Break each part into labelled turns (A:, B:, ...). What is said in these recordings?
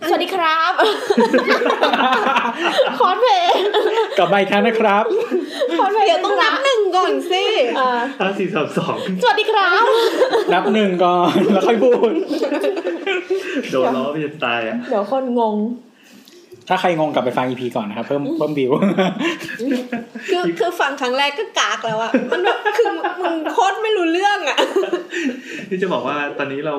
A: ครับ คอสเพลย์
B: กลับมาอีกครั้งนะครับ
A: คอสเพลย์
C: เดี๋ยวต้องนับหนึ่งก่อนสิ
A: เออ
D: ห้าสี่สามสอง
A: สวัสดีครับ
B: นับหนึ่งก่อน แล้วค่อยพูด
D: โดนล้อไปจนตายอ่ะ
A: เดี๋ยวคนงง
B: ถ้าใครงงกลับไปฟังอีพีก่อนนะครับ เพิ่มเพิ่มวิว
C: คือคือฟังครั้งแรกก็กากแล้วอะมันแบบคือมึงโคตรไม่รู้เรื่องอะ
D: ที่จะบอกว่าตอนนี้เรา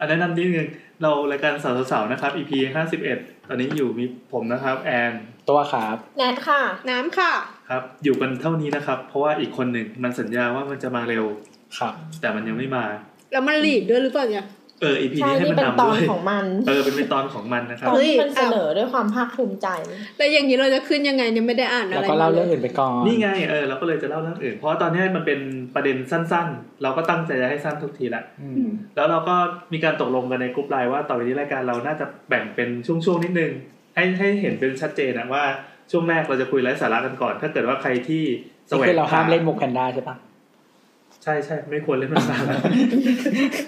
D: อันแนะนำนิดนึงเรารายการสาวสาวๆนะครับ EP ห้าสิบเอ็ดตอนนี้อยู่มีผมนะครับ แอน
B: ตัวครับ
A: แนทค่ะ
C: น้ำค่ะ
D: ครับ อยู่กันเท่านี้นะครับ เพราะว่าอีกคนหนึ่งมันสัญญาว่ามันจะมาเร็ว
B: ครับ
D: แต่มันยังไม่มา
C: แล้วมันรีบด้วยหรือเปล่าเนี่ย
D: เออ EP
A: ใช่
D: นี้ให้
A: นี่
D: มัน
A: เป็นตอ
D: นำด้
A: น
D: วย
A: ของมัน
D: เออเป็นเป็นตอนของมันนะ
A: ต
D: ครับ
A: อนที่
C: เฮ้ย
A: มันเสนอด้วยความภาคภูมิใจ
C: แล้วอย่างนี้เราจะขึ้นยังไงเนี่ยไม่ได้อ่านอะ
B: แล้ว
C: ไร
B: ก็เล่าเรื่องอื่นไปก่อน
D: นี่ไงเออเราก็เลยจะเล่าเรื่องอื่น เพราะตอนนี้มันเป็นประเด็นสั้นๆ เราก็ตั้งใจจะให้สั้นทุกทีแหละ
B: อืม
D: แล้วเราก็มีการตกลงกันในกลุ่มไลน์ว่าต่อไปนี้รายการเราน่าจะแบ่งเป็นช่วงๆนิดนึง ให้ให้เห็นเป็นชัดเจนนะว่าช่วงแรกเราจะคุยไร้สาระกันก่อน ถ้าเกิดว่าใครที่แส
B: นี่
D: วง
B: คือเราห้ามเล่นมุกแพนด้าใช่ปะ
D: ใช่ใช่ไม่ควรเล่นมันสาระ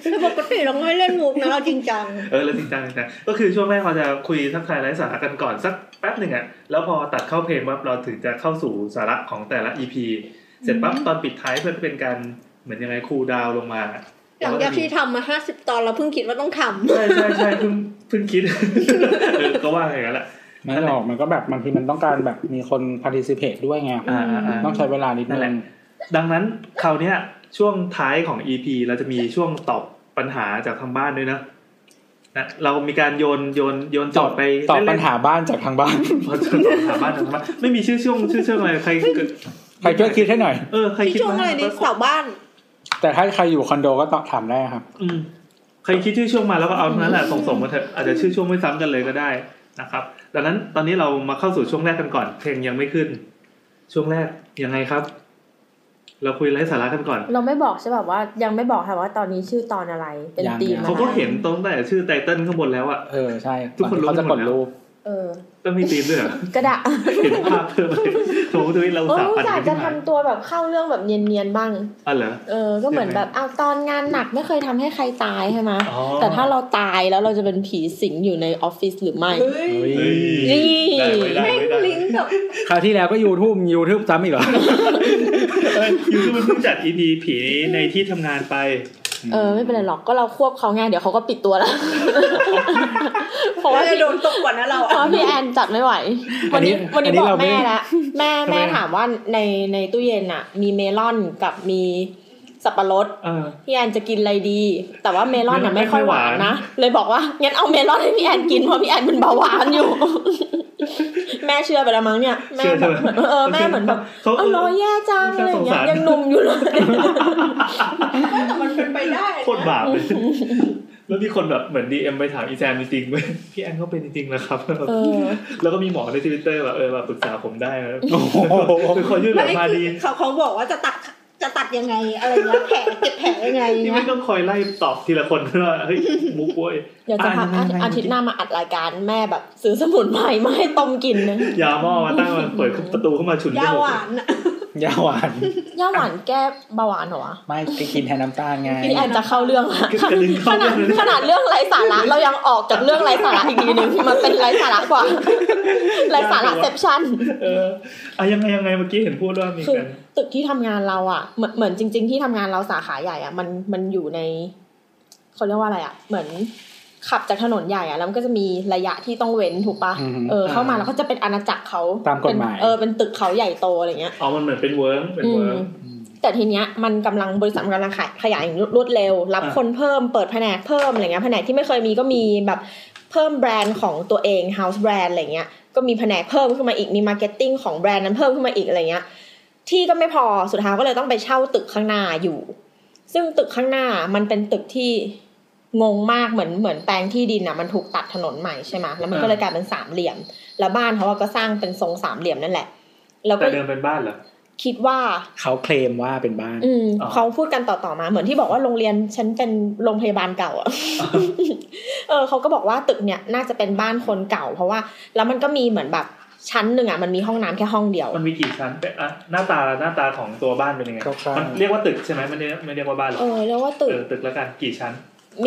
C: แต่ปกติเราก็ไม่เล่นมุกนะเราจริงจัง
D: เออแล้วจริงจังนะก็คือช่วงแรกเราจะคุยทักทายไร้สาระกันก่อนสักแป๊บหนึ่งอะแล้วพอตัดเข้าเพลงปั๊บเราถึงจะเข้าสู่สาระของแต่ละ EP เสร็จปั๊บตอนปิดท้ายเพื่อเป็นการเหมือนยังไงคูลดาวน์ลงมา
C: หลังจากที่ทำมาห้าสิบตอนเราเพิ่งคิดว่าต้องท
D: ใช่ใช่ใช่เพิ่งเพิ่งคิด เออก็ว่าอย่างนั้นแหละ
B: มันออกมันก็แบบบางทีมันต้องการแบบมีคน participate ด้วยไง
D: อ่าอ่าอ่า
B: ต้องใช้เวลานิด
D: นั่นแห
B: นึ
D: ละ
B: ง
D: ดังนั้นคราวเนี้ยช่วงท้ายของ EP เราจะมีช่วงตอบปัญหาจากทางบ้านด้วยนะนะเรามีการโยนโยนโยนโจ
B: ตอ
D: ท
B: บ
D: ย์ไป
B: ตอบ
D: เล่นๆ
B: ปัญหาบ้านจากทางบ้าน
D: พอจะตอบปัญหาบ้านจากทางบ้านไม่มีชื่อช่วงชื่อช่วงอะไรใครเกิด
B: ใครช่วยคิดให้หน่อย
D: เออใคร
C: ำที่
D: คิด
C: ช่วงอะไรนี่
D: บ้าง
C: เสาบ้าน
B: แต่ถ้าใครอยู่คอนโดก็ตอบถามได้ครับ
D: อืมใครคิดชื่อช่วงมาแล้วก็เอาเท่านั้นแหละส่งส่งมาเถอะอาจจะชื่อช่วงไม่ซ้ำกันเลยก็ได้นะครับ ดังนั้นตอนนี้เรามาเข้าสู่ช่วงแรกกันก่อน เพลงยังไม่ขึ้น ช่วงแรกยังไงครับ เราคุยไร้สาระกันก่อน
A: เราไม่บอกใช่แบบว่ายังไม่บอกค่ะว่าตอนนี้ชื่อตอนอะไร เป็น
B: ยัง
A: ตีม
B: ยัง
D: เขาก็เห็นตั้งแต่ชื่อไตเติ้ลข้างบนแล้วอะ
B: เออใช่
D: ทุกคนรู้
B: เขาจะ
D: หม
B: ก
D: ด
B: ด
D: แล้ว
B: รูป
A: เออ
D: ต้องมีธีมด้วยเหรอ
A: กระดาษ
D: เห็นภาพเพิ่มเลยโถทวิตเรา
A: เออ
D: สาม
A: รู้
D: พัน
A: จัก
D: ขึ้
A: จะ
D: น
A: ทำ
D: มา
A: ตัวแบบเข้าเรื่องแบบเนียนๆบ้าง
D: อ๋อเหรอ
A: เออ ก็เหมือน
D: ใช่ไหม
A: แบบเอาตอนงานหนักไม่เคยทำให้ใครตายใช่ไหม
D: อ๋อ
A: แต่ถ้าเราตายแล้วเราจะเป็นผีสิงอยู่ในออฟฟิศหรือไม่
D: เฮ้ย
A: นี่
D: ได้ไว้ได้
C: แม่ง
D: ไว้ได้
C: ลิงก์กับ
B: คราวที่แล้วก็ยูทูบยูทูบซ้ำอีกเหรอ
D: เอ้ยยูทูบมันเพิ่งจัด EP ผีในที่ทำงานไป
A: เออไม่เป็นไรหรอกก็เราควบเขาไงเดี๋ยวเขาก็ปิดตัวแล้ว เพราะ
C: ว่า
A: ว่า
C: จะ
A: พี่
C: โดนตกกว่านะเรา
A: เพราะ
C: อะ
A: ว่าพี่แอนจัดไม่ไหว วันนี้
B: อั
A: วัน น
B: นี้
A: นี้บอ
B: เรา
A: ก
B: ไม่
A: แม่ละแม่แม่
D: ทำไม
A: ถามว่าในในตู้เย็นอ่ะ มีเมลอนกับมีสับปะรด
D: เออ
A: พี่แอนจะกินอะไรดี แต่ว่าเมลอนน่ะ
D: ไม่
A: ไม่
D: ค่
A: ค่
D: อ
A: อย ย
D: หวาว
A: หาน นนะ เลยบอกว่างั้นเอาเมลอนให้พี่แอนกินเพราะพี่แอนเป็นเบาหวานอยู่ แม่เชื่อไปแล้วมั้งเนี่ยแม่แบบเออแม่เหมือนแบบ
D: เขา
A: เออรอแย่จังอะไรอย่างเงี้
D: ส
A: ย
D: งสาร
A: ยังหนุ่มอยู่เลย
C: แต่มันเป็นไปได้
D: โคตรบาปเลยแล้วมีคนแบบเหมือน DM ไปถามอีแซมจริงๆเว้ยพี่แอนเขาเป็นจริงๆนะครับ
A: เออ
D: แล้วก็มีหมอในทวิตเตอร์แบบเออแบบปรึกษาผมได้นะ
B: โอ้โห
D: คือคนช่วยเหลื
C: ไม่
D: อมาดี
C: คือเขาเขาบอกว่าจะตัดจะตัดยังไงอะไรเงี้ยแผลเก็บแผลยังไง
D: นี่
C: เงี้
D: ไม่
C: ย
D: ต้องคอยไล่ตอบทีละคนเพื่อเฮ้ยมุกเว้ย
A: เดี๋ยวจะพา
D: อ่ะยังไงยังไง
A: อาทิตย์หน้ามาอัดรายการแม่แบบซื้อสมุนไพรมาให้ต้มกินนะ
D: ยาหม้อมาตั้งมันเปิดประตูเข้ามาฉุนจ
C: ยา
D: มู
C: ห
D: ก
C: วานอะ
B: ยาหวาน
A: ย่าหวานแก้เบาหวานเหรอวะ
B: ไม่ไปกินแทนน้ำตาลไง
A: พี่แอนจะเข้าเรื่องอะ
D: จะดึง
A: ข
D: เข้าเรื่
A: นา
D: อ
A: ด
D: งเลย
A: ขนาดเรื่องไร้สาระเรายังออกจากเรื่องไร้สาระอีกทีนึงมันเป็นไร้สาระกว่าไร้สาระเซพชั่น
D: เอออะยังไงยังไงเมื่อกี้เห็นพูดว่ามี
A: คือ
D: กัน
A: ตึกที่ทำงานเราอ่ะเหมือนเหมือนจริง ๆ ที่ทำงานเราสาขาใหญ่อ่ะมันมันอยู่ในเขาเรียกว่าอะไรอ่ะ เหมือนขับจากถนนใหญ่อ่ะแล้วมันก็จะมีระยะที่ต้องเว้นถูกปะ
B: อือฮึ
A: เออเข้ามาแล้วก็จะเป็นอาณาจักรเขา
B: ตามกฎหมาย
A: เป็นเออเป็นตึกเขาใหญ่โตอะไรเงี้ย
D: อ๋อมันเหมือนเป็นเวิร์กเป็นเวิร์ก
B: อืม
A: แต่ทีเนี้ยมันกำลังบริษัทมันกำลังขยายขยายอย่างรวดเร็ว รับ
D: อ่า
A: คนเพิ่มเปิดแผนกเพิ่มอะไรเงี้ยแผนกที่ไม่เคยมีก็มีแบบเพิ่มแบรนด์ของตัวเอง house brand อะไรเงี้ยก็มีแผนกเพิ่มขึ้นมาอีกมี marketing ของแบรนด์นั้นเพิ่มขึ้นมาอีกอะไรเงี้ยที่ก็ไม่พอสุดท้ายก็เลยต้องไปเช่าตึกข้างหน้าอยู่ ซึ่งตึกข้างหน้ามันเป็นตึกที่งงมากเหมือนเหมือนแปลงที่ดินอ่ะมันถูกตัดถนนใหม่ใช่ไหมแล้วมันก็เลยกลายเป็นสามเหลี่ยม แล้วบ้านเขาก็สร้างเป็นทรงสามเหลี่ยมนั่นแหละ แล้วก็
D: แต่เดิมเป็นบ้านเหรอ
A: คิดว่า
B: เขาเคลมว่าเป็นบ้าน
A: อืม
D: อ๋อ
A: เขาพูดกันต่อๆมาเหมือนที่บอกว่าโรงเรียนฉันเป็นโรงพยาบาลเก่าอ่ะ เออเขาก็บอกว่าตึกเนี่ยน่าจะเป็นบ้านคนเก่า เพราะว่า แล้วมันก็มีเหมือนแบบชั้นหนึ่งอ่ะมันมีห้องน้ำแค่ห้องเดียว
D: มันมีกี่ชั้นเป็นอะหน้าตาหน้าตาของตัวบ้านเป็นยังไง
B: คร่าวๆ
D: มันเรียกว่าตึกใช่ไหมไม่ได้ไม่เรียกว่าบ้านหรอก
A: เออแล้วว่าตึ
D: เอก อตึกแล้วกันกี่ชั้น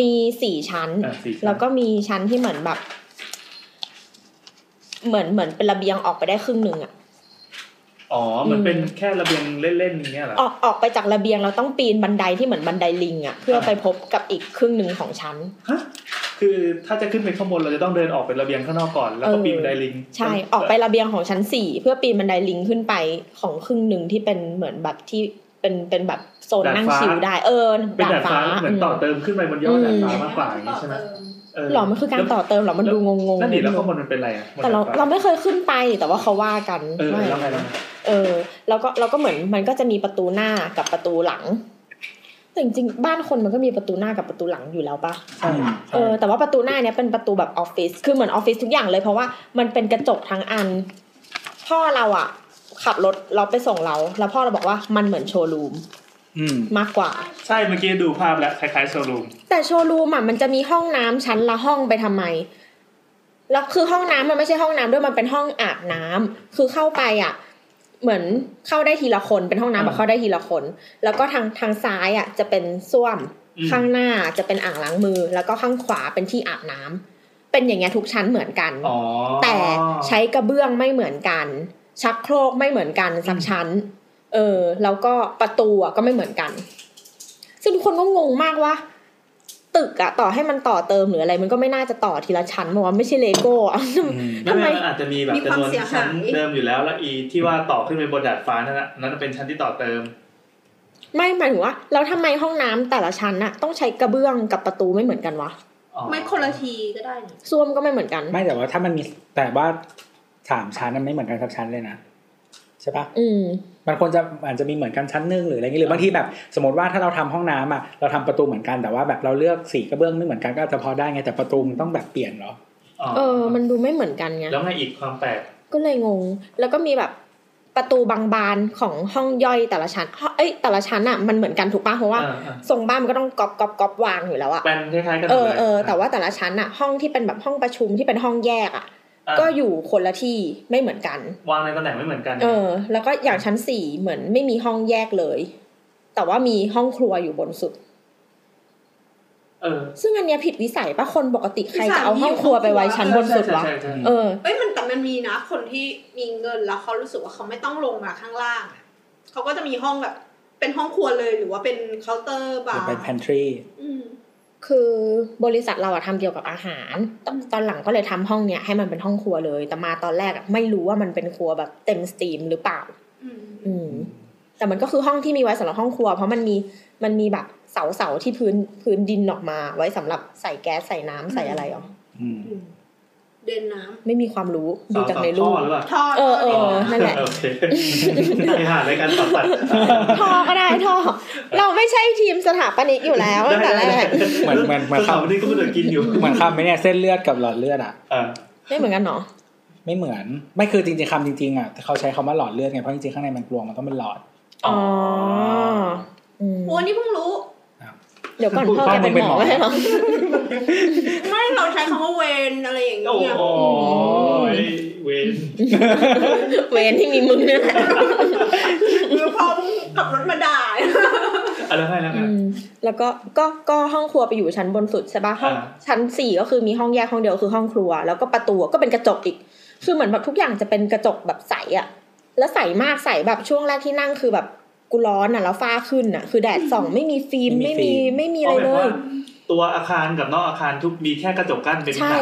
A: มีสี่ชั้น
D: อ่ะสี่ชั้น
A: แล้วก็มีชั้นที่เหมือนแบบ เหมือนเหมือนเป็นระเบียงออกไปได้ครึ่งหนึ่งอะ
D: อ๋อเหมือน
A: อืม
D: เป็นแค่ระเบียงเล่นๆอย่างเงี้ยเหรอ
A: ออกออกไปจากระเบียงเราต้องปีนบันไดที่เหมือนบันไดลิงอะเพื่อไปพบกับอีกครึ่งหนึ่งของชั้น
D: ฮะคือถ้าจะขึ้นไปข้างบนเราจะต้องเดินออกเป็นระเบียงข้างนอกก่อน แล้วก็
A: เออ
D: ปีนบันไดลิง
A: ใช่ออกไประเบียงของชั้นสี่เพื่อปีนบันไดลิงขึ้นไปของครึ่งหนึ่งที่เป็นเหมือนแบบที่เป็นเป็นแบบโซนนั่งชิลได้เออ
D: เป็นดาดฟ้าเหมือนต่อ
A: ม
D: เติมขึ้นไปบนยอดดาดฟ้า
A: อืม
D: มากกว่าอย่างงี้ใช่ไหมเห
A: รอมันคือการต่อเติมเหรอมันดูงงๆ
D: นั่นดิแล้วข้างบนมันเป็นอะไรอ่ะบน
A: แต่เรา
D: ดดฟ้
A: เราไม่เคยขึ้นไปแต่ว่าเขาว่ากัน
D: เออ
A: ว่า
D: แล้วไงแล้วไง
A: เออแล้วก็เราก็เหมือนมันก็จะมีประตูหน้ากับประตูหลังแต่จริงๆบ้านคนมันก็มีประตูหน้ากับประตูหลังอยู่แล้วปะ
B: ใช่ใช่
A: เออแต่ว่าประตูหน้าเนี้ยเป็นประตูแบบออฟฟิศคือเหมือนออฟฟิศทุกอย่างเลยเพราะว่ามันเป็นกระจกทั้งอัน พ่อเราอ่ะ ขับรถเราไปส่งเรา แล้วพ่อเราบอกว่ามันเหมือนโชว์รูม
B: อืม
A: มากกว่า
D: ใช่เมื่อกี้ดูภาพแล้วคล้ายๆโชว์รูม
A: แต่โชว์รูมอ่ะมันจะมีห้องน้ำชั้นละห้องไปทำไม แล้วคือห้องน้ำมันไม่ใช่ห้องน้ำด้วยมันเป็นห้องอาบน้ำคือเข้าไปอ่ะ เหมือนเข้าได้ทีละคนเป็นห้องน้ำแบบเข้าได้ทีละคน แล้วก็ทางทางซ้ายอ่ะจะเป็นส้วม
D: อืม
A: ข้างหน้าจะเป็นอ่างล้างมือ แล้วก็ข้างขวาเป็นที่อาบน้ำเป็นอย่างเงี้ยทุกชั้นเหมือนกัน
D: อ๋อ
A: แต่ใช้กระเบื้องไม่เหมือนกัน ชักโครกไม่เหมือนกันสักชั้น เออ แล้วก็ประตูอะก็ไม่เหมือนกัน ซึ่งทุกคนก็งงมากว่า ตึกอะต่อให้มันต่อเติมหรืออะไรมันก็ไม่น่าจะต่อทีละชั้นบอกว่าไม่ใช่เลโก้ อะ
D: ทำ
A: ทำไม
D: ไมมันอาจจะมีแบบ
C: มีความ
D: จำนวน
C: เสียหาย
D: ชั้นเดิมอยู่แล้วแล้วอีที่ว่าต่อขึ้นไปบนดาดฟ้านั่นน่ะนั่นเป็นชั้นที่ต่อเติม
A: ไม่หมายถึงว่าแล้วทำไมห้องน้ำแต่ละชั้นอะต้องใช้กระเบื้องกับประตูไม่เหมือนกันวะ
D: อ๋อ
C: ไม่คนละทีก็ได้นี่
A: ส้วมก็ไม่เหมือนกัน
B: ไม่แต่ว่าถ้ามันมีแต่ว่าสามชั้นมันไม่เหมือนกันสักชั้นเลยนะใช่ปะ
A: อืม
B: มันควรจะอาจจะมีเหมือนกันชั้นหนึ่งหรืออะไรเงี้ยหรือบางทีแบบสมมติว่าถ้าเราทำห้องน้ำอ่ะเราทำประตูเหมือนกันแต่ว่าแบบเราเลือกสีกระเบื้องไม่เหมือนกันก็อาจจะพอได้ไงแต่ประตูมันต้องแบบเปลี่ยนเหรอ
D: อ๋อ
A: เออ มันดูไม่เหมือนกันไง
D: แล้วไงอีกความแปลก
A: ก็เลยงง แล้วก็มีแบบประตูบางบานของห้องย่อยแต่ละชั้นห้องเอ้ยแต่ละชั้นอะมันเหมือนกันถูกปะเพราะว่า
D: อ่าอ่า
A: ทรงบ้านมันก็ต้องก๊อปก๊อปก๊อปวางอยู่แล้วอะ
D: แปลนคล้ายๆกันหม
A: เอ
D: ด
A: อ
D: ลย
A: เออแต่ว่าแต่ละชั้นอะห้องที่เป็นแบบห้องประชุมที่เป็นห้องแยกอะ
D: อ่ะ
A: ก็อยู่คนละที่ไม่เหมือนกัน
D: วางในตำแหน่งไม่เหมือนกัน
A: เออ แล้วก็อย่างชั้นสี่เหมือนไม่มีห้องแยกเลย แต่ว่ามีห้องครัวอยู่บนสุด
D: เออ
A: ซึ่งอันเนี้ยผิดวิสัยปะคนปกติใครจะเอาห้องครัวไปไว้ชั้นบนสุดวะ
D: ใช่ใช่ใช่
A: เออ
C: เอ้ยมันแต่มันมีนะคนที่มีเงินแล้วเขารู้สึกว่าเขาไม่ต้องลงมาข้างล่างอะเขาก็จะมีห้องแบบ เป็นห้องครัวเลยหรือว่าเป็นเคาน์เตอร์
B: ห
C: บา
B: รือ
C: ร์
B: เป็น pantry
C: อืม
A: คือบริษัทเราอะทำเกี่ยวกับอาหารตอนตอนหลังก็เลยทำห้องเนี้ยให้มันเป็นห้องครัวเลย แต่มาตอนแรกอะไม่รู้ว่ามันเป็นครัวแบบเต็มสตรีมหรือเปล่า
C: อืม
A: อืม แต่มันก็คือห้องที่มีไว้สำหรับห้องครัว เพราะมันมีมันมีแบบเสาเสาที่พื้นพื้นดินออกมา ไว้สำหรับใส่แก๊สใส่น้ำใส่อะไรหรอ
B: อืม
C: อืมเดินน้
A: ไม่มีความรู้
D: เส
A: ดู
D: ว
A: จาก
D: สอง
A: ในรู
D: ข้
A: ป
D: อหรือเปล่า
C: ำท่อ
A: เออเอ
C: ดิำ
A: นั่นแหละ
D: โอเคไปหาในการตัดตัด
A: ท่อก็ได้ ท่อเราไม่ใช่ทีมสถาปนิกอยู่แล้วตั้งแต่แรก
B: เหมือนเหมือนเหมือน
D: สาว
B: คำ
D: นี่ก็ไม่ได้กินอยู่
B: เหมือนคำไหมเนี่ยเส้นเลือดกับหลอดเลือดอ่ะ
D: เออ
A: ไม่เหมือนกันเนาะ
B: ไม่เหมือนไม่คือจริงๆคำจริงๆอ่ะเขาใช้คำว่าหลอดเลือดไงเพราะจริงๆข้างในมันกลวงมันต้องเป็นหลอด
A: อ๋ออืม
C: โอ้นี่เพิ่งรู้
A: เดี๋ยวก่อนพ่อแกเป็นหมอไม่ใช่เหรอ
C: ไม่เราใช้คำว่าเวนอะไรอย่าง
D: โอ้
C: เงี้ย
D: โหเวน
A: เวรที่มีมึงเนี่ยแหละ
C: คือพอมึงขับรถมาด่า
D: อะไรให้แล้วไง
A: อืมแล้วก็ก็ก็ห้องครัวไปอยู่ชั้นบนสุดใช่ปะห้อง
D: อ่า
A: ชั้นสี่ก็คือมีห้องแยกห้องเดียวคือห้องครัว แล้วก็ประตูก็เป็นกระจกอีก คือเหมือนแบบทุกอย่างจะเป็นกระจกแบบใสอะแล้วใสมากใสแบบช่วงแรกที่นั่งคือแบบกูร้อนอ่ะแล้วฝ้าขึ้นอ่ะ คือแดดส่องไม่มีฟิล์มไม่มีไม่มีอะไร
D: หาย
A: เล
D: ควา
A: ย
D: มว่าตัวอาคารกับนอกอาคารทุกมีแค่กระจกกั้นเป็น
A: ใช่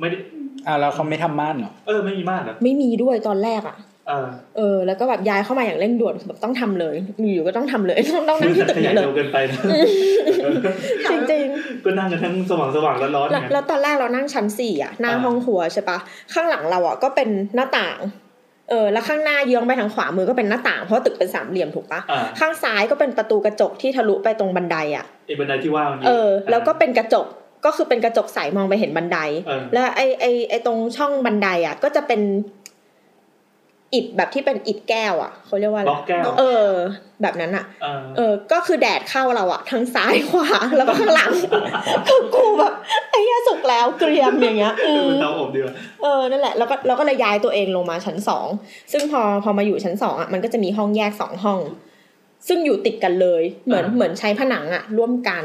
D: ไม่ได้
B: อ่าแล้วเขาไม่ทำม่านเหรอ
D: เออไม่มีม่านเหรอ
A: ไม่มีด้วยตอนแรกอ่ะ
D: เออ
A: เออแล้วก็แบบย้ายเข้ามาอย่างเร่งด่วนคือแบบต้องทำเลยอยู่ๆก็ต้องทำเลย ต้องต้องนั่ง
D: คือ
A: ที่
D: จะ
A: ตึก
D: ขยา
A: นี้
D: ย
A: เลย
D: เร็วเกินไปนะ
A: จริงๆ
D: ก็นั่งกันทั้งสว่างสว่างๆร้อนๆ
A: แล้ว
D: เนี่ย
A: แล้วตอนแรกเรานั่งชั้นสี่อ่ะหน้า
D: อ่า
A: ห้องครัวใช่ปะข้างหลังเราอ่ะก็เป็นหน้าต่าง เออแล้วข้างหน้าเยื้องไปทางขวามือก็เป็นหน้าต่างเพราะตึกเป็นสามเหลี่ยมถูกปะ
D: อ่า
A: ข้างซ้ายก็เป็นประตูกระจกที่ทะลุไปตรงบันไดอ่ะ
D: ไอ้บันไดที่ว่ามันมี
A: เออ แล้วก็เป็นกระจกก็คือเป็นกระจกใสมองไปเห็นบันได
D: เออ
A: แล้วไอไอไอตรงช่องบันไดอ่ะ ก็จะเป็นอิฐแบบที่เป็นอิฐแก้วอ่ะเขาเรียกว่าอะไร
D: ล็อกแก้ว
A: เออ แบบนั้นอ่ะ
D: เออ
A: เออ ก็คือแดดเข้าเราอะทั้งซ้ายขวาแล้วก็ข้างหลัง คือกูแบบไอ้เหี้ยสุกแล้วเกรียมอย่างเงี้ยอืม
D: เตาอบดีกว่า
A: เออนั่นแหละ แล้วก็เราก็เลยย้ายตัวเองลงมาชั้นสอง ซึ่งพอพอมาอยู่ชั้นสองอะมันก็จะมีห้องแยกสองห้อง ซึ่งอยู่ติดกันเลย เหมือนเหมือนใช้ผนังอะร่วมกัน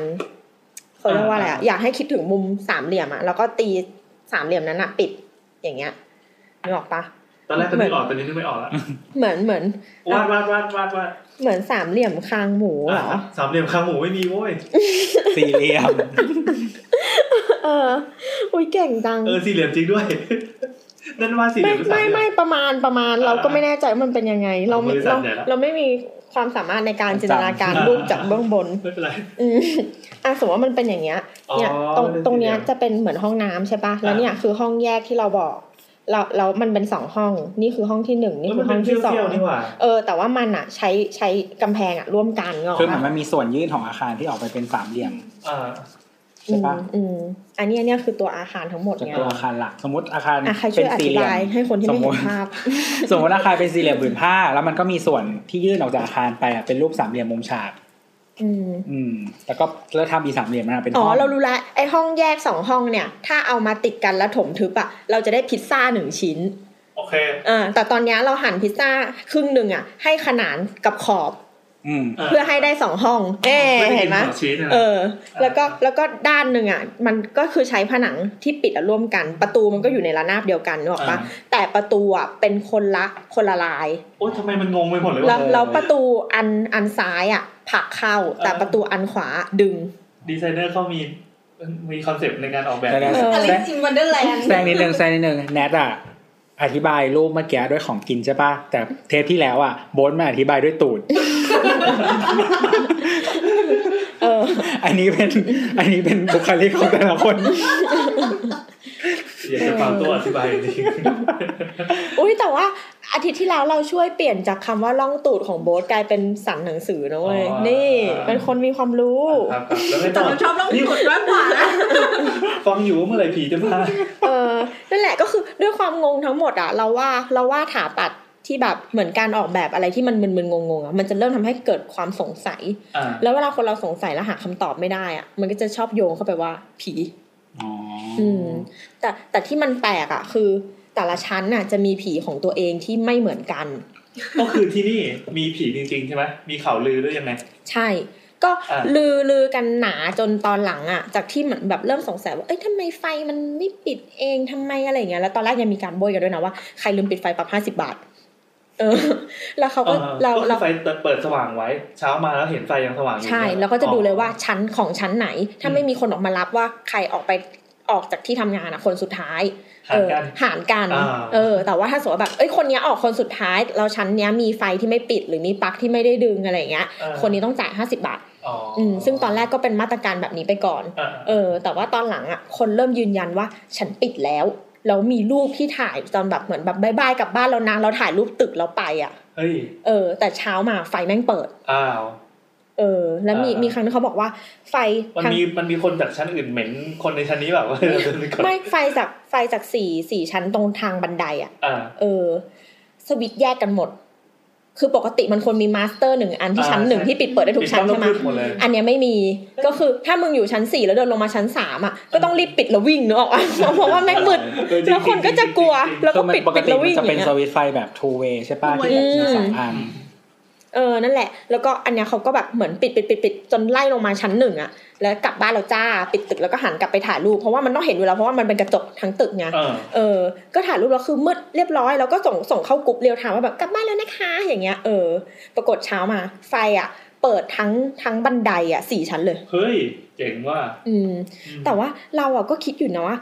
A: เขาเรียกว่าอะไรอะอยากให้คิดถึงมุมสามเหลี่ยมอะแล้วก็ตีสามเหลี่ยมนั้นอะปิดอย่างเงี้ย นึกออกปะ
D: ตอนแรกก็นึกออกตอนนี้นึกไม่ออกละ
A: เหมือนเหมือน
D: วาดวาดวาดวาดวาด
A: เหมือนสามเหลี่ยมคางหมูเหรอ
D: ะสามเหลี่ยมคางหมูไม่มีโว้ย
B: สี่เหลี่ยม
A: เออ อุ้ยเก่งจัง
D: เออสี่เหลี่ยมจริงด้วย นั่นวาดสี่เห
A: ไม่
D: ลี่ยมหรือสาม
A: ไม่
D: เหลี่ยม
A: ไม่ประมาณประมาณ
D: อ่า
A: เราก็ไม่แน่ใจว่ามันเป็นยังไง เราไม่
D: มือสั่
A: เรา
D: นใหญ่ละ
A: เราไม่มีความสามารถในการจินตนาการ
D: จำ
A: รูปจากเบื้องบน
D: ไม่เป็นไร
A: อืมอ่ะสมมติว่ามันเป็นอย่างเงี้ย
D: อ๋อ
A: เนี่ยตรง
D: เป็นสี่เหลี่ยม
A: ตรงเนี้ยจะเป็นเหมือนห้องน้ำใช่ปะแล้วเนี่ยคือห้องแยกที่เราบอกเราเรามันเป็นสองห้อง นี่คือห้องที่หนึ่งนี่
D: เออ
A: คื
D: มั
A: อน ห้
D: เป็
A: อง
D: น
A: ที่
D: เที่ยว
A: สอ
D: เที่ยว
A: ง
D: นี่หว่า
A: เออ แต่ว่ามันอ่ะใช้ใช้กำแพงอ่ะร่วมกันเนาะ
B: คือเหมือนมันมีส่วนยื่นของอาคารที่ออกไปเป็นสามเหลี่ยม
D: อ่า
B: ใช่ปะ
A: อืมอันเนี้ยเนี่ยคือตัวอาคารทั้งหมด
B: จาก
A: ไง
B: ตัวอาคารหลัก สมมติอาคาร
A: อ่ะใครช่
B: เป็
A: วน ยอ
B: สี่
A: ธิ
B: เหลี่ยม
A: บายให้คนที่ไม่
B: สมมุ
A: เห็
B: ติ
A: นภาพ
B: สมมติอาคารเป็นสี่เหลี่ยมผืนผ้า แล้วมันก็มีส่วนที่ยื่นออกจากอาคารไปอ่ะเป็นรูปสามเหลี่ยมมุมฉาก
A: อืม
B: อืม แล้วก็แล้วทำอีกสามเหลี่ยมนะเป็น
A: อ๋อ
B: ห้ง
A: เรารู้ละไอห้องแยกสองห้องเนี่ย ถ้าเอามาติดกันแล้วถมทึบอะเราจะได้พิซซ่าหนึ่งชิ้น
D: โอเค
A: อ่าแต่ตอนเนี้ยเราหั่นพิซซ่าครึ่งหนึ่งอะให้ขนานกับขอบ
B: อืม
A: เพื่อให้ได้สองห้องเอ๊ะ
D: ไม่ได้
A: เห็นไหม
D: กินหัวชีสนะ
A: เออ แล้วก็แล้วก็ด้านหนึ่งอะมันก็คือใช้ผนังที่ปิดอะร่วมกัน ประตูมันก็อยู่ในระนาบเดียวกันนึกออกปะ
D: อ่า
A: แต่ประตูอะเป็นคนละคนละลาย
D: โอ้ยทำไมมันงงไปหมดเลย
A: แล้ว
D: ะ
A: วแล้วประตูอันอันซ้ายอะผลักเข้าแต่ประตูอันขวาดึง
D: ดีไซเนอร์เขามีมีคอนเซปต์ในการออกแบบ
B: ได้ได้
A: เออ
C: อลิซอินวันเดอร์แลนด์
B: แซงนิดนึงแซงนิดนึงแนทอ่ะอธิบายรูปเมื่อกี้ด้วยของกินใช่ป่ะ แต่เทปที่แล้วอ่ะโบนมาอธิบายด้วยตูด
A: เออ
B: อันนี้เป็นอันนี้เป็นบุคลิกของแต่ละคน
D: อยากจะฟังตัวอธิบายจริง
A: อุ้ยแต่ว่าอาทิตย์ที่แล้วเราช่วยเปลี่ยนจากคำว่าล่องตูดของโบ๊ทกลายเป็นสันหนังสือนะเว้ยนี่ เป็นคนมีความรู้
D: ครับครับแล้วไม่
C: แต่
D: ต้อง
C: เราชอบล่องกดมากกว่านะ
D: ฟังอยู่ว่าเมื่อไหร่ผีจะมา
A: เออนั่นแหละก็คือด้วยความงงทั้งหมดอะเราว่าเราว่าถาปัดที่แบบเหมือนการออกแบบอะไรที่มันมึนๆงงๆอะมันจะเริ่มทำให้เกิดความสงสัย
D: อ่า
A: แล้วเวลาคนเราสงสัยแล้วหาคำตอบไม่ได้อะมันก็จะชอบโยงเข้าไปว่าผี
B: อ๋ออ
A: อืม แต่แต่ที่มันแปลกอะคือ แต่ละชั้นน่ะจะมีผีของตัวเองที่ไม่เหมือนกัน
D: ก็คือที่นี่มีผีจริง ๆ ใช่ไหมมีข่าวลือด้วยยังไง
A: ใช่ ก็
D: อ่า
A: ลือลือกันหนาจนตอนหลังอ่ะ จากที่เหมือนแบบเริ่มสงสัยว่า เอ้ยทำไมไฟมันไม่ปิดเองทำไมอะไรอย่างเงี้ย แล้วตอนแรกยังมีการโบยกันด้วยนะว่าใครลืมปิดไฟปรับห้าสิบ50 บาท เอ อ แล้วเขาก็
D: ออ
A: เรา
D: ก็คือ
A: เรา
D: ไฟเปิดสว่างไว้ เช้ามาแล้วเห็นไฟยังสว่างอยู่
A: ใช่
D: เนี่ย
A: แล้วก็จะดูเลยว่า
D: อ๋อ
A: ชั้นของชั้นไหน ถ้า
D: อืม
A: ไม่มีคนออกมารับว่าใครออกไปออกจากที่ทำงานอะคนสุดท้าย
D: หันกัน
A: เออหารกัน
D: อ่า
A: เออ แต่ว่าถ้าสมมติว่าแบบเอ้ยคนเนี้ยออกคนสุดท้ายแล้วชั้นเนี้ยมีไฟที่ไม่ปิดหรือมีปลั๊กที่ไม่ได้ดึงอะไรอย่างเงี้ย
D: เออ
A: คนนี้ต้องจ่ายห้าสิบาท
D: อ๋ออ
A: อืมซึ่งตอนแรกก็เป็นมาตรการแบบนี้ไปก่อน
D: อ่า
A: เออ แต่ว่าตอนหลังอ่ะ คนเริ่มยืนยันว่าฉันปิดแล้ว แล้วมีรูปที่ถ่ายตอนแบบเหมือนแบบบายบายกลับบ้านแล้วนะเราถ่ายรูปตึกแล้วไปอ่ะ
D: เฮ้ย
A: เออ แต่เช้ามาไฟแม่งเปิด
D: อ้าว
A: เออ แล้วมี
D: อ่ามี
A: มีครั้งนึงเขาบอกว่าไฟ
D: มัน
A: ทาง
D: มีมันมีคนจากชั้นอื่นเหม็นคนในชั้นนี้แบบว่าเออเป็นคน
A: ไม่ไฟจากไฟจากสี่สี่ชั้นตรงทางบันไดอ่ะ
D: อ่า
A: เออ สวิตช์แยกกันหมด คือปกติมันควรมีมาสเตอร์หนึ่งอันที่
D: อ่า
A: ชั้นหนึ่ง
D: ใช่
A: ที่ปิดเปิดได้ทุกชั้นใช่ไหม
D: ปิดต้องลุกขึ้นหมดเลย
A: อันเนี้ยไม่มี ก็คือถ้ามึงอยู่ชั้นสี่แล้วเดินลงมาชั้นสามอ่ะ ก็ต้องรีบปิดแล้ววิ่งเนอะออก อ่ะ เพราะว่าแม่งมืด
D: เออจริงๆ
A: แล้วคนก็จะกลัว
D: จริงๆ
A: แล้ว
B: คื
A: ก็
B: อมัน
A: ปิด
B: ปก
A: ปิด
B: ติ
A: แล้ว
B: มั
A: วิ่
B: น
A: ง
B: จะ
A: อ
B: เป็น
A: ย่าง
B: ส
A: เงี้ย
B: วิตช์ไฟแบบ two way ใช่ป่ะที่แบบมีสองอัน
A: เออ นั่นแหละ แล้วก็อันเนี้ยเขาก็แบบเหมือนปิดปิดปิดปิดจนไล่ลงมาชั้นหนึ่งอ่ะ แล้วกลับบ้านแล้วจ้า ปิดตึกแล้วก็หันกลับไปถ่ายรูป เพราะว่ามันต้องเห็นอยู่แล้ว เพราะว่ามันเป็นกระจกทั้งตึกไง
D: เออ
A: เออ ก็ถ่ายรูปแล้วคือมืดเรียบร้อยแล้วก็ส่งส่งเข้ากลุ่มเรียวถามว่าแบบกลับบ้านแล้วนะคะ อย่างเงี้ย เออ ปรากฏเช้ามา ไฟอ่ะ เปิดทั้งทั้งบันไดอ่ะสี่ชั้นเลย
D: เฮ้ย เจ๋งว่า
A: อืม แต่ว่าเราอะก็คิดอยู่นะว่า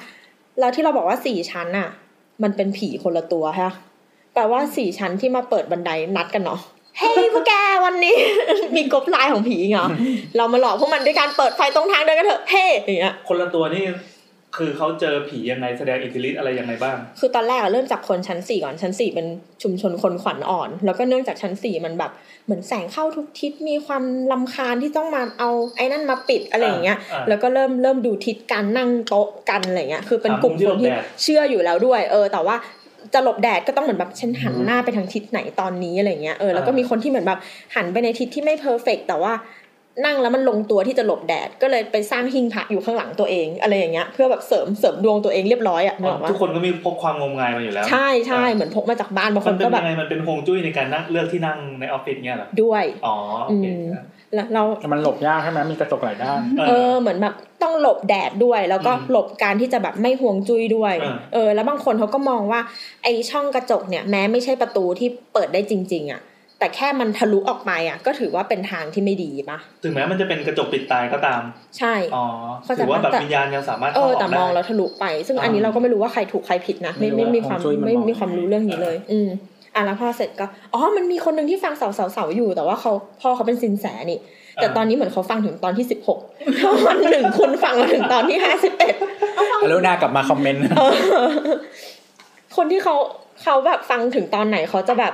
A: เราที่เราบอกว่าสี่ชั้นอะมันเป็นผีคนละตัวฮะแปลว่าสี่ชั้นที่มาเปิดบันไดนัดกันเนาะ เฮ้ยพวกแกวันนี้ มีกบลายของผีเหรอเรามาหลอกพวกมันด้วยการเปิดไฟตรงทางเดินกันเถอะเฮ้ยอย่างเงี้ย
D: คนละตัวนี่คือเขาเจอผียังไงแสดงอิทธิฤทธิ์อะไรยังไงบ้าง
A: คือตอนแรกอะเริ่มจากคนชั้นสี่ก่อนชั้นสี่เป็นชุมชนคนขวัญอ่อน แล้วก็เนื่องจากชั้นสี่มันแบบเหมือนแสงเข้าทุกทิศมีความลำคาญที่ต้องมาเอาไอ้นั่นมาปิดอะไรอย่างเงี้ย
D: อ่า
A: แล้วก็เริ่มเริ่มดูทิศการนั่งโต๊ะกันอะไรเงี้ย คือเป็นกลุ่มคนที่
D: อ่ามุมที่หลบแดด
A: เชื่ออยู่แล้วด้วย เออ แต่ว่าจะหลบแดดก็ต้องเหมือนแบบฉันหันหน้าไปทางทิศไหนตอนนี้อะไรเงี้ย เออ แล้วก็มีคนที่เหมือนแบบหันไปในทิศที่ไม่เพอร์เฟกต์แต่ว่า นั่งแล้วมันลงตัวที่จะหลบแดด ก็เลยไปสร้างหิ้งพระอยู่ข้างหลังตัวเอง อะไรอย่างเงี้ยเพื่อแบบเสริมเสริมดวงตัวเองเรียบร้อยอ่ะนึกออกปะ
D: ทุกคนก็มีพกความงมงายมาอยู่แล้ว
A: ใช่ใช่เหมือนพกมาจากบ้านบางค
D: มัน
A: น
D: เป็น
A: ก็แบ
D: ยั
A: บ
D: งไงมันเป็นฮวงจุ้ยในการนั่งเลือกที่นั่งในออฟฟิศเงี้ยเหรอ
A: ด้วย
D: อ๋อโอเค
A: อืม แล้วเรา
B: แต่มันหลบยากใช่ไหมมีกระจกหลายด้าน
D: เอ
A: เอ
D: อ
A: อเหมือนแบบต้องหลบแดดด้วยแล้วก็
D: อืม
A: หลบการที่จะแบบไม่ห่วงจุ้ยด้วย
D: อ่า
A: เออ แล้วบางคนเขาก็มองว่าไอช่องกระจกเนี่ยแม้ไม่ใช่ประตูที่เปิดได้จริง ๆอะ่ะแต่แค่มันทะลุออกไปอะ่ะ ก็ถือว่าเป็นทางที่ไม่ดีปะ
D: ถึงแม้มันจะเป็นกระจกปิดตายก็ตาม
A: ใช่
D: อ๋อ
A: เข้าใจ
D: ถือว่าแบบ
A: แต่
D: วิญญาณยังสามารถ
A: เอ
D: เข้าอ
A: อ
D: อก
A: แต่
D: ได้
A: มองแล้วทะลุไป ซึ่งอันนี้
D: อ่า
A: เราก็ไม่รู้ว่าใครถูกใครผิดนะ ไม่ไม่
B: ไม่
A: มี
B: รู้
A: ความ
B: ว่าฮวงจุ้ยมัน
A: ไม่
B: มอง
A: มีความรู้เรื่องนี้เลย อืมอ่ะแล้วพอเสร็จก็อ๋อมันมีคนหนึ่งที่ฟังเสาเสาเสาๆๆอยู่แต่ว่าเขาพ่อเขาเป็นสินแสนี่ แต่ตอนนี้เหมือนเขาฟังถึงตอนที่สิบหก วันหนึ่งคุณฟังมาถึงตอนที่ห้าสิบเอ็ด
B: กรุณากลับมาคอมเมนต์
A: เออคนที่เขาเขาแบบฟังถึงตอนไหนเขาจะแบบ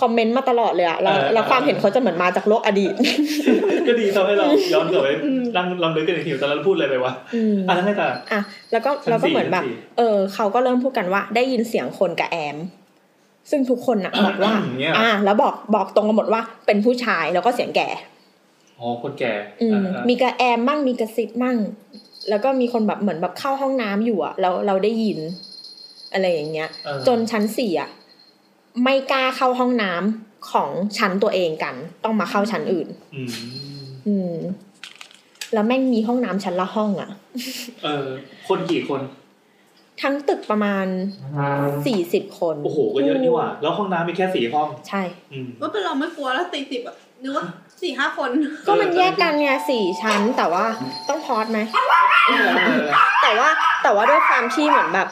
A: คอมเมนต์มาตลอดเลยอะแล้ว
D: เออ
A: แล้วความเห็นเขาจะเหมือนมาจากโลกอดีต
D: ก็ดีทำให้เราย้อนกลับไปนั่งลำลึกกันอีกทีว่าตอนนั้นพูดอะไรไปวะ
A: อืม
D: อ่ะแล้วไงต่อ
A: อ่ะแล้วก็
D: ชั้น
A: เราก็
D: สี่
A: เหมือนแบบ
D: ชั้นสี่
A: เออเขาก็เริ่มพูดกันว่าได้ยินเสียงคนกับแอม ซึ่งทุกคนอะบอกว่า
D: อย่างเงี้ย
A: อ่ะแล้วบอกบอกตรงกันหมดว่าเป็นผู้ชายแล้วก็เสียงแก่
D: อ๋อคนแก่
A: อืม
D: อ่า
A: มีกระแอมมั่งมีกระซิบมั่ง แล้วก็มีคนแบบเหมือนแบบเข้าห้องน้ำอยู่อะแล้วเราได้ยิน อะไรอย่างเงี้ย
D: เออ
A: จนชั้นสี่อ่ะไม่กล้าเข้าห้องน้ำของชั้นตัวเองกัน ต้องมาเข้าชั้นอื่น
D: อืม
A: อืม แล้วแม่งมีห้องน้ำชั้นละห้องอ่ะ
D: เออคนกี่คน
A: ทั้งตึกประมาณสี่สิบคน
D: โอ้โหก็เยอะนี่หว่า แล้วห้องน้ำมีแค่สี่ห้อง
A: ใช่
D: อืม
C: ว่าเป็นเราไม่กลัวแล้วสี่สิบแบบนึกว่าสี่ห้าคน
A: ก็มันแยกกันไงสี่ชั้น แต่ว่าต้องพอดไหม แต่ว่าแต่ว่าด้วยความที่เหมือนแบบ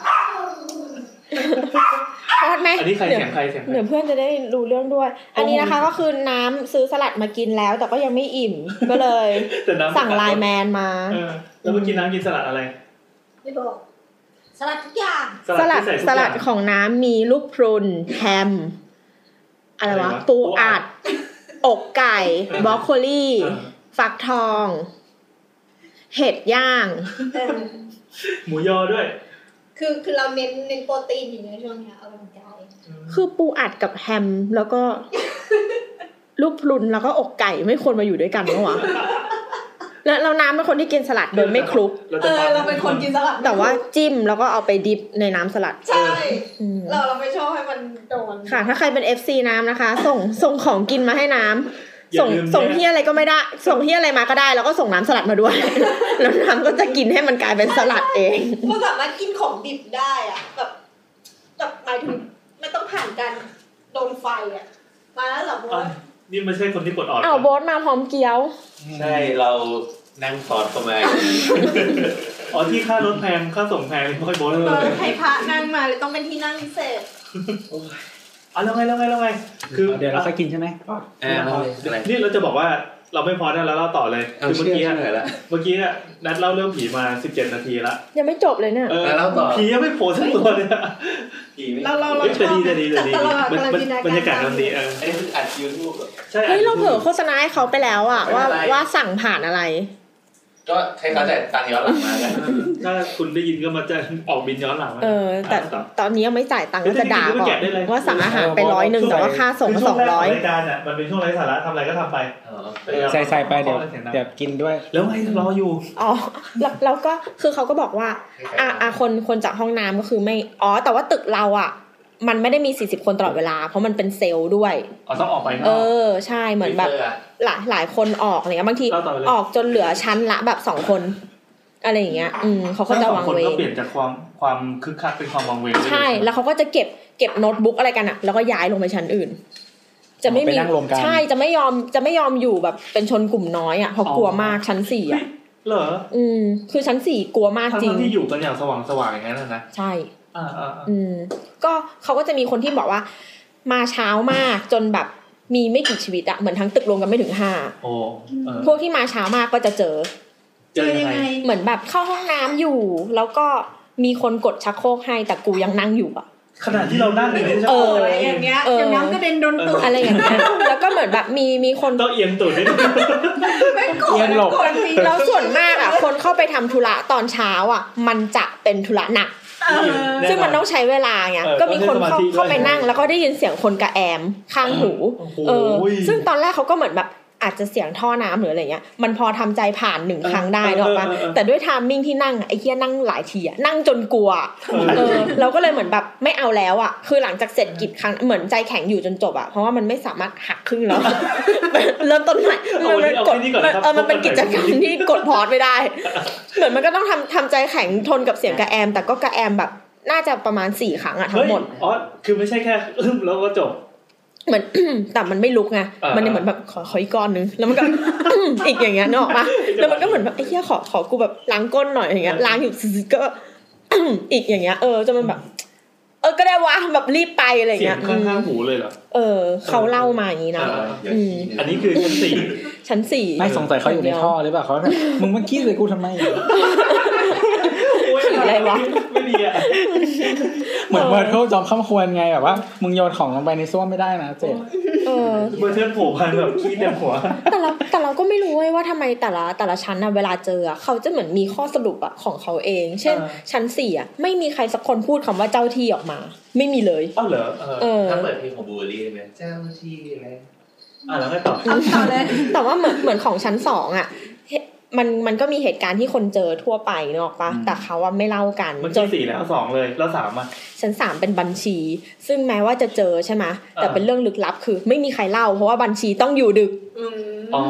A: พอดไหม
D: อันนี้ใคร
A: เดี๋ยว
D: เสียงใครเสียงใคร
A: เดี๋ยวเพื่อนจะได้รู้เรื่องด้วย อันนี้นะคะ
D: โอ้โห
A: ก็คือน้ำซื้อสลัดมากินแล้ว แต่ก็ยังไม่อิ่ม ก็เลย
D: แต่น้ำ
A: สั่งไลน์แมนมา
D: เออแล้วเมื่อกี้น้ำกินสลัดอะไร
C: ไม่บอกสลัดทุกอย่าง
A: สลัด
D: ที่ใทุก
A: ส
D: ย่าง
A: ลัดของน้ำมีลูกพรุนแฮม อะไร
D: อะไร
A: วะ
D: วะ
A: ปูอัด อกไก่บรอกโคลี
D: เออ
A: ฟักทอง เห็ดย่าง
D: หมูยอด้วย
E: คือคือเราเน้นเน้นโปรตีนอยู่ในช่วงเนี้ยเอากำลังกาย
A: คือปูอัดกับแฮมแล้วก็ ลูกพรุนแล้วก็อกไก่ไม่ควรมาอยู่ด้วยกันเมื่อวะแล้วเราน้ำเป็นคนที่กินสลัดโดยไม่คลุก
D: เรา
C: เอ
D: จะ
C: อเราเป็นคนกินสลัด
A: แต่ว่าจิ้มแล้วก็เอาไปดิบในน้ำสลัด
E: ใช่
A: อืม
E: เราเราไม่ชอบให้มันโดน
A: ค่ะ ถ้าใครเป็น FC น้ำนะคะ ส่งส่งของกินมาให้น้ำ
D: อย่า
A: ส่ง
D: ลืม
A: ส่ง
D: แยก
A: ที่อะไรก็ไม่ได้ ส่งที่อะไรมาก็ได้ แล้วก็ส่งน้ำสลัดมาด้วย แล้วน้ำก็จะกินให้มันกลายเป็นสลัดเอง
E: ก็สามารถกินของดิบได้อะแบบแบบหมายถึงไม่ต้องผ่านการโดนไฟอะมาแล้วเหรอโบ๊
D: อ่ะ
E: ท
D: นี่ไม่ใช่คนที่กดออด
A: อ้าวโบ๊ทมาพร้อมเกี๊ยว
F: ใช่เรานั่งสอนเข้ามา
D: อ๋อที่ค่ารถแพงค่าส่งแพงไม่ค่อยโบ๊ท
C: เอ
D: เล
C: อย ให้พระนั่งมาเลยต้องเป็นที่นั่งพิเศษ
D: อ่ะแล้วไงแล้วไงแล้วไง คื
B: คือ อเดี๋ยวเราจะกินใช่ไหม
F: เออเราอะไร
D: นี่เราจะบอกว่าเราไม่พอได้แล้วเล่าต่อเลย
F: เอา
D: คือเมื่
F: เชื่อ
D: อกี้
F: เชื่อ
D: อะ
F: แล้ว
D: เมื่อกี้อะนัดเล่าเรื่องผีมา 17 นาทีละ
A: ยังไม่จบเลยเนี่ย
D: เออ
F: แล้วเล่าต่อ
D: ผียังไม่โผล่สักตัวเลยอะ
F: ผีไม่
C: เราเราเรา
D: เฮ้ย
C: ช
D: แต่
C: อบ
D: ดีแต่ดีแต่ดี
C: ตลอด
D: มัน
C: กำลัง
D: มัน
C: จินตนาการ
D: บรรยากาศกำลังดีเออ
F: อันนี้คืออัดยูทูบเหรอ
D: ใช่
A: เฮ้ย เราเผลอโฆษณาให้เขาไปแล้วอะว่า
F: ไม่เป็นไร
A: ว่าสั่งผ่านอะไร
F: ก็ให้เขาจ่ายตังค์ย้อนหลังมากัน
D: ถ้าคุณได้ยินก็มาจะออกบินย้อนหลังมา
A: เออ แต่
D: ครับ
A: ตอนนี้ยังไม่จ่ายตังค์
D: เฮ้ย
A: ก็จะด่า
D: จริงๆก็
A: ก่อ
D: แกะ
A: น
D: ได้เลย
A: ว่าสั่งอาหารไปร้อยหนึ่งแต่ว่าค่าส่ง
D: คื
A: ก็
D: อ
A: ส
D: ช่ว
A: อง ง
D: แรกข
A: ร้อย
D: งรายการอ่ะมันเป็นช่วงไร้สาระทำอะไรก็ทำไป
F: อ๋อ
D: พยายาม
B: ใส่ใส่ไปเดี๋ยว
D: อาสีงดัง
B: เดี๋ยวกินด้วย
D: แล้วไงรออยู่
A: อ๋อแล้วแล้วก็คือเขาก็บอกว่า อ่ะอ่ะคนคนจากห้องน้ำก็คือไม่ อ๋อ แต่ว่าตึกเราอ่ะ มันไม่ได้มี 40 คนตลอดเวลา เพราะมันเป็นเซลล์ด้วย
D: อ๋อต้องออกไปข้างน
A: เอ
D: อก
A: อ ใช่ เหมือนแบบ
F: ฟิลตร์ะ
A: หลายหลายคนออกอะไรเงี้ย บางที
D: เราต่อไปเลย
A: ออกจนเหลือชั้นละแบบสองคน อะไรอย่างเงี้ย อืมเขาก็จะ
D: ทั้งสอ
A: วาง
D: คน
A: เว
D: ก็
A: ง
D: เปลี่ยนจากความความคึกคักเป็นความวังเวง
A: ใช่ แล้วเขาก็จะเก็บเก็บโน้ตบุ๊กอะไรกันอ่ะ แล้วก็ย้ายลงไปชั้นอื่น จะไม่มี
B: ไปนั่งรวมกัน
A: ใช่ จะไม่ยอม จะไม่ยอมอยู่แบบเป็นชนกลุ่มน้อยอ่ะ เพราะกลัวมากชั้นสี่อ่ะ
D: เหรอ
A: อืม คือชั้นสี่กลัวมากจริ
D: ทั้
A: ง
D: งๆที่อยู่กันอย่างสว่างสว่างๆอย่างนั้นนะนะ
A: ใช่
D: อ่าอ่าอ่า
A: อืมก็เขาก็จะมีคนที่บอกว่า มาเช้ามากจนแบบมีไม่กี่ชีวิตอะเหมือนทั้งตึกรวมกันไม่ถึงห้า
D: โอ้เออ
A: พวกที่มาเช้ามากก็จะเจอ
D: เจอยังไง
A: เหมือนแบบเข้าห้องน้ำอยู่ แล้วก็มีคนกดชักโครกให้แต่กูยังนั่งอยู่อะ
D: ขนาดที่เรานั่งอยู่นี่ใช่
A: เออ
D: ไหม
C: อะไรอย่างเงี้ย
A: เออ
C: เดี๋ยวน้ำกระเด็นโดนตัว
A: อะไรอย่างเงี้ยแล้วก็เหมือนแบบมีมีคน
D: ต้องเอียงตูดนิดนึง
C: ไม่โกรธ
B: เอียงหลบ
C: โกรธจริง
A: แล้วส่วนมากอะคนเข้าไปทำธุระตอนเช้าอะมันจะเป็นธุระหนัก
C: เออ
A: ซึ่งมันต้องใช้เวลาไง
D: เออ
A: ก็มีคนเข้า
D: ต้องให้สมธิด้วย
A: เข้าไปนั่ง แล้วก็ได้ยินเสียงคนกระแอมข้างหู
D: โอ้โห
A: เออ ซึ่งตอนแรกเขาก็เหมือนแบบ อาจจะเสียงท่อน้ำหรืออะไรเงี้ยมันพอทำใจผ่านหนึ่ง
D: เออ
A: ครั้งได้
D: เออ
A: หรอกปะ
D: เออเออ
A: แต่ด้วยไทามมิ่งที่นั่งอะไอ้เหี้ยนั่งหลายทีอะนั่งจนกลัว
D: เออ
A: เออเราก็เลยเหมือนแบบไม่เอาแล้วอะคือหลังจากเสร็จกิจครั้งเหมือนใจแข็งอยู่จนจบอะเพราะว่ามันไม่สามารถหักครึ่ง แล้ว เริ่มต้นใหม่
D: เอาวันนี้เอา
A: ก
D: แค่
A: ด
D: นี้ก่อนนะครับ
A: เออมันเป็นกิจกรรมที่กดพอดไม่ได้ เหมือนมันก็ต้องทำทำใจแข็งทนกับเสียงกระแอม แต่ก็กระแอมแบบน่าจะประมาณสี่ครั้งอะทั้
D: เฮ้ย
A: งหมด
D: อ๋อคือไม่ใช่แค่ อึ้มแล้วก็จบ
A: เหมือน แต่มันไม่ลุกไง
D: อ่ามั
A: มันยังเหมือนแบบขอขออีกก้อนนึง แล้วมันก็ อีกอย่างเงี้ยนึกออกปะแล้วมันก็เหมือนแบบไอ้เหี้ยขอขอกูแบบล้างก้นหน่อยอย่างเงี้ย
D: อ่า
A: ล้างอยู่ซึๆก็ อีกอย่างเงี้ย เออจนมันแบบ เออก็ได้วะแบบรีบไปอะไร
D: เสีย
A: เงี้
D: ง
A: ย
D: ข้าง
A: อืม
D: ๆหูเลยเหรอ
A: เออ เขาเล่ามาอย่างนี้นะ
D: อ่า
F: อย่าขี้เย
D: อันนี้คือชั้นสี่
A: ชั้นสี่
B: ไม่สงสัยเขาอยู่ในท่อหรือเปล่าเขาแบบมึงเมื่อกี้เลยกูทำไม
D: โย
A: คืออะไรวะ
D: ไม่ดีอ่ะ
B: เหมือนเมอร์เทิลจอมข้ามควรไงแบบว่า มึงโยนของลงไปในส้วมไม่ได้นะเจ็บ
A: เออ
D: เบอร์เทิร์นโผล่มาแบบขี้เต็มหัว
A: แต่เราแต่เราก็ไม่รู้เว้ยว่าทำไมแต่ละแต่ละชั้นอะเวลาเจออะเขาจะเหมือนมีข้อสรุปอะของเขาเอง เช่น
D: อ่า
A: ชั้นสี่อะไม่มีใครสักคนพูดคำว่าเจ้าที่ออกมา ไม่มีเลย
D: เอ้าเหรอเออ
A: เออ
F: ถ้าเปิดเพลงของบูเบอรี่ได้ไหมเจ้าที่ไหม
D: อ่ะแล้วก็ต่อ
C: ต่อเลย
A: แต่ว่าเหมือนเหมือนของชั้นสองอะเหมันมันก็มีเหตุการณ์ที่คนเจอทั่วไปเนกออกปะแต่เขาอะไม่เล่ากัน
D: เมื่อ
A: จ
D: กี้
A: น
D: สี่แล้วสองเลยแล้วสามอ่ะ
A: ชั้นสามเป็นบัญชี ซึ่งแม้ว่าจะเจอใช่ไหมแต่
D: อ่า
A: เป็นเรื่องลึกลับคือ ไม่มีใครเล่า เพราะว่าบัญชีต้องอยู่ดึก
C: อืม
D: อ๋อ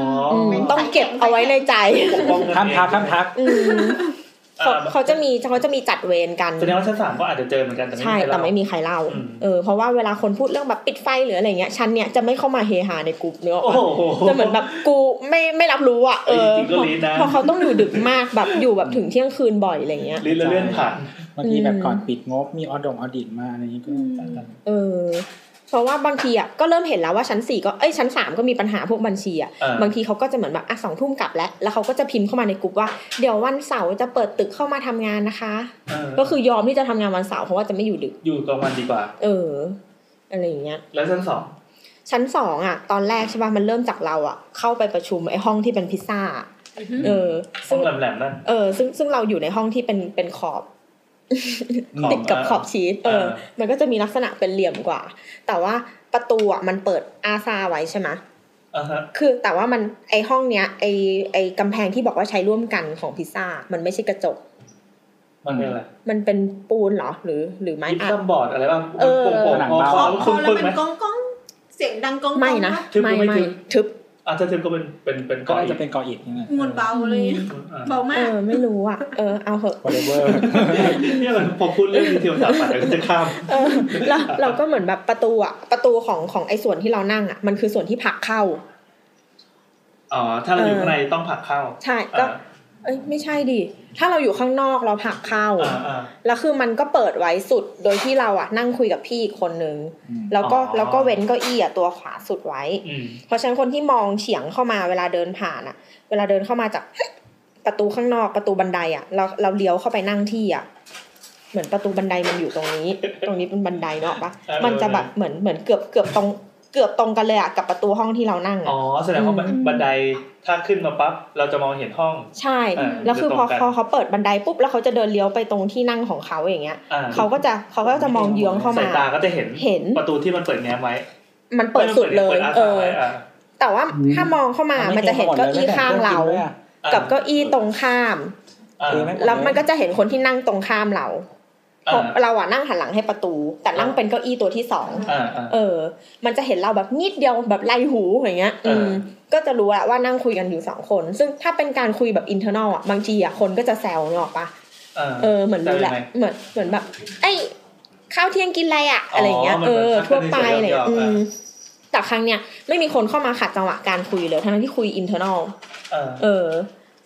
A: มต้องเก็บเอาไว้ในใจ
D: ปกป้องกันเอง
B: ห้ามทักห้ามทัก
A: อืมเขา
D: อ่า
A: เขาจะมีเขาจะมีจัดเวรกัน
D: แสดงว่าชั้นสามก็อาจจะเจอเหมือนกันแต่ไม่
A: ใช่
D: มีใคร
A: แต่
D: เล่า
A: ไม่มีใครเล่า
D: อืม
A: เออ เพราะว่าเวลาคนพูดเรื่องแบบปิดไฟหรืออะไรเงี้ย ฉันเนี่ยจะไม่เข้ามาเฮฮาในกลุ่มเนื้อ
D: โอ้
A: อ
D: โห
A: จะเหมือนแบบกูไม่ไม่รับรู้อ่ะ เออ
D: จริงๆก็ลีดนะ
A: เพราะเขาต้องอยู่ดึกมากแบบอยู่แบบถึงเที่ยงคืนบ่อยอะไรเงี้ย
D: ลิ้นละเลื่อนผ่าน
B: เมื่อกี้แบบ
A: อืม
B: ก่อนปิดงบมีออดงออดิตมาอะไรอย่างงี้ก็จัดกัน
A: เออ เพราะว่าบางทีอ่ะก็เริ่มเห็นแล้วว่าชั้นสี่ก็เอ้ยชั้นสามก็มีปัญหาพวกบัญชีอ่ะ
D: เออ
A: บางทีเขาก็จะเหมือนแบบอ่ะสองทุ่มกลับแล้ว แล้วเขาก็จะพิมพ์เข้ามาในกลุ่มว่า เดี๋ยววันเสาร์จะเปิดตึกเข้ามาทำงานนะคะ
D: เออ
A: ก็คือยอมที่จะทำงานวันเสาร์เพราะว่าจะไม่อยู่ดึก
D: อยู่กลางวันดีกว่า
A: เออ อะไรอย่างเงี้ย
D: แล้วชั้นสอง
A: ชั้นสองอ่ะ ตอนแรกใช่ป่ะมันเริ่มจากเราอ่ะ เข้าไปประชุมไอ้ห้องที่เป็นพิซซ่า
C: อือฮึ
A: เออ
D: ห้
A: ซึ่
D: อง งแหลมๆนั่น
A: เออซึ่งซึ่งเราอยู่ในห้องที่เป็นเป็นขอบ
D: ขอบ
A: ติดกับ
D: อ่า
A: ขอบชีสเออ
D: อ่า
A: มันก็จะมีลักษณะเป็นเหลี่ยมกว่า แต่ว่าประตูอ่ะมันเปิดอาซาไว้ใช่ไหมะ
D: อ่าฮะ
A: คือแต่ว่ามันไอห้องเนี้ยไอไอกำแพงที่บอกว่าใช้ร่วมกันของพิซซ่า มันไม่ใช่กระจก
D: มันเป็นอะไร
A: มันเป็นปูนเหรอหรือหรือไม้
D: ยิป
A: อัด
D: ซัมบอร์ดอะไรบ้าง
A: เออ
D: โป่ง
B: หนัง
D: ๆอ๋อ
B: เบา
D: ข
C: ขอ
D: อมัน
C: ข
D: คุ
C: อแล้ว
D: ้
C: เป็
D: นๆไหม
C: นก้องก้องๆเสียงดังก้องๆ
A: ไม่นะ
C: ป
D: ทึบหรื
A: ไม่
D: อไม่
A: ไม่
D: ทึบ
A: ทึบ
D: อาจจะเทมก็เป็นเป็นเป็น
B: ก็
D: ก้อน
B: อาจ
D: อี
B: จะ
D: ก
B: เป็นกออิดนี่นะ
C: มวนเบาเลย
D: อ่า
C: เบามาก
A: เออ ไม่รู้อ่ะเออเอาเหอะ
B: วอลเล เวอร์
D: เนี่ยมันพอพูดเรื่องดีเทลสามสายก็จะข้าม
A: เออแล้วเราก็เหมือนแบบประตูอ่ะประตูของของไอ้ส่วนที่เรานั่งอ่ะมันคือส่วนที่ผลักเข้า
D: อ๋อ ถ้าเราอยู่
A: เออ
D: ข้างในต้องผลักเข้า
A: ใช่ก็เอ้ยไม่ใช่ดิถ้าเราอยู่ข้างนอกเราผลักเข้า
D: อ่าอ่า
A: แล้วคือมันก็เปิดไว้สุดโดยที่เราอ่ะนั่งคุยกับพี่อีกคนนึง
B: อืม
A: แล้วก็
D: อ๋อ
A: แล้วก็เว้นเก้าอี้อ่ะตัวขวาสุดไว้
D: อืม
A: เพราะฉะนั้นคนที่มองเฉียงเข้ามาเวลาเดินผ่านอ่ะ เวลาเดินเข้ามาจาก ประตูข้างนอกประตูบันไดอ่ะเราเราเลี้ยวเข้าไปนั่งที่อ่ะเหมือนประตูบันไดมันอยู่ตรงนี้ ตรงนี้เป็นบันไดเนาะปะ
D: เออ
A: มันจะแบบเหมือนเหมือนเกือบเกือบตรงเกือบตรงกันเลยอ่ะกับประตูห้องที่เรานั่ง
D: อ๋
A: อ่ะ
D: อ แสดงว่าบัน
A: อืม
D: บันไดถ้าขึ้นมาปั๊บ เราจะมองเห็นห้อง
A: ใช่
D: เออ
A: แล้วคือพอ
D: เดินตรงกัน
A: พอเขาเปิดบันไดปุ๊บแล้วเขาจะเดินเลี้ยวไปตรงที่นั่งของเขาอย่างเงี้ย
D: อ่า
A: เขาก็จะเขาก็จะมองเยื้อง
D: สาม
A: เข้าาย
D: ตาก็จะเห็น
A: เห็น
D: ประตูที่มันเปิดแง้มไว้
A: มันเปิดสุดเลย
D: ปิดอา
A: เอ
D: สา
A: อ
D: ไว้อ่า
A: แต่ว่าถ้ามองเข้ามามันจะเห็นเก้าอี้ข้างเรา
D: อ่า
A: กับเก้าอี้ตรงข้าม
D: อ่า
B: เออไม่
A: แล้วมันก็จะเห็นคนที่นั่งตรงข้ามเรา
D: อ่า
A: เพราะเราอะนั่งหันหลังให้ประตู แต่นั่งเป็นเก้าอี้ตัวที่สอง
D: อ่าอ่า
A: เออ มันจะเห็นเราแบบนิดเดียวแบบไล่หูอย่างเงี้ย อืม
D: เออ
A: ก็จะรู้แหละว่านั่งคุยกันอยู่สองคน ซึ่งถ้าเป็นการคุยแบบอินเทอร์นอลอ่ะ บางทีอ่ะคนก็จะแซวเนกอะปะ
D: อ่า
A: เออ เหมือนรู้แหละ
D: แซวยังไง
A: เหมือน เหมือนแบบ ไอ้ยข้าวเที่ยงกินอะไรอ่ะ อะไรอย่างเงี้ย
D: อ๋อมัน
A: เอ
D: เหมื
A: อ
D: อนทักกัน
A: ทั่วไป
D: ใน
A: เล
D: เสี
A: ย
D: ยงหยอกๆ
A: อื
D: อ่ะ
A: มแต่ครั้งเนี้ยไม่มีคนเข้ามาขัดจังหวะการคุยเลย ทั้งที่คุยอินเทอร์นอล
D: เออ
A: เออ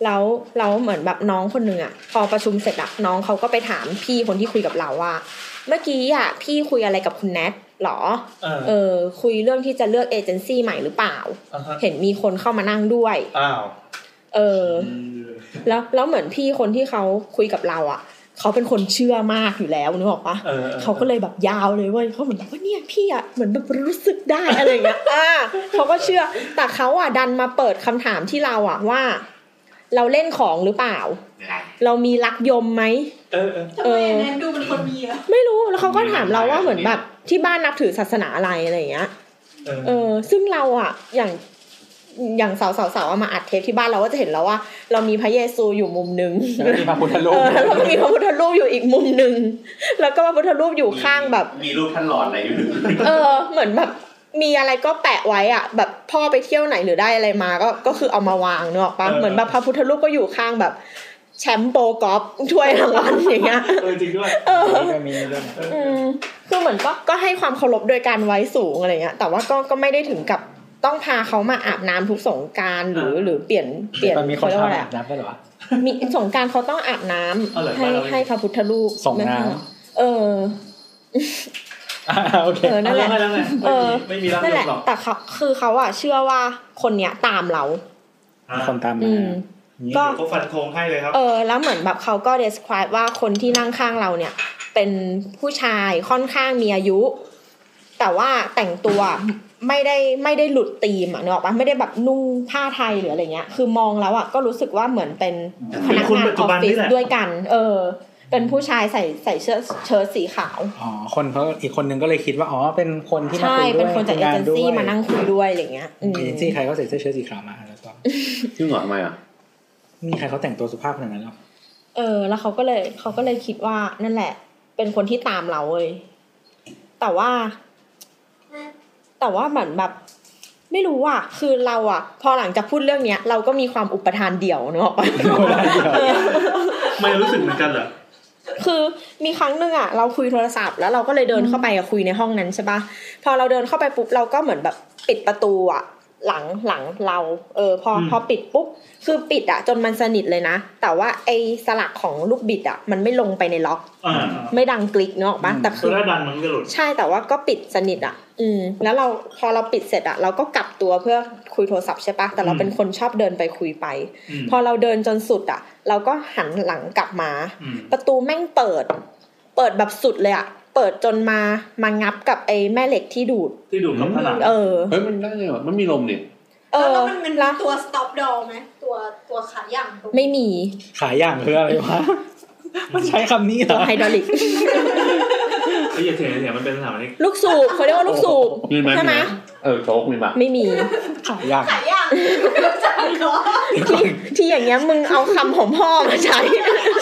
A: แล้วเราเหมือนแบบน้องคนหนึ่งอะพอประชุมเสร็จอะน้องเขาก็ไปถามพี่คนที่คุยกับเราว่า เมื่อกี้อะพี่คุยอะไรกับคุณแนทหรอ
D: เออ
A: เออ คุยเรื่องที่จะเลือกเอเจนซี่ใหม่หรือเปล่า
D: อ่าฮะ
A: เห็นมีคนเข้ามานั่งด้วย
D: อ้าว
A: เออ แล้วแล้วเหมือนพี่คนที่เขาคุยกับเราอะเขาเป็นคนเชื่อมากอยู่แล้วนึกออกปะ
D: เออออ
A: เขาก็เลยแบบยาวเลยเว้ยเขาเหมือนแบบว่าเนี่ยพี่อ่ะเหมือนแบบรู้สึกได้อะไรอย่างเงี้ย อ่าเขาก็เชื่อ แต่เขาอ่ะดันมาเปิดคำถามที่เราอ่ะว่า เราเล่นของหรือเปล่า เรามีรักยมไหม
D: เออเออ
C: ทำไมอันแนนดูเป็นคนมีอะ
A: ไม่รู้แล้วเขาก็ถามเราว่าเหมือนแบบที่บ้านนับถือศาสนาอะไรอะไรอย่างเงี้ย
D: เออ
A: เออซึ่งเราอ่ะอย่าง อย่างเสาเสาเสาเอามาอัดเทปที่บ้านเราก็จะเห็นแล้วว่า เรามีพระเยซูอยู่มุมหนึ่ง
B: แล้วก็มีพระพุทธรู
A: เอ
B: ป
A: อแล้วก็มีพระพุทธรูปอยู่อีกมุมหนึ่ง แล้วก็พระพุทธรูปอยู่ข้างแบบ
F: มีรูปท่านหลอดอะไรอยู่
A: เออ เหมือนแบบมีอะไรก็แปะไว้อะแบบพ่อไปเที่ยวไหนหรือได้อะไรมาก็ก็คือเอามาวางเนกอะปะ
D: เออ
A: เหมือนแบบพระพุทธรูปก็อยู่ข้างแบบ แชมป์โปรกอล์ฟถ้วยรางวัลอย่างเงี้ย
D: เออจริงด้วย
A: เออ
B: ก็มีด้วย
A: อืมคือเหมือนก็ก็ให้ความเคารพโดยการไว้สูงอะไรเงี้ย แต่ว่าก็ก็ไม่ได้ถึงกับต้องพาเขามาอาบน้ำทุกสงกรารหรือหรือเปลี่ยนเปลี่ยน
B: มันมีคน
A: เรียก
B: ทำ
A: ว่าอะไร
B: แบบ
A: อะ
B: นั้นด้วยเหรอ
A: มีสงกรารเขาต้องอาบน้ำ
D: เอาเหรอ
A: ให้
D: บ้านเราไม่
A: ให้พระพุทธรูป
B: ส่งน้ำ
A: เออ
B: อ่าโอเค
A: เออ นั่นแหละ
D: เอาแล้วไง
A: เออ
D: ไม่มีไม่มีร่าง
A: นั่น
D: ย
A: แห
D: ก
A: ละ
D: หรอก
A: แต่เขาคือเขาอะเชื่อว่าคนเนี้ยตามเรา
D: อ่ะ
B: มีคนตามมา
A: อืม
D: นี่
A: ก็
D: เดี๋ยวเขาฟันธงให้เลยครับ
A: เออ แล้วเหมือนแบบเขาก็ describe ว่าคนที่นั่งข้างเราเนี่ย เป็นผู้ชายค่อนข้างมีอายุ แต่ว่าแต่งตัวไม่ได้ไม่ได้หลุดธีมอะนึกออกปะไม่ได้แบบนุ่งผ้าไทยหรืออะไรเงี้ย คือมองแล้วอะก็รู้สึกว่าเหมือนเป็นพนักงาน
D: เป็นคนปัจ
A: อ
D: จุ
A: อฟ
D: บัน
A: ฟิ
D: นี่
A: ศ
D: แหละ
A: ด้วยกัน เออ เป็นผู้ชายใส่ใส่เชิ้ตเชิ้ตสีขาว
B: อ๋อคนเขาอีกคนนึงก็เลยคิดว่าอ๋อเป็นคนที่มา
A: ใช่
B: คุยด้วย
A: เป็นคนจากเอ
B: ทำง
A: เจนซี่
B: ด้วย
A: มานั่งคุยด้วยอะไรเงี้ยอืม
B: เอเจนซี่ใครเขาใส่เสื้อเชิ้ตสีขาวมา แล้วก็
G: ซึ่งหรอทำไมอ่ะ
B: มีใครเขาแต่งตัวสุภาพขนาดนั้นหรอ
A: เออ แล้วเขาก็เลยเขาก็เลยคิดว่านั่นแหละ เป็นคนที่ตามเราเลย แต่ว่า แต่ว่าเหมือนแบบ ไม่รู้อ่ะคือเราอ่ะ พอหลังจากพูดเรื่องเนี้ย เราก็มีความอุปทานเดี่ยวเนกอะ ปะ เออ
D: ไม่รู้สึกเหมือนกันเหรอ
A: คือมีครั้งหนึ่งอ่ะเราคุยโทรศัพท์ แล้วเราก็เลยเดินเข้าไปอะคุยในห้องนั้นใช่ปะพอเราเดินเข้าไปปุ๊บเราก็เหมือนแบบปิดประตูอ่ะ หลังหลังเรา เออ พอ
D: อืม
A: พอปิดปุ๊บคือปิดอ่ะ จนมันสนิทเลยนะแต่ว่าไอ้สลักของลูกบิดอ่ะ มันไม่ลงไปในล็อก
D: อ่า
A: ไม่ดังกลิกเนกอะปะแต่คื
D: ตัว
A: อ
D: แรกดันมันก็หลุด
A: ใช่แต่ว่าก็ปิดสนิทอ่ะ อืม แล้วเราพอเราปิดเสร็จอ่ะ เราก็กลับตัวเพื่อคุยโทรศัพท์ใช่ปะแต่เรา
D: อืม
A: เป็นคนชอบเดินไปคุยไป
D: ม
A: พอเราเดินจนสุดอ่ะ เราก็หันหลังกลับมา
D: ม
A: ประตูแม่งเปิด เปิดแบบสุดเลยอ่ะ เปิดจนมามางับกับไอ้แม่เหล็กที่ดูด
D: ที่ดูดกับผนัง
A: เออ
G: เฮ้ยมันได้ไงวะมันมีลมเนี่ย
A: เออ
E: แล้วมันเป็น
A: แล้ว
E: ตัว stop door ไหมตัวตัวขาย่างตรง
A: ไม่มี
B: ขายอย่างคืออะไรวะมันใช้คำนี้เหร
A: ตัว
B: อ
A: ไฮดรอลิก
D: ไอ้ยอย่าเถียงอย่าเถียงมันเป็นสถาปนิก
A: ลูกสูบเขาเรียกว่าลูกสูบ
G: มีไหม
A: ใช่ไหม
G: เออโชกมีปะ
A: ไม่มี
B: ขายอย่าง
E: ขาย่างจากเหรอ
A: ที่ที่อย่างเงี้ยมึงเอาคำของพ่อมาใช้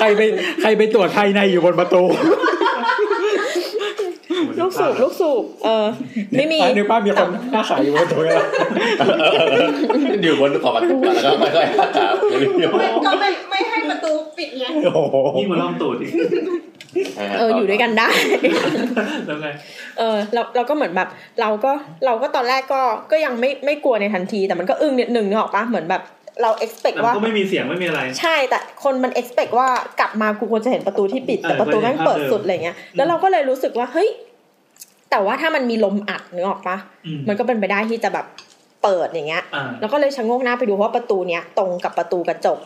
B: ใครไปใครไปตรวจภายในอยู่บนประตู
A: ลูกสูบลูกสูบเออ ไม่มี
B: อ่ะนึกว่ามีคนหน้าขายอยู่บนประตูแล้ว
G: อยู่บนขอบประตูอะแล้วก็ไม่ค่อยขาขาเดี๋ยวเดี๋ยว
E: ไม่ก็ไม่ไม่ให้ประตูปิดไง
B: โอ้โห
D: ยิ่งมาล่อมตูดอีก
A: เอออยู่ด้วยกันได้
D: แล้วไง
A: เออเราเราก็เหมือนแบบ เราก็เราก็ตอนแรกก็ก็ยังไม่ไม่กลัวในทันที แต่มันก็อึ้งนิดนึงนึกออกปะเหมือนแบบเรา expect
D: แต่มัน
A: ว่า
D: ก็ไม่มีเสียงไม่มีอะไร
A: ใช่แต่คนมัน expect ว่ากลับมากูควรจะเห็นประตูที่ปิด แต่
D: เออ
A: ประตูแม่งเปิด
D: เออ
A: สุดอะไรเงี้ยแล้วเราก็เลยรู้สึกว่าเฮ้ยแต่ว่าถ้ามันมีลมอัดนึกออกปะ
D: อืม
A: มันก็เป็นไปได้ที่จะแบบเปิดอย่างเงี้ย
D: อ่า
A: แล้วก็เลยชะโงกหน้าไปดูเพราะว่าประตูเนี้ยตรงกับประตูกระจก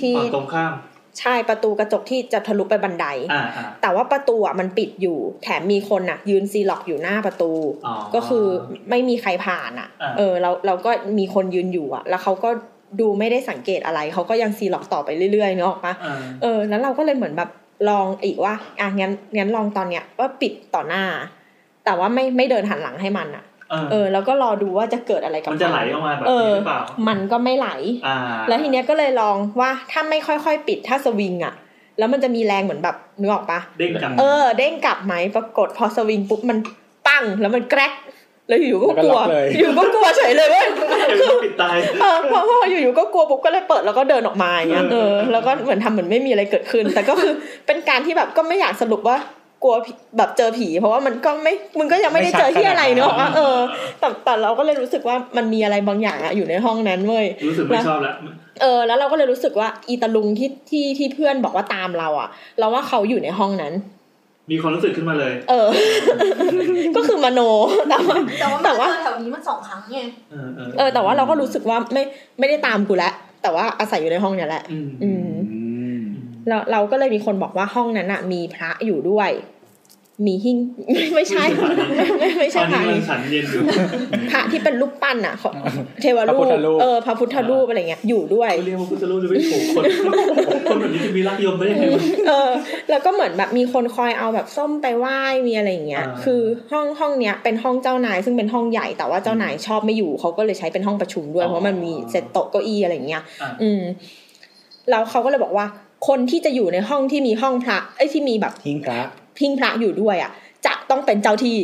A: ที่
D: ฝั่งตรงข้าม
A: ใช่ประตูกระจกที่จะทะลุไปบันได
D: อ่าอ่า
A: แต่ว่าประตูอ่ะมันปิดอยู่ แถมมีคนอ่ะ ยืนซีล็อกอยู่หน้าประตู
D: อ๋อ
A: ก็คือไม่มีใครผ่านอ่ะ
D: อ่า
A: เออเราเราก็มีคนยืนอยู่อ่ะ แล้วเขาก็ดูไม่ได้สังเกตอะไร เขาก็ยังซีล็อกต่อไปเรื่อยๆเนาะออกปะ
D: อ่า
A: เออ แล้วเราก็เลยเหมือนแบบลองอีกว่าอ่ะงั้นงั้นลองตอนเนี้ยว่าปิดต่อหน้า แต่ว่าไม่ไม่เดินหันหลังให้มันอ่ะ
D: เออ
A: เออ แล้วก็รอดูว่าจะเกิดอะไรกับ
D: มันจะไหลออกมาแบบ
A: เอ
D: นี้
A: อ
D: หรือเปล่า
A: มันก็ไม่ไหล
D: อ่า
A: แล้วทีเนี้ยก็เลยลองว่าถ้าไม่ค่อยๆ ปิดถ้าสวิงอะแล้วมันจะมีแรงเหมือนแบบนึกออกปะ
D: เด้งกลับ
A: เออเด้งกลับไหมปรากฏพอสวิงปุ๊บมันปั้งแล้วมันแกรกแล้วอยู่ๆก็กลัวอยู่ก็กลัวเฉยเลยเว้ย
D: เดี๋ยวมันปิดตาย
A: เออพอพออยู่ๆก็กลัวปุ๊บก็เลยเปิดแล้วก็เดินออกมาอย่างเงี้ ยเออแล้วก็เหมือนทำเหมือนไม่มีอะไรเกิดขึ้น แต่ก็คือ เป็นการที่แบบก็ไม่อยากสรุปว่ากลัวผีแบบเจอผี เพราะว่ามันก็ไม่มึงก็ยังไม่ได้เจอที่อะไรเน อะเออแต่แต่เราก็เลยรู้สึกว่ามันมีอะไรบางอย่างอะอยู่ในห้องนั้นเว้ย
D: รู้สึกไม่ชอบแล้ว
A: เออแล้วเราก็เลยรู้สึกว่าอีตาลุงที่ที่ที่เพื่อนบอกว่าตามเราอะเราว่าเขาอยู่ในห้องนั้น
D: มีความรู้สึกขึ้นมาเลย
A: เออ ก็คือมโน แต่ว่า
E: แต่ว่า
A: แต่ว่า
E: แถวนี้มันสองครั้งไง
D: เออ
A: เออ แต่ว่าเราก็รู้สึกว่าไม่ไม่ได้ตามกูแล้วแต่ว่าอาศัยอยู่ในห้องเนี้ยแหละ
D: อืม
A: อืม
B: อืม
A: เราเราก็เลยมีคนบอกว่าห้องนั้นอะมีพระอยู่ด้วย มีหิ้ง ไม่ใช่ ไม่ไม่ใช่
D: ตอน
A: ผ่าน
D: นี้กำลังฉันเย็นอยู่
A: พระที่เป็นรูปปั้นอ่ะของเทวรู
B: พระพุทธรูป
A: เออพระพุทธรูปอะไรเงี้ยอยู่ด้วย
D: เรียกว่าพุทธรูปจะไม่ถูกคน คนแบบนี้จะมีรักยมไม่ได้ไงวะ
A: เออแล้วก็เหมือนแบบมีคนคอยเอาแบบส้มไปไหว้มีอะไรอย่างเงี้ย
D: อ่า
A: คือห้องห้องเนี้ยเป็นห้องเจ้านาย ซึ่งเป็นห้องใหญ่แต่ว่าเจ้านายชอบไม่อยู่เขาก็เลยใช้เป็นห้องประชุมด้วยเพราะมันมีเซตโต๊ะเก้าอี้อะไรอย่างเงี้ย อืมแล้วเขาก็เลยบอกว่า คนที่จะอยู่ในห้องที่มีห้องพระเอ้ยที่มีแบบ
B: ทิ้งพระ
A: พิ้งพระอยู่ด้วยอ่ะจะต้องเป็นเจ้าที่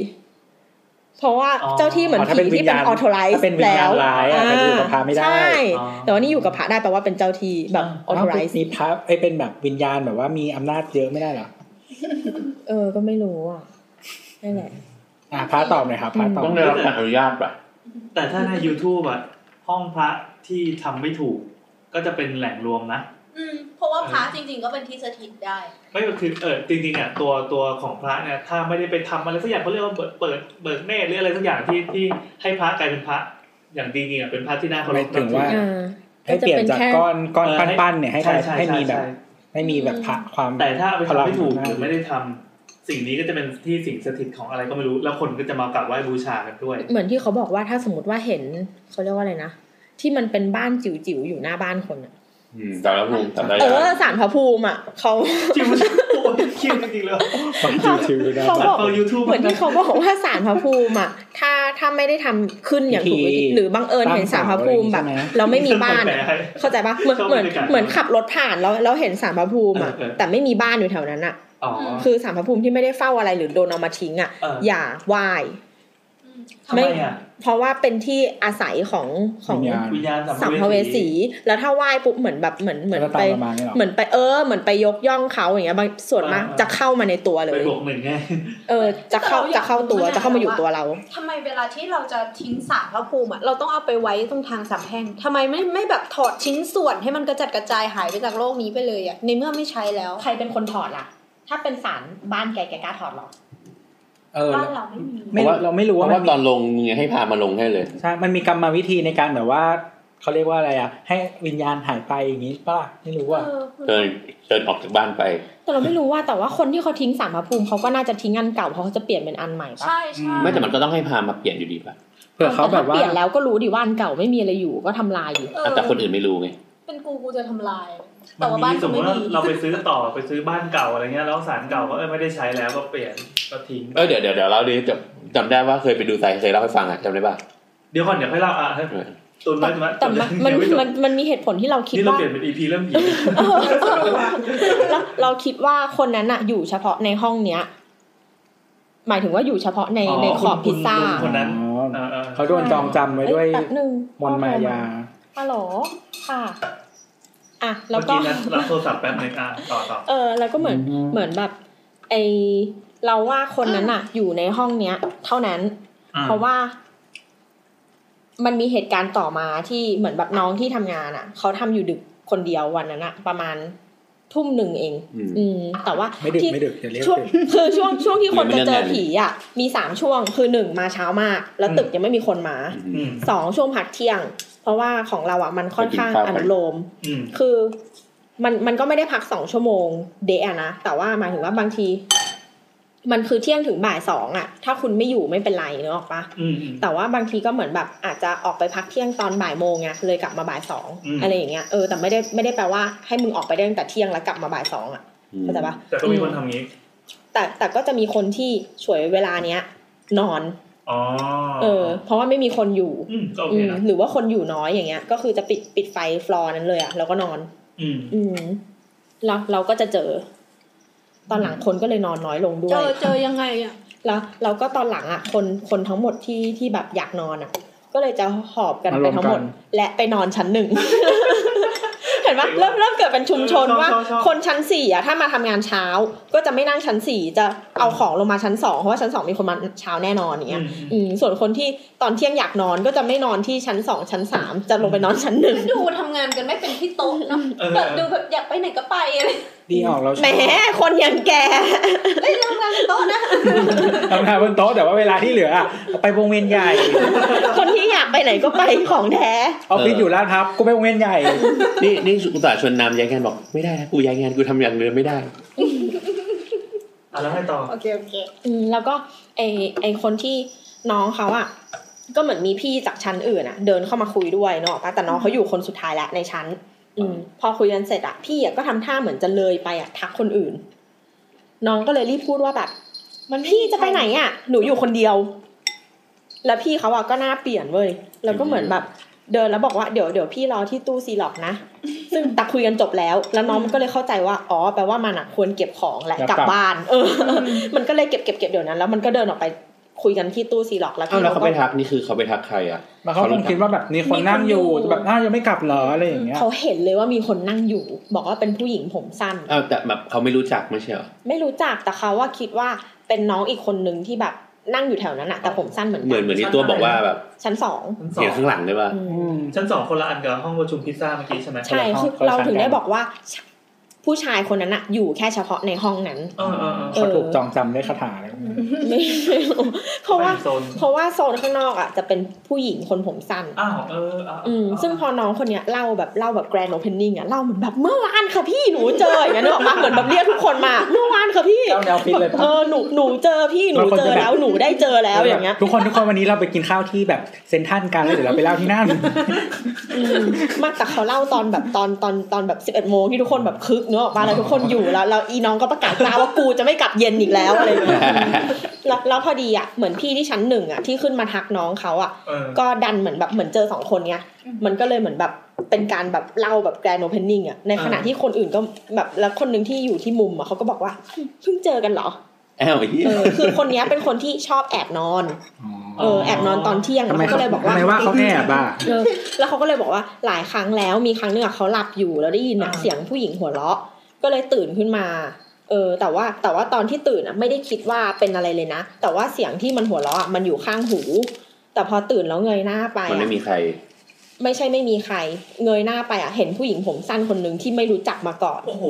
A: เพราะว่า
D: อ๋อ
A: เจ้าที่เหมือน
B: อ๋อถ้า
A: ผี
B: เป็นวิ
A: ที่
B: ญ
A: เป็น
B: ญาณ
A: ออโทไล
B: ถ้า
A: ซ์
B: เป็นวิญ
A: แล้
B: ญาณ
A: ว
B: ร้ายอะจะอยู่กับพระไม่ได้
A: ใช่
D: อ๋อ
A: แต่ว่านี่อยู่กับพระได้แปลว่าเป็นเจ้าที่แบบออโทไลซ์
B: มีพระไอ้ยเป็นแบบวิญญาณแบบว่ามีอำนาจเยอะไม่ได้เหรอ
A: เออก็ไม่รู้อ่ะนั่นแหละ
B: อ่ะพระตอบหน่อยครับพระตอบ
G: ต้องได้รับการอนุญาตป่ะ
D: แต่ถ้าใน YouTube อะห้องพระที่ทำไม่ถูก ก็จะเป็นแหล่งรวมนะ
E: อืมเพราะว่าพระจริง ๆ ก็เป็นที่สถิตได้
D: ไม่คือเออจริงๆอ่ะตัวตัวของพระเนี่ยถ้าไม่ได้ไปทำอะไรสักอย่างเขาเรียกว่าเปิดเปิดเบิกเนตรหรืออะไรสักอย่างที่ที่ให้พระกลายเป็นพระอย่างดีเนี่ยเป็นพระที่น่าเคา
B: ห
D: ร
B: มาย
D: พ
B: ถึงว่า
D: นับถือ
A: อ่า
B: ให้เปลี่ยนจากก้อนก้อนปั้นๆเนี่ยให้กลาย
D: ช่ช่
B: ให้มีแบบ
D: ช่
B: ให้มีแบบพระความ
D: แต่ถ้าเอาไป
B: พลัง
D: ทำไม่ถูก
B: มาก
D: หรือไม่ได้ทำสิ่งนี้ก็จะเป็นที่สิ่งสถิตของอะไรก็ไม่รู้ แล้วคนก็จะมากราบไหว้บูชากันด้วย
A: เหมือนที่เขาบอกว่าถ้าสมมติว่าเห็นเขาเรียกว่าอะไรนะที่มันเป็นบ้านจิ๋วๆอยู่หน้าบ้านคนอะ
G: อืมตามรับรู้ตามได้
A: เอ
G: ยัง
A: อสารพระภูมิอ่ะเขา
D: จิ๋วโอ้ยเครียดจริงๆเลย
B: ชิวๆได้
A: เขาบอก
D: เอา YouTube
A: เหมือนที่เขาบอกว่าสารพระภูมิอ่ะ ถ้าถ้าไม่ได้ทำขึ้นอย่างถูกวิ
B: วิธี
A: ธีหรือบังเอิญเห็นสารพระภูมิแบบ
B: ใช่ไหม
A: เราไม่มีบ้าน
D: แปล
A: อะ
D: ให้
A: เข้าใจปะเหมือน
D: ชอบ
A: เหมือน
D: บรรยากาศ
A: เหมือนขับรถผ่านแล้วแล้วเห็นสารพระภูมิอ่ะ
D: เออเออ
A: แต่ไม่มีบ้านอยู่แถวนั้นอ่ะ
D: อ๋อ
A: คือสารพระภูมิที่ไม่ได้เฝ้าอะไรหรือโดนเอามาทิ้งอ่ะ
D: เออ
A: อย่าไหว้
D: ทำไมอ่ะ
A: เพราะว่าเป็นที่อาศัยของของ
B: วิญญาณ
D: วิญญาณ
A: สั
D: สั
A: ม
D: ม
A: ภ
D: ภ
A: เว
D: เว
A: สี
D: สี
A: แล้วถ้าไหว้ปุ๊บเหมือนแบบเหมือนเหมือน
B: แล้ว
A: ไป
B: ตามประมาณนี้หรอ
A: เหมือนไปเออเหมือนไปยกย่องเขาอย่างเงี้ยบางส่วนมาก
D: อ่า
A: จะเข้ามาในตัวเล
D: ไป
A: ย
D: บวกหนึ่งไง
A: เออ จะเข้าจะเข้าตัวจะเข้ามาอยู่ตัวเรา
E: ทำไมเวลาที่เราจะทิ้งสารพระภูมิอะเราต้องเอาไปไว้ตรงทางสามแพร่งทำไมไม่ไม่แบบถอดชิ้นส่วนให้มันกระจัดกระจายหายไปจากโลกนี้ไปเลยอะในเมื่อไม่ใช้แล้ว
A: ใครเป็นคนถอดล่ะ ถ้าเป็นสารบ้านแกแกกล้าถอดหรอ
B: เออ
E: บ้านเราไม่มี
B: ไม่เราไม่รู้
G: เพ
B: ว่ามั
G: ราะว่าน ตอนลงมึงให้พามาลงให้เลย
B: ใช่มันมีกรรมวิธีในการแบบว่าเขาเรียกว่าอะไรอ่ะ ให้วิญญาณหายไปอย่างนี้ป่ะไม่รู้ว่า
G: เดินเดินออกจากบ้านไป
A: แต่เราไม่รู้ว่าแต่ว่าคนที่เขาทิ้งสารพระภูมิเขาก็น่าจะทิ้งอันเก่าเพราะเขาจะเปลี่ยนเป็นอันใหม่ปะ
E: ใช่ใช่
G: ไม่แต่มันก็ต้องให้พามาเปลี่ยนอยู่ดีป่ะ
B: เผื่อเขาแบบว่า
A: เปลี่ยนแล้วก็รู้ดิว่าอันเก่าไม่มีอะไรอยู่ก็ทำลายอยู่
E: เออ
G: อ่ะแต่คนอื่นไม่รู้ไง
E: เป็นกูกูจะทำลาย
D: มั
E: แต่
D: น
E: ว่า
D: มี
E: บ้าน
D: ส
E: กู
D: มม
E: ไม่
D: ติว่า
E: มี
D: เราไปซื้อต่อไปซื้อบ้านเก่าอะไรเงี้ยแล้วสารเก่าก็เออไม่ได้ใช้แล้วก็เปลี่ยนก็ทิ้ง
G: เออเดี๋ยวเดี๋ยวเดี๋ยวเราดิจำจำได้ว่าเคยไปดูไซเคยเล่าให้ฟังอ่ะจำได้ป่ะ
D: เดี๋ยวก่อนเดี๋ยวให้เราอ่ะให้
G: เออ
D: ตุนไว้ตุนไว้
A: แต่มันมัน
D: ยังไจบ
A: มันมันมีเหตุผลที่เราคิด
D: นี่เรา
A: ว่า
D: เปลี่ยนเป็น EP เรื่องผี
A: เราเราคิดว่าคนนั้นอะอยู่เฉพาะในห้องเนี้ย หมายถึงว่าอยู่เฉพาะในในขอบพิซซ่า
D: คุณลุงคนนั้น
B: อ๋อ
D: เออเออ
B: เขาโดนจองจำไว้ด้วย
A: เอ้แป๊บนึง
B: มนต์มายา
A: ฮัลโหลค่ะอ่ะแล้
D: เมื่
A: ว
D: อ
A: ก็
D: กี้นะรับโทรศัพท์แป๊บหนึงอ่ะต่อต่อ
A: เออแล้วก็เหมือน
B: อืม
A: เหมือนแบบไอเราว่าคนนั้นอะอยู่ในห้องเนี้ย เท่านั้น
D: อ่
A: เพราะว่า มันมีเหตุการณ์ต่อมาที่เหมือนแบบน้องที่ทำงานอะเขาทำอยู่ดึกคนเดียววันนั้นอะประมาณทุ่มหนึ่งเอง
G: อืม
A: อืมแต่ว่า
B: ไม่ดึก
A: ที่
B: ไม่ดึกอย่าเรียก
A: ช่วง
B: ดึก
A: คือช่วง ช่วงที่คน
G: ไม่
A: จะ
G: ได้
A: เจอ
G: แน่เลย
A: ผีอะมีสามช่วงคือหนึ่งมาเช้ามาก แล้วตึกยังไม่มีคนมา
D: อืม
A: สองช่วงพักเที่ยง เพราะว่าของเราอะมันค่อนข้าง
G: ไปกินข้าวกั
A: อน นุโลม
D: อืม
A: คือมันมันก็ไม่ได้พักสองชั่วโมงเดะอะนะ แต่ว่าหมายถึงว่าบางที มันคือเที่ยงถึงบ่ายสองอะถ้าคุณไม่อยู่ไม่เป็นไรเนกอะปะ
D: อืมอืม
A: แต่ว่าบางทีก็เหมือนแบบอาจจะออกไปพักเที่ยงตอนบ่ายโมงไงเลยกลับมาบ่ายสอง
D: อืม
A: อะไรอย่างเงี้ยเออแต่ไม่ได้ไม่ได้แปลว่าให้มึงออกไปได้ตั้งแต่เที่ยงแล้วกลับมาบ่ายสองอะ
G: อืม
A: เข้าใจปะ
D: แต่ก็มีคนทำงี้
A: แต่แต่ก็จะมีคนที่ฉวยเวลาเนี้ย นอน
D: อ๋อ
A: เออ เพราะว่าไม่มีคนอยู่
D: อืมก็โอ
A: อื
D: เค
A: ม
D: นะ
A: หรือว่าคนอยู่น้อยอย่างเงี้ย ก็คือจะปิดปิดไฟฟลอร์นั้นเลยอะแล้วก็นอน
D: อืม
A: อืมเราเราก็จะเจอ ตอนหลังคนก็เลยนอนน้อยลงด้ว
E: เจ
A: ย
E: อเจอยังไงอะ
A: แล้วเราก็ตอนหลังอ่ะ คนคนทั้งหมดที่ที่แบบอยากนอนอ่ะ ก็เลยจะหอบกันไปทั้งหมด และไปนอนชั้นหนึ่ ง เห็นปะเริ่มเริ่มเกิดเป็นชุมชนว่า คนชั้นสี่อ่ะถ้ามาทำงานเช้า ก็จะไม่นั่งชั้นสี่จะเอาของลงมาชั้นสองเพราะว่าชั้นสองมีคนมาเช้าแน่นอนอย่างเงี้ย
D: อืม
A: อืมส่วนคนที่ตอนเที่ยงอยากนอนก็จะไม่นอนที่ชั้นสองชั้นสามจะลงไปนอนชั้นหนึ่ง
E: ดูทำงานกันไม่เป็นที่โต๊ะเนาะ
D: เออ
E: แบบดูแบบอยากไปไหนก็ไปอะไร
B: ดีออกเราช
A: แหม
B: อบ
A: คนอย่างแก
E: เล่นทำงานเป็นโต๊ะนะ
B: ทำงานบนโต๊ะแต่ว่าเวลาที่เหลืออะไปวงเวียนใหญ่
A: คนที่อยากไปไหนก็ไปของแท้
B: ออฟฟิศอยู่ลาดพร้าวกูไปวงเวียนใหญ่
G: นี่นี่อุตส่าห์ชวนนำย้ายงานบอกไม่ได้นะกูย้ายงานกูทำอย่างเดิมไม่ได้
D: อ่ะแล้วให้ต่อ
E: โอเคโอเค
A: อืมแล้วก็ไอไอคนที่น้องเขาอะก็เหมือนมีพี่จากชั้นอื่นอะเดินเข้ามาคุยด้วยเนาะปะแต่น้องเขาอยู่คนสุดท้ายละในชั้น อืมพอคุยกันเสร็จอะพี่อะก็ทำท่าเหมือนจะเลยไปอะทักคนอื่น น้องก็เลยรีบพูดว่าแบบ
E: มันไม่มี
A: พี่จะไปไหนอะหนูอยู่คนเดียว แล้วพี่เขาอะก็หน้าเปลี่ยนเว้ยแล้วก็เหมือนแบบ เดินแล้วบอกว่าเดี๋ยวเดี๋ยวพี่รอที่ตู้ซีล็อกนะ ซึ่งแต่คุยกันจบแล้ว แล้วน้องมันก็เลยเข้าใจว่าอ๋อแปลว่ามันอะควรเก็บของและ
B: แล้ว
A: กลับ
B: กลับ
A: บ้าน เออ มันก็เลยเก็บเก็บเก็บเดี๋ยวนั้น แล้วมันก็เดินออกไปคุยกันที่ตู้ซีล็อกแล้ว
G: อ้าว
A: พี่
G: แล้ว
A: ก็
G: เขาไปทักนี่คือเขาไปทักใครอ่ะ
B: มันเขาคงคิดว่าแบบมีคนนั่งอยู่แต่แบบอ้าวยังไม่กลับเหรออะไรอย่างเงี้ย
A: เขาเห็นเลยว่ามีคนนั่งอยู่ บอกว่าเป็นผู้หญิงผมสั้น
G: อ้าวแต่แบบเขาไม่รู้จักไม่ใช่เหรอ
A: ไม่รู้จักแต่เขาว่าคิดว่าเป็นน้องอีกคนนึงที่แบบนั่งอยู่แถวนั้นอะแต่ผมสั้นเหมือน
G: เหมื
A: กั
G: อนเหมือนที่ตัวบอกว่าแบบ
A: ชั้นสอง
D: ชั้นสอ
G: เห็น
D: ง
G: ข้างหลังเลยป่ะ
A: อืม
D: ชั้นสองคนละอันกับห้องประชุมพิซซ่าเมื่อกี้ใช่ไหม
A: ใช่
B: คนละห้
A: คือ
B: องคนละ
A: เรา
B: ชั้น
A: ถึงได้
B: กัน
A: บอกว่าชผู้ชายคนนั้นอะอยู่แค่เฉพาะในห้องนั้น
D: เออเออเออ
B: เขาถูกจองจำด้วยคาถาเลย
A: ไม่ไม่รู้ เพราะว่า
D: โซน
A: เพราะว่าโซนข้างนอกอ่ะจะเป็นผู้หญิงคนผมสั้น
D: อ้าวเออเออเอ
A: อืม
D: อ
A: ซึ่งพอน้องคนเนี้ยเล่าแบบเล่าแบบแกรนด์โอเพนนิ่งอ่ะเล่าเหมือนแบบเมื่อวานค่ะพี่หนูเจออย่างเงี้ยนึกออกปะเหมือนแบบเรียกทุกคนมา เมื่อวานค่ะพี่
B: เจ้าแนวฟินเลย
A: เออหนูหนูเจอพี่หนูเจอแล้วหนูได้เจอ แล้วอย่างเงี้ย
B: ทุกคนทุกคนวันนี้เราไปกินข้าวที่แบบเซนทรันกันแล้วเดี๋ยวเราไปเล่าที่นั่น
A: อืมมากแต่เขาเล่าตอนแบบตอนตอนตอนแบบสิบเอ็ดโมงที่ทุกคนแบบคึกเนก อะปะแล้วทุกคนอยู่แล้วแล้วอีน้องก็ประกาศตาว่ากูจะไม่กลับเย็นอีกแล้วอะไรอย่าง เงี้ยแล้วแล้วพอดีอ่ะเหมือนพี่ที่ชั้นหนึ่งอ่ะที่ขึ้นมาทักน้องเขาอ่ะ
D: เออ
A: ก็ดันเหมือนแบบเหมือนเจอสองคนไง มันก็เลยเหมือนแบบเป็นการแบบเล่าแบบแกรนโอเพนนิ่งอะในขณะที่คนอื่นก็แบบแล้วคนหนึ่งที่อยู่ที่มุมอะเขาก็บอกว่าเพิ่งเจอกันเหรอ
G: อ้าวไอ้เหี้ย
A: เออ คือคนเนี้ยเป็นคนที่ชอบแอบนอน เออ แอบนอนตอนเที่ยง
B: ทำไม
A: แล้วเขาก็เลยบอกว่า
B: ทำไมว่าเขาแอบอ่ะ
A: เออแล้วเขาก็เลยบอกว่าหลายครั้งแล้วมีครั้งหนึงอะเขาหลับอยู่แล้วได้ยินอะเสียงผู้หญิงหัวเราะ ก็เลยตื่นขึ้นมา เออ แต่ว่าแต่ว่าตอนที่ตื่นอะไม่ได้คิดว่าเป็นอะไรเลยนะ แต่ว่าเสียงที่มันหัวเราะอะมันอยู่ข้างหู แต่พอตื่นแล้วเงยหน้าไป
G: มัน
A: อะ
G: ไม่มีใคร
A: ไม่ใช่ไม่มีใคร เงยหน้าไปอ่ะเห็นผู้หญิงผมสั้นคนหนึ่งที่ไม่รู้จักมาก่อน
D: โอ้โห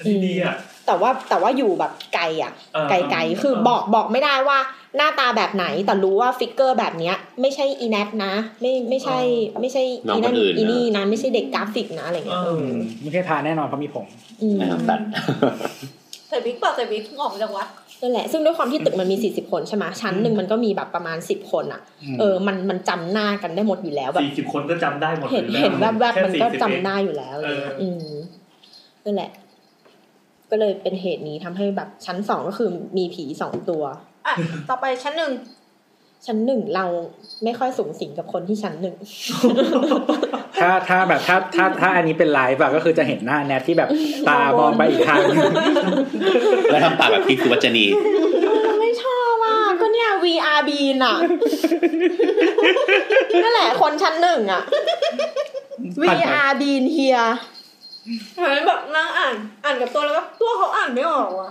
D: อันนี้ดีอ่ะ
A: แต่ว่าแต่ว่าอยู่แบบไกลอ่ะ
D: เออ
A: ไกลๆคือบอกบอกไม่ได้ว่าหน้าตาแบบไหนแต่รู้ว่าฟิกเกอร์แบบเนี้ย ไม่ใช่อีแนทนะ ไม่ไม่ใช่ ไม่ใช่
G: น้อง
A: อี
G: ค
A: นั่
G: น
A: น
G: อื่นนะ
A: อีนี่นะไม่ใช่เด็กกราฟิกนะอะไร
D: เอ
A: เงี้ย
D: อ
B: ไม่ใช่พาแน่นอนเขามีผม
A: อืม
G: นะครับตัด
E: ใส่วิกเปล่าใส่วิกออกมาจากวัด
A: นั่นแหละซึ่งด้วยความที่ตึกมันมี 40 คนใช่ไหมชั้นหนึ่งมันก็มีแบบประมาณ 10 คนอ่ะเออมันมันจำหน้ากันได้หมดอยู่แล้วแบบ
D: สี่สิบคนก็จำได้หมด
A: เห็น
D: อยู่ล้ว
A: เห็นแวบๆ
D: ค่
A: มันก็
D: 40
A: จำ
D: เอง
A: ได้อยู่แล้วอะไรเงี้
D: เอออื
A: ยืมนั่นแหละ ก็เลยเป็นเหตุนี้ทำให้แบบชั้นสองก็คือมีผีสองตัว
E: อ่ะ ต่อไปชั้นหนึ่ง
A: ชั้นหนึ่งเราไม่ค่อยสูงสิงกับคนที่ชั้นหนึ่ง
B: ถ้าถ้าแบบถ้าถ้าถ้าอันนี้เป็นไลฟ์อะก็คือจะเห็นหน้าแนทที่แบบตามองไปอีกทางหนึ่ง
G: แล้วทำปากแบบพี่สุวัจนี
A: ไม่ชอบ อ่ะก็เนี่ย VRB น่ะ นั่นแหละ คนชั้นหนึ่งอ่ะ VRB เฮีย
E: เหมือนแบบนั่งอ่าน อ่านกับตัวแล้วก็ตัวเขาอ่านไม่ออกว่ะ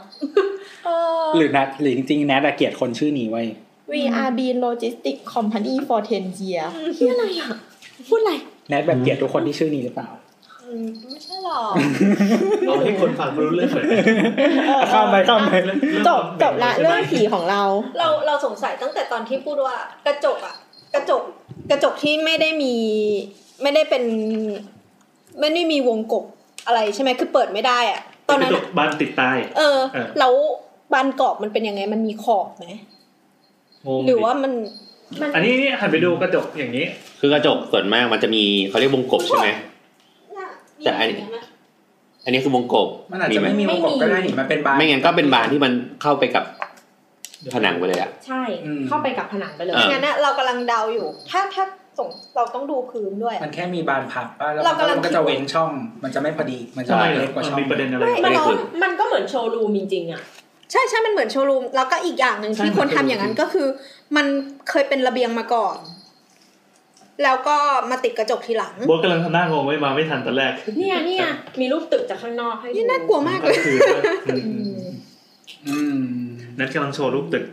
E: เออ
B: หรือแนทหรือจริงๆแนทอะเกลียดคนชื่อนี้ไว้ย
A: VRB Logistic Company for 10 year เฮียอะไรอ่ะพูดอะไร
B: แนทแบบเกลียดทุกคนที่ชื่อนี้หรือเปล่า
E: อืมไม่ใช่หรอก
D: เอาให้คนฟังรู้เรื่องหน่อย
B: ข้ามไปข้ามไป
A: จบจบละเรื่องผีของเรา
E: เราเราสงสัยตั้งแต่ตอนที่พูดว่ากระจกอะกระจกกระจกที่ไม่ได้มี ไม่ได้เป็น ไม่ได้มีวงกบอะไรใช่ไหมคือเปิดไม่ได้อะตอนนั้น
D: จ
E: อะ
D: บบ้านติดตาย
E: เออ
D: เออ
E: แล้วบานกรอบมันเป็นยังไงมันมีขอบไหม
D: งง
E: หรือว่ามัน
D: อันนี้นี่หันไปดูกระจกอย่างนี้
G: คือกระจกส่วนมากมันจะมีเขาเรียกวงกบใช่ไหม แต่อันนี้ อันนี้คือวงกบ
B: มันอาจจะไม่มีวงกบก็ได้นี่มันเป็นบาน
G: ไม่งั้นก็เป็นบานที่มันเข้าไปกับผนังไปเลยอะ
A: ใช่
B: อืม
A: เข้าไปกับผนังไปเลย
G: อ่า
E: งั้นอะเรากำลังเดาอยู่ ถ้าถ้าสงเราต้องดูพื้นด้วย
B: มั
E: อะ
B: นแค่มีบานพับป่ะแล้ว
E: เรากำลัง
B: มันก็จะเว้นช่อง มันจะไม่พอดีมันจะ
D: ทำไม
B: ไม่
D: เหรอ
B: เล็กกว่า
D: มัน
B: ช่อง
D: มีประเด็นอะไร
G: ไม่ได้คือ
A: มันก็เหมือนโชว์รูมจริงๆอ่ะ
E: ใช่ใช่มันเหมือนโชว์รูมแล้วก็อีกอย่างหนึ่งที่คนทำอย่างนั้นก็คือ มันเคยเป็นระเบียงมาก่อน แล้วก็มาติดกระจกทีหลัง
D: โบทกำลังทำหน้างงไว้มาไม่ทันตอนแรก
A: เนี่ยเนี่ยมีรูปตึกจากข้างนอกให้ดู
E: นี่น่ากลัวมากเลย
D: คือ
A: อืม
B: อืม
D: นัทกำลังโชว์รูปตึก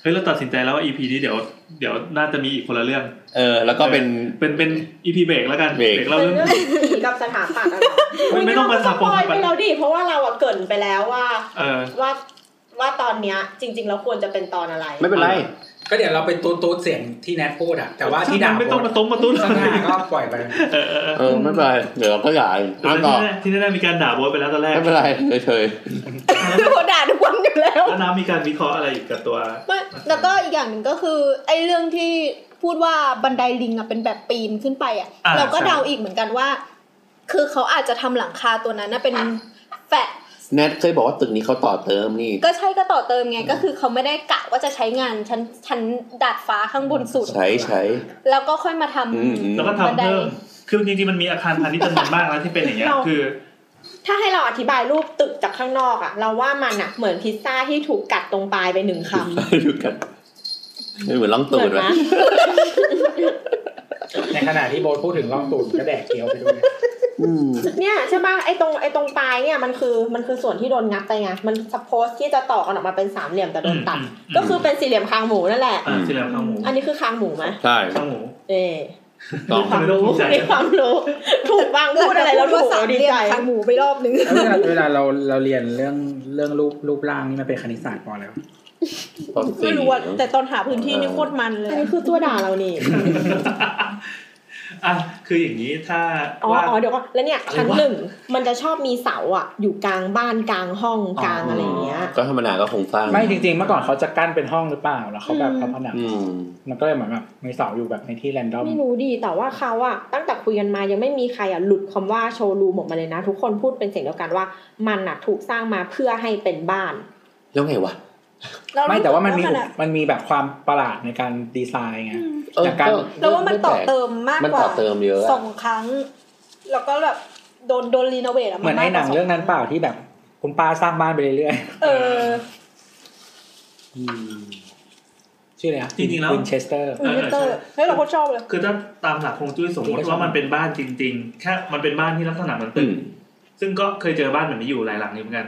D: เฮ้ยเราตัดสินใจแล้วว่า EP นี้เดี๋ยว เดี๋ยวน่าจะมีอีกคนละเรื่อง
G: เออ แล้วก็เป็น
D: เป็นเป็น EP เบรกแล้วกัน
G: เบรก
D: เล่า
A: เป็น
D: เรื่อง
A: เรื่องผีกับสถาปัตย์อะเหรอ
D: ไม่ไม่ต้องมา
A: เรก็สปอยล์
D: สถาปั
A: ไป
D: ตย์
A: แล้วดิเพราะว่าเราอะเกรินไปแล้วว่า
D: เออ
A: ว่า ว่าตอนเนี้ยจริง ๆ แล้วควรจะเป็นตอนอะไร
G: ไม่เป็นไร
B: ก็เดี๋ยวเราไปตูดตูดเสียงที่แนทพูดอะแต่ว่าที่ด่า
D: ไม่ต้องมาตุ้มมาตุ้ม
B: ข้างหน้าก็ปล่อยไป
D: เออเออเออ
G: เออไม่เป็นไร เดี๋ยวเราก็หย่าเอง
D: แต่
G: อ่านต่อ
D: ที่แน่ๆมีการด่าโบอยไปแล้วตอนแรก
G: ไม่เป็นไรเฉย
E: โดนด่าทุกวันอยู่แล้ว
D: แล้วน้ำมีการวิเคราะห์อะไรอีกกับตัว
E: ไม่แล้วก็อีกอย่างหนึ่งก็คือไอ้เรื่องที่พูดว่าบันไดลิงอ่ะเป็นแบบปีนขึ้นไปอ่ะ
D: อ่า
E: เราก็
D: ใช่
E: เดาอีกเหมือนกันว่า คือเขาอาจจะทำหลังคาตัวนั้นนะเป็นแฟะ
G: ๆแนทเคยบอกว่าตึกนี้เขาต่อเติมนี่
E: ก็ใช่ก็ต่อเติมไงก็คือเขาไม่ได้กะว่าจะใช้งานชั้นชั้นดาดฟ้าข้างบนสุด
G: ใช้ใช้
E: แล้วก็ค่อยมาทำ
G: อืมอืม
D: แล้วก็ทำเพิ่มคือจริงๆมันมีอาคารพาณิชย์จำนวนมากนะที่เป็นอย่างเงี้ย
A: เรา
D: คือ
A: ถ้าให้เราอธิบายรูปตึกจากข้างนอกอะเราว่ามันอะเหมือนพิซซ่าที่ถูกกัดตรงปลายไปหนึ่งคำ
G: ดูกันไม่เหมือนล่องตูด
A: เหมือน
G: วะ
A: นะ
B: ในขณะที่โบทพูดถึงล่องตูดก็แดกเกี๊ยวไปด้วย
G: อืม
A: เนี่ยใช่ป่ะไอ้ตรงไอ้ตรงปลายเนี่ยมันคือมันคือส่วนที่โดนงัดไปไงมันสปโพสที่จะต่อกันออกมาเป็นสามเหลี่ยมแต่โดนตัด
D: อืมอืม
A: ก็คือเป็นสี่เหลี่ยมคางหมูนั่นแหละ
D: อ่าสี่เหลี่ยมข้าวหมู
A: อันนี้คือคางหมูไหม
G: ใช่
D: ข้าวหมู
A: เอ่
G: ต่อ
A: มีความรู้
D: ดีใจ
A: มีความรู้ ถูกบ้างพูดอะไรแล้วถูกเราดีใจ
E: ทางหมูไปรอบนึง
B: แล้วเวลาเวลาเราเราเรียนเรื่องเรื่องรูปรูปร่างนี่มันเป็นคณิตศาสตร์ปอแล้ว
G: ตอนสี่
E: ไม่รู้อะแต่ตอนหาพื้นที่นี่โคตรมันเล
A: อั
E: ย
A: นนี้คือตัวด่าเรานี่
D: อ่ะคืออย่างนี้ถ้า
A: อ๋อ
D: ว่า
A: อ๋อเดี๋ยวก่อนแล้วเนี่ย
D: อะไรวะ
A: ชั้นหนึ่งมันจะชอบมีเสาอะอยู่กลางบ้านกลางห้องกลางอะไรอย่างเงี้ย
G: ก็ธรรมดาก็คงสร้าง
B: ไม่จริงๆ เมื่อก่อนเขาจะกั้นเป็นห้องหรือเปล่า แล้วเขาแบบเขาผนัง
G: อืม
B: มันก็เลยเหมือนแบบมีเสาอยู่แบบในที่แรนดอม
A: ไม่รู้ดีแต่ว่าเขาอะตั้งแต่คุยกันมายังไม่มีใครอะหลุดคำว่าโชว์รูมออกมาเลยนะ ทุกคนพูดเป็นเสียงเดียวกันว่า มันอะถูกสร้างมาเพื่อให้เป็นบ้าน
G: แล้วไงวะ
B: ไม่แต่ว่ามันมี
E: เร
B: อุปมันมีแบบความประหลาดในการดีไซน์ไง
G: เออ
B: จากการ
G: ก็
E: เราว่ามันต่อเติมมาก
G: มัน
E: กว่า
G: ต่อเติมเยอะ
E: ส
G: อะ
E: องครั้ง แล้วก็แบบโดนโดนรีโนเวทอะ
B: เหมือนในหนังเรื่องนั้นเปล่าที่แบบคุณป้าสร้างบ้านไปเรื่อย
E: เออ
B: ๆ ชื่ออะไรนะ
D: จริงๆแล้ว
B: วินเชสเตอร์
E: อุยเตอร์เฮ้ยเราโคตรชอบเลย
D: คือถ้าตามหลักฮวงจุ้ยสมมติว่ามันเป็นบ้านจริง ๆ แค่มันเป็นบ้านที่ลักษณะมัน
G: อื
D: ตึก
G: ม
D: ซึ่งก็เคยเจอบ้านแบบนี้อยู่หลายหลังนี้เหมือนกัน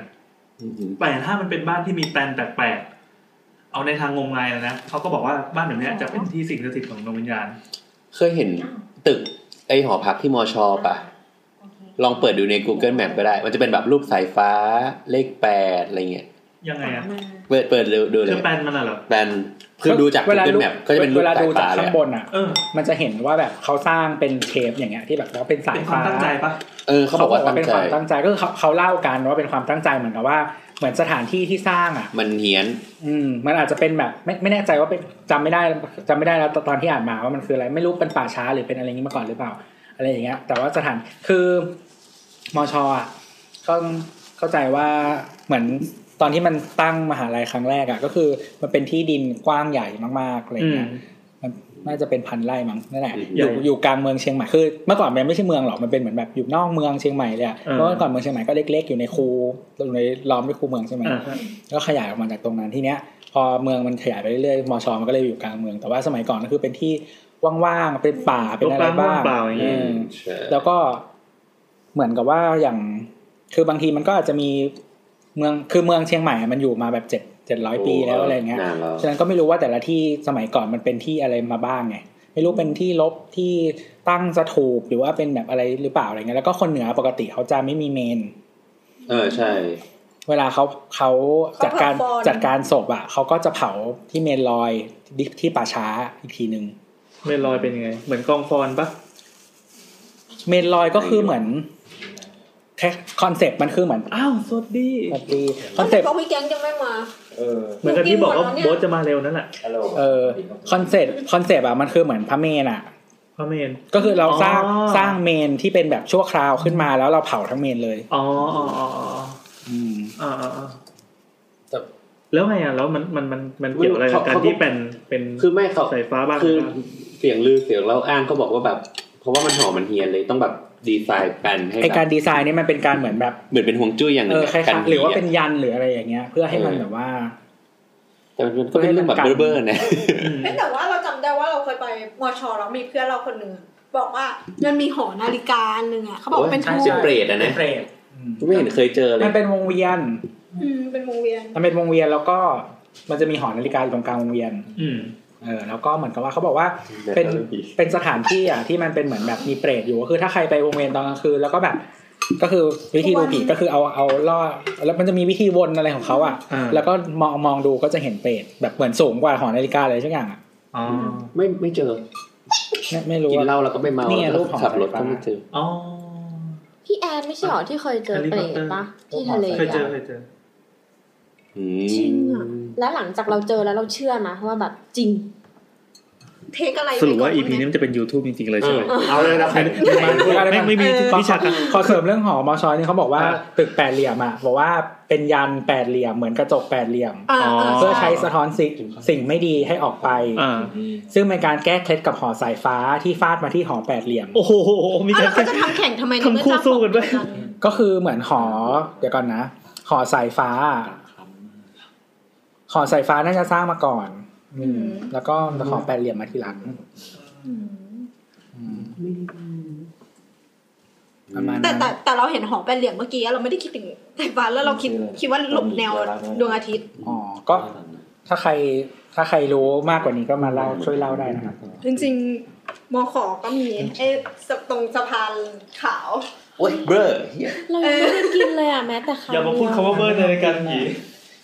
G: อืมอืม
D: แต่ถ้ามันเป็นบ้านที่มีแปลนแปลกๆ เอาในทางงมงายเลยนะเขาก็บอกว่าบ้านแบบเนี้ยจะเป็นที่สิ่งสถิตของดวงวิญญาณ
G: เคยเห็นตึก ไอหอพักที่มอชอปะลองเปิดดูใน Google Map ก็ได้ มันจะเป็นแบบรูปสายฟ้าเลขแปดอะไรเงี้ย
D: ยังไงอะ
G: เปิดเปิดดูดูเล
D: คือย แปลนมันอะเหรอ
G: แปลนคือดูจาก
B: เวลา
G: Google Map ก็จะเป็นรู
B: เว
G: ป
B: ลา
G: สา
B: ดู
G: ย
B: จาก
G: ฟ้าเล
B: ข้ายงบนอ่ะ
D: เออ
B: มันจะเห็นว่าแบบเขาสร้างเป็นเชฟอย่างเงี้ยที่แบบว่าเป็นสา
D: เป็
B: ย
D: นควา
B: ฟ้า
D: มตั้งใจปะ
G: เออเขาบอกว่าตั้ง
B: เป็น
G: ใจ
B: ความตั้งใจก็คือเขาเขาเล่ากันว่าเป็นความตั้งใจเหมือนกับว่า เหมือนสถานที่ที่สร้างอ่ะ
G: มันเฮี้ยน
B: อืมมันอาจจะเป็นแบบไม่ไม่แน่ใจว่าเป็นจำไม่ได้จำไม่ได้แล้วตอนที่อ่านมาว่ามันคืออะไรไม่รู้เป็นป่าช้าหรือเป็นอะไรอย่างนี้มาก่อนหรือเปล่า อะไรอย่างเงี้ย แต่ว่าสถานคือมอชอ่ะก็เข้าใจว่าเหมือนตอนที่มันตั้งมหาลัยครั้งแรกอ่ะ ก็คือมันเป็นที่ดินกว้างใหญ่มากๆอะไรอ
D: อื
B: ย่าง
D: ม
B: เงี้ย มันน่าจะเป็นพันไร่มั้งนั่นแหละ
G: อืม
B: อยู่
D: ใหญ่
B: อยู่กลางเมืองเชียงใหม่คือเมื่อก่อนมันไม่ใช่เมืองหรอกมันเป็นเหมือนแบบอยู่นอกเมืองเชียงใหม่เลยอะ
D: เออ
B: เพราะเมื่อก่อนเมืองเชียงใหม่ก็เล็กๆอยู่ในคูอยู่ในล้อมด้วยคูเมืองใช่ไหม
D: อ่าฮะ
B: ก็ขยายออกมาจากตรงนั้นทีเนี้ย พอเมืองมันขยายไปเรื่อยๆมอชอมันก็เลยอยู่กลางเมือง แต่ว่าสมัยก่อนก็คือเป็นที่ว่างๆเป็นป่าเป็นอะไรบ้าง
D: เปล่าๆอย่างเงี้ย
B: อืม
G: ใช่
B: แล้วก็เหมือนกับว่าอย่างคือบางทีมันก็อาจจะมีเมืองคือเมืองเชียงใหม่อะมันอยู่มาแบบเจ็ดเจ็ดร้อยปีแล้วอะไรอย่างเงี้ย
G: นานแล้ว
B: ฉะนั้นก็ไม่รู้ว่าแต่ละที่สมัยก่อนมันเป็นที่อะไรมาบ้างไง ไม่รู้เป็นที่ลบที่ตั้งสถูปหรือว่าเป็นแบบอะไรหรือเปล่าอะไรเงี้ยแล้วก็คนเหนือปกติเขาจะไม่มีเมน
G: เออใช่
B: เวลาเขาเขาจัดการ
E: เขาเผาฟอน
B: จัดการศพอ่ะเขาก็จะเผาที่เมนลอยที่ที่ป่าช้าอีกทีหนึ่ง
D: เมนลอยเป็นยังไง เหมือนกองฟอนปะ
B: เมนลอยก็คือเหมือนแค่คอนเซปต์มันคือเหมือน
D: อ้าวสวัสดี
B: แบบดีคอนเซปต์
E: พวกพี่แก๊งยังไม่มา
F: เออ
D: เหมือนกับที่บอกว่าโบทจะมาเร็วนั่นแหละ
F: ฮัลโหล
B: เออคอนเซปต์คอนเซปต์อะมันคือเหมือนพระเมนอะ
D: พระเมน
B: ก็คือเราสร้าง
D: อ๋อ
B: สร้างเมนที่เป็นแบบชั่วคราวขึ้นมาแล้วเราเผาทั้งเมนเลย
D: อ๋ออ๋ออ๋ออ๋อ
B: อืม
D: อ่าอ่าอ่า
G: แต่
D: แล้วไงอ่ะแล้วมันมันมันมันเกี่ยวอะไรกับการ
G: เขาเขา
D: ที่เป็นเป็น
G: คือไม่เขา
D: สายฟ้าบ้าง
G: คือ
D: นะ
G: เสียงลือเสียงเล่าอ้างเขาบอกว่าแบบ เพราะว่ามันหอมมันเฮียนเลยต้องแบบดีไซน์แปลนให้
B: ไอ
G: แบ
B: การ
G: บ
B: ดีไซน์นี่มันเป็นการเหมือนแบบ
G: เหมือนเป็นห่วงจุ้ยอย่างห
B: เอ
G: นึ่ง
B: อ
G: อะ
B: คล้าย
G: กัน
B: ๆหรือว่า
G: ผีะ
B: เป็นยันหรืออะไรอย่างเงี้ย เพื่อให้มันแบบว่า
G: แต่มันก็เป็นเรื่องแบบ
B: ให้มันกัน
G: เบ้อๆนะ
C: เอ้ยแต่ว่าเราจำได้ว่าเราเคยไปมอชอแล้วมีเพื่อนเราคนหนึ่งบอกว่ามันมีหอนาฬิกาอันหนึ่งอ่ะเขาบอกว่าเป็น
G: โอ้
C: ทู
G: ยใช่ เปรตอะนะ
B: เปรตอืม
G: ไม่เห็นเคยเจอเล
B: มั
G: ย
B: นเป็นวงเวียน
C: อืมเป็นวงเวียน
B: มันเป็นวงเวียนแล้วก็มันจะมีหอนาฬิกาอยู่ตรงกลางวงเวียน
D: อืม
B: เออแล้วก็เหมือนกับว่าเขาบอกว่าเป็นเป็นสถานที่อ่ะที่มันเป็นเหมือนแบบมีเปรตอยู่ก็คือถ้าใครไปวงเวียนตอนกลางคืนแล้วก็แบบ ก็คือวิธีดูผีก็คือเอาเอาล่อแล้วมันจะมีวิธีวนอะไรของเขาอ่ะ
D: อ่า
B: แล้วก็มองมองดูก็จะเห็นเปรตแบบเหมือนสูงกว่าหอนาฬิกาเลยทุกอย่างอ่ะ
D: อ๋อ
G: ไม่ไม่เจอ
B: ไม่ไม่รู้
G: กิน
B: ว่า
G: เหล้าแล้วก็ไม่เมา
B: เนี่ย
G: แล้ว
B: รู
G: ก็
B: ปของ
G: ขับรถก็ไม่เจอ
D: อ๋อ
A: พี่แอนไม่ใช่หรอที่เคยเจอเปรตปะที่ทะเล
D: เคยเจอ
A: อะ
D: เคยเจอ
G: อื
A: จริงอะ
G: ม
A: แล้วหลังจากเราเจอแล้วเราเชื่อนะว่าแบบจริง
E: เทคอะไร
D: สรุปว่า
E: ไปก่
D: EP นี้มันจะเป็น YouTube จริงๆเลยใช่ไหม
F: เอาเลยนะใคร
D: ไม่ไม่มี
B: ขอ
D: วิชา การ
B: ขอเสริมเรื่องหอมอชอนี่เขาบอกว่า
D: อ่า
B: ตึกแปดเหลี่ยมอ่ะบอกว่าเป็นยันแปดเหลี่ยมเหมือนกระจกแปดเหลี่ยม
E: อ่าา
B: เพื่อใช้สะท้อนสิ่งสิ่งไม่ดีให้ออกไป
D: อ่า
B: ซึ่งเป็นการแก้เคล็ดกับหอสายฟ้าที่ฟาดมาที่หอแปดเหลี่ยม
D: โอ้โหมี
E: อ้าว
D: การแก้
E: แล้วเขาจะทำแข่งทำไมใน
D: ทั้ง
E: เมื่อ
D: คู่
E: เจ้าข
D: สู้
E: อง
D: กันด้วย
B: ก็คือเหมือนหอเดี๋ยวก่อนนะหอสายฟ้า หอสายฟ้าน่าจะสร้างมาก่อน อืม แล้วก็หอแปดเหลี่ยมมาทีหลังอืมประมาณ
E: แต่
B: นั้น
E: แต่แต่เราเห็นหอแปดเหลี่ยมเมื่อกี้อะเราไม่ได้คิดถึงไฟฟ้าแล้วเราคิดคิดว่าหลบแนวดวงอาทิตย์
B: อ๋อก็ถ้าใครถ้าใครรู้มากกว่านี้ก็มาเล่าช่วยเล่าได้นะครับ
E: จริงๆมขอก็มีไอ้สะตรงสะพานขาว
G: โอ๊ยเบลอเหี้ย
A: เรายังไม่ได้กินเลยอ่ะแม้แต่ครั้ง
D: อย่ามาพูดคำว่าเบิร์นในรายการผี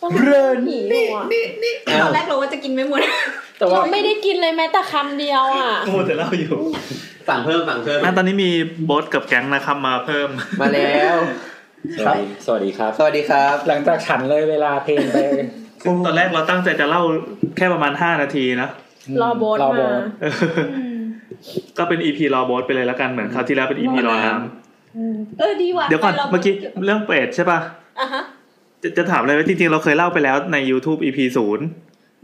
A: ก็เราหิวอ่ะ
E: ตอนแรกเราว่าจะกินไม่หมด
B: แต่ว่า
A: เราไม่ได้กินเลยแม้แต่คำเดียวอ่ะ
D: โมแต่เล่าอยู่
G: สั่งเพิ่มสั่งเพิ่ม
D: อ่ะตอนนี้มีโบสกับแก๊งนะครับมาเพิ่ม
G: มาแล้ว
B: ครับ
G: สวัสดีครับ สวัสดีครับ
B: หลังจากฉันเลยเวลาเพลงไป
D: ตอนแรกเราตั้งใจจะเล่าแค่ประมาณ 5 นาทีนะ
A: รอโบส
B: รอโบ
A: มา
B: ส
D: เออก็เป็น EP รอโบสไปเลยแล้วกันเหมือนคราวที่แล้วเป็น EP รอน้
E: เออดีว่ะ
D: ำเดี๋ยวก่อน
E: ไปรา
D: เมื่อกี้เรื่องเปรตใช่ป่ะ
E: อ่ะฮะ
D: จะจะถามเลยว่าจริงๆ เราเคยเล่าไปแล้วใน YouTube EP ศูนย์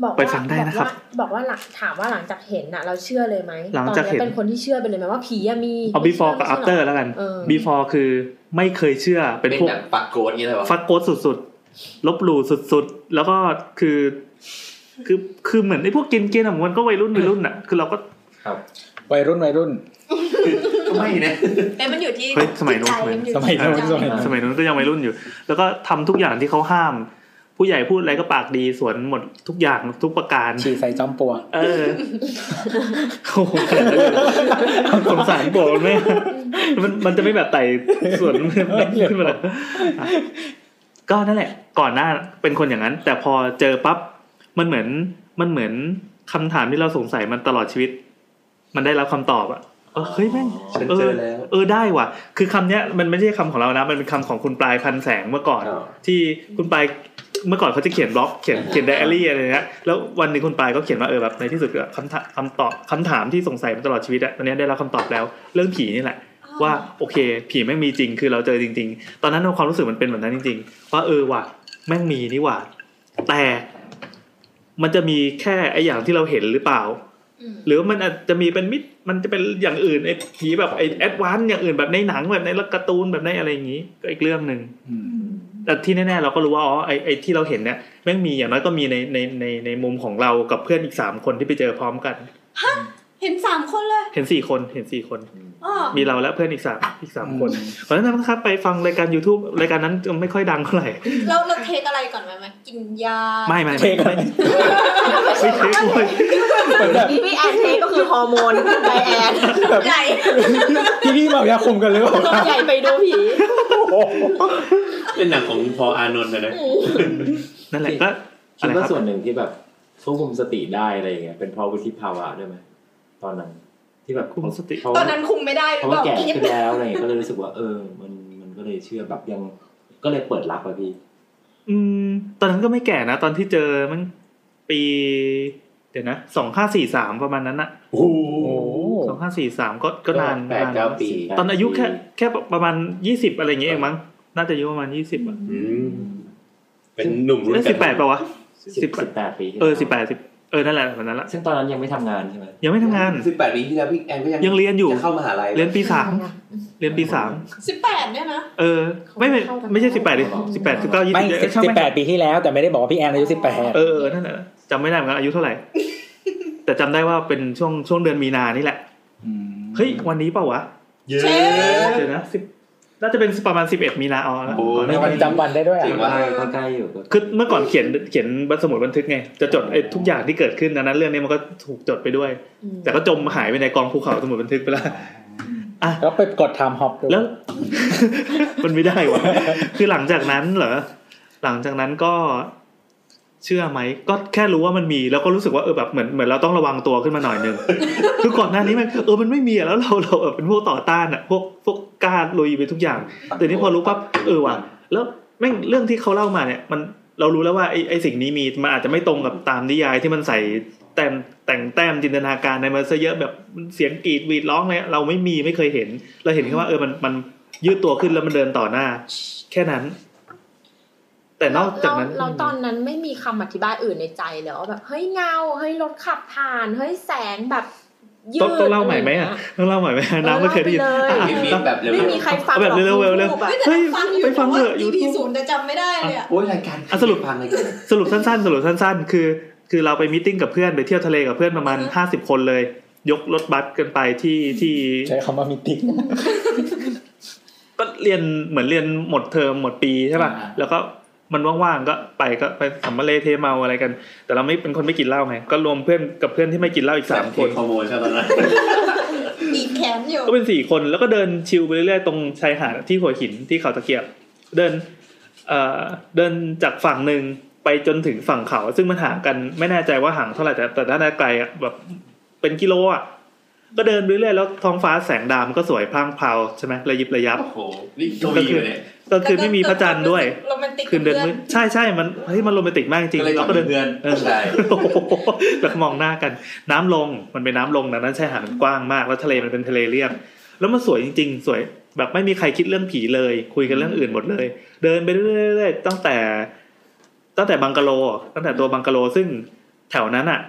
A: บอกว่า
D: ไปฟังได้นะครับ
A: บอกว่าบอกว่าหลังถามว่าหลังจากเห็นน่ะ เราเชื่อเลยไหม
D: หลังจากเห็น
A: ตอนนี้ยเป็นคนที่เชื่อไปเลยไหมว่าผีอะมี
D: เอา before กับ
A: ไม่เชื่
D: after แล้วกัน
A: เออ
D: before คือไม่เคยเชื่อเป็
G: เป็น น
D: พวก
G: แบบปากโกรธอย่างเงี้ยเลยวะ
D: ฟักโกดสุดๆ ลบหลู่สุดๆ แล้วก็คือ คือคือเหมือนไอ้พวกเกณฑ์ๆอะมันก็วัยรุ่นวัยรุ่นอ่ะ คือเราก็
B: วัยรุ่นวัยรุ่น
G: ก็ไม่นะ
E: เอ้ยมันอยู่ที่
D: เฮ้ยสมัยนู้น
E: จิตใจอยู่
B: สมัยนู้น
E: จิต
B: ส
E: ใจ
B: มัย
D: สมัยนั้นก็ยังวัยรุ่นอยู่ แล้วก็ทำทุกอย่างที่เขาห้าม ผู้ใหญ่พูดอะไรก็ปากดีสวนหมดทุกอย่างทุกประการ
B: ฉี่ใส่จอมปลวก
D: เออโอ้โหขนาดนั้นเลยเหรอสงสารโบนไหมมันมันจะไม่แบบไต่สวนขึ้นมาเลยอ่ะก็นั่นแหละ ก่อนหน้าเป็นคนอย่างนั้น แต่พอเจอปั๊บมันเหมือน มันเหมือนคำถามที่เราสงสัยมันตลอดชีวิต มันได้รับคำตอบอะเออเฮ้ยแม่ง
G: ฉันเจอแล้ว
D: เออได้ว่ะ คือคำเนี้ยมันไม่ใช่คำของเรานะ มันเป็นคำของคุณปลายพันแสงเมื่อก่อน ที่คุณปายเมื่อก่อนเขาจะเขียนบล็อกเขียนเขียนไดอารี่อะไรเงี้ยแล้ววันหนึ่งคุณปายก็เขียนว่าเออแบบในที่สุดก็คำถามคำตอบคำถามที่สงสัยมาตลอดชีวิตอะตอนนี้ได้รับคำตอบแล้ว เรื่องผีนี่แหละ ว่าโอเค ผีแม่งมีจริงคือเราเจอจริง ๆ ตอนนั้นความรู้สึกมันเป็นแบบนั้นจริง ๆ ว่าเออว่ะแม่งมีนี่หว่า แต่มันจะมีแค่ไออย่างที่เราเห็นหรือเปล่า หรือมันอาจจะมีเป็นมิตมันจะเป็นอย่างอื่นไอผีแบบไอแอดวานซ์อย่างอื่นแบบในหนังแบบในละการ์ตูนแบบในอะไรอย่างงี้ ก็อีกเรื่องหนึ่ง แต่ที่แน่ๆเราก็รู้ว่าอ๋อไอไอที่เราเห็นเนี่ยแม่งมีอย่างน้อยก็มีในในในในมุมของเรากับเพื่อนอีกสามคนที่ไปเจอพร้อมกัน
E: เห็นสามคนเลย
D: เห็นสี่คนเห็นสี่คน
E: อ้อ
D: มีเราและเพื่อนอีกสามอีกสามคน
B: อืม
D: เพราะฉะนั้นนะครับไปฟังรายการ YouTube รายการนั้นไม่ค่อยดังเท่าไหร่
E: เราเราเทคอะไรก่อนไหมไหมกินยา
D: ไม่ไม่
B: เท
D: ไม่
B: กัน
D: ไม่ใช่เว้ย
A: นี่พี่แอนเทก็คือฮอร์โม นไดแอน
E: ใหญ่
B: พี่พี่เมายาคุมกันหรือเปล่าครับ
A: ใหญ่ไปดูผี
G: เป็นหนังของพอลอานนท์นะนะ
D: นั่นแหละก็
H: คิ
D: อะ
H: ด
D: ไรค
H: ว่า
D: รับ
H: ส่วนหนึ่งที่แบบควบคุมสติได้อะไรอย่างเงี้ยเป็นเพราะวุฒิภาวะด้วยไหมตอนนั้น ที่แบบ
D: คุมสติ
H: เพราะ
E: ตอ
H: ว่าน
E: นั้นคุมไม่ได้ห
H: เพ
E: รือ
H: ราะ
E: เป
H: ว่า
E: ล่า
H: แก่
E: กิน
H: ขึ้นแล้วอะไรอย่างเงี้ยก็เลยรู้สึกว่าเออ มันมันก็เลยเชื่อแบบยังก็เลยเปิดรับอะพี่
D: อืมตอนนั้นก็ไม่แก่นะ ตอนที่เจอมันปี เดี๋ยวนะสองห้าสี่สามประมาณนั้นอะ
G: โอ้โห
B: โอ้
D: สองห้าสี่สามก็ก็นาน
G: แปด
D: นาน
G: เก้าปี
D: ตอนอายุแค่แค่ประมาณยี่สิบอะไรอย่างเงี้ยเองมั้ง น่าจะอายุประมาณยี่สิบอ่ะ
G: อืมเป็นหนุ่มรุ่น
D: เอ้ย
G: กัน
D: สิบแปดป่าวะ
H: สิบสิบแปดปีที่
D: เออสิบแปดสิบเออ นั่นแหละแบบนั้นละ
H: ซึ่งตอนนั้นยังไม่ทำงานใช่ไหม
D: ยังไม่ทำงาน
G: สิบแปดปีที่แล้วพี่แอนก็ยัง
D: ยังเรียนอยู่
G: จะเข้ามหาลัย
D: เรียนปีสามเรียนปีสาม
E: สิบแปดเนี่ยนะ
D: เออ ไม่ไม่ไม่ใช่สิบแปดดิสิบแปดสิบเก้ายี่
B: ไม่
D: สิบ
B: สิบแปดปีที่แล้วแต่ไม่ได้บอกว่าพี่แอนอายุสิบแปด
D: เออ นั่นแหละจำไม่ได้เหมือนกันอายุเท่าไหร่ แต่จำได้ว่าเป็นช่วงช่วงเดือนมีนานี่แหละ เฮ้ย วันนี้เปล่าวะ
G: เย้
D: เดี๋ยวนะสิบน่าจะเป็นประมาณสิบเอ็ดมีนาอ๋อแล้ว
G: โอ้ย
B: มันจำวันได้ด้วย
G: จริงว่า
H: ก็ใกล้อยู่ก็
D: คือเมื่อก่อนเขียนเขียนบันสมุดบันทึกไง จะจดไอ้ทุกอย่างที่เกิดขึ้นดังนั้นเรื่องนี้มันก็ถูกจดไปด้วย แต่ก็จมหายไปในกองภูเขาสมุดบันทึกไปแล้ว อ่ะ
B: แล้วไปกดไทม์ฮอปดู
D: แล้ว มันไม่ได้วะคือหลังจากนั้นเหรอหลังจากนั้นก็เชื่อไหมก็แค่รู้ว่ามันมี แล้วก็รู้สึกว่าเออแบบเหมือนเหมือนเราต้องระวังตัวขึ้นมาหน่อยหนึง คือก่อนหน้านี้มันเออมันไม่มีอะแล้วเราเราเออเป็นพวกต่อต้านอะพวกพวกกล้าลุยไปทุกอย่าง แต่นี่พอรู้ปั๊บเออว่ะแล้วแม่งเรื่องที่เขาเล่ามาเนี่ย มันเรารู้แล้วว่าไอ้ไอ้สิ่งนี้มีมันอาจจะไม่ตรงกับตามนิยายที่มันใส่แต้มแต่งแต้มจินตนาการในมันซะเยอะแบบเสียงกรีดหวีดร้องเลยเราไม่มีไม่เคยเห็น เราเห็นแค่ว่าเออมันมันยืดตัวขึ้นแล้วมันเดินต่อหน้า แค่นั้น แต่นอกจากนั้น
A: เราตอนนั้นไม่มีคำอธิบายอื่นในใจเลยว่าแบบเฮ้ยเงาเฮ้ยรถขับผ่านเฮ้ยแสงแบบยืด
D: ต้องต้องเล่าใหม่ไหมอ่ะต้องเล่าใหม่ไหม
A: ออ
D: น้ำไม่เคยได้ยิน
A: ล่าป
D: อ่ะ
A: เล
G: รีบๆแบบเร็วๆ
A: ไม่มีใครฟัง
D: เอาแบบเร็วๆเร็ว
A: ๆแบบ
E: ไม่แต่เราฟังอยู่
D: ไปฟังเถ
E: เถ
D: อะ
E: อะ EP
D: YouTube
E: ศูนย์แต่จำไม่ได้เลยอะ
F: โอ้ยรายการ
D: อ่ะสรุป
F: พังรายการ
D: สรุปสั้นๆ สรุปสั้น ๆ คือ คือเราไปมิทติ้งกับเพื่อนไปเที่ยวทะเลกับเพื่อนประมาณห้าสิบคนเลย ยกรถบัสกันไปที่ที่
B: ใช้คำว่ามิติ
D: ก็เรียนเหมือนเรียนหมดเทอมหมดปีใช่ป่ะ แล้วก็มันว่างๆก็ไปก็ไปสัมมาเลเทเมาอะไรกัน แต่เราไม่เป็นคนไม่กินเหล้าไงก็รวมเพื่อนกับเพื่อนที่ไม่กินเหล้าอีกสามคน
G: ขโมยใช่ตอนนั้น
E: บีบแขนอยู่
D: ก็เป็นสี่คนแล้วก็เดินชิลไปเรื่อยๆตรงชายหาดที่หัวหินที่เขาตะเกียบ เดินเอ่อเดินจากฝั่งหนึ่งไปจนถึงฝั่งเขา ซึ่งมันห่างกันไม่แน่ใจว่าห่างเท่าไหร่แต่แต่ด้านไกลอ่ะแบบเป็นกิโลอ่ะก็เดินไปเรื่อยๆแล้วท้องฟ้าแสงดาวมันก็สวยพรางพราวใช่ไหมระยิบระยับ
G: โอ้โหนี่กวีอยู่เนี่ย
D: ตอนคืนไม่มีพระจันทร์ด้วย
E: โรแมนติก
D: คืนเดินมืด
E: กับ
D: ใช่ใช่มันเฮ้ยมันโรแมนติกมากจริง
G: ก็
D: ๆเราก็
G: เลยจับ
D: เดิน
G: เพื่อน
D: เออ
G: ใช่
D: โอ้โห แล้วก็มองหน้ากัน น้ำลงมันเป็นน้ำลงดังนั้นชายหาดมันกว้างมากแล้วทะเลมันเป็นทะเลเรียบ แล้วมันสวยจริง ๆ สวย แบบไม่มีใครคิดเรื่องผีเลย คุยกันเรื่องอื่นหมดเลย เดินไปเรื่อยๆตั้งแต่ ตั้งแต่บังกะโล ตั้งแต่ตัวบังกะโลซึ่งแถวนั้นอะ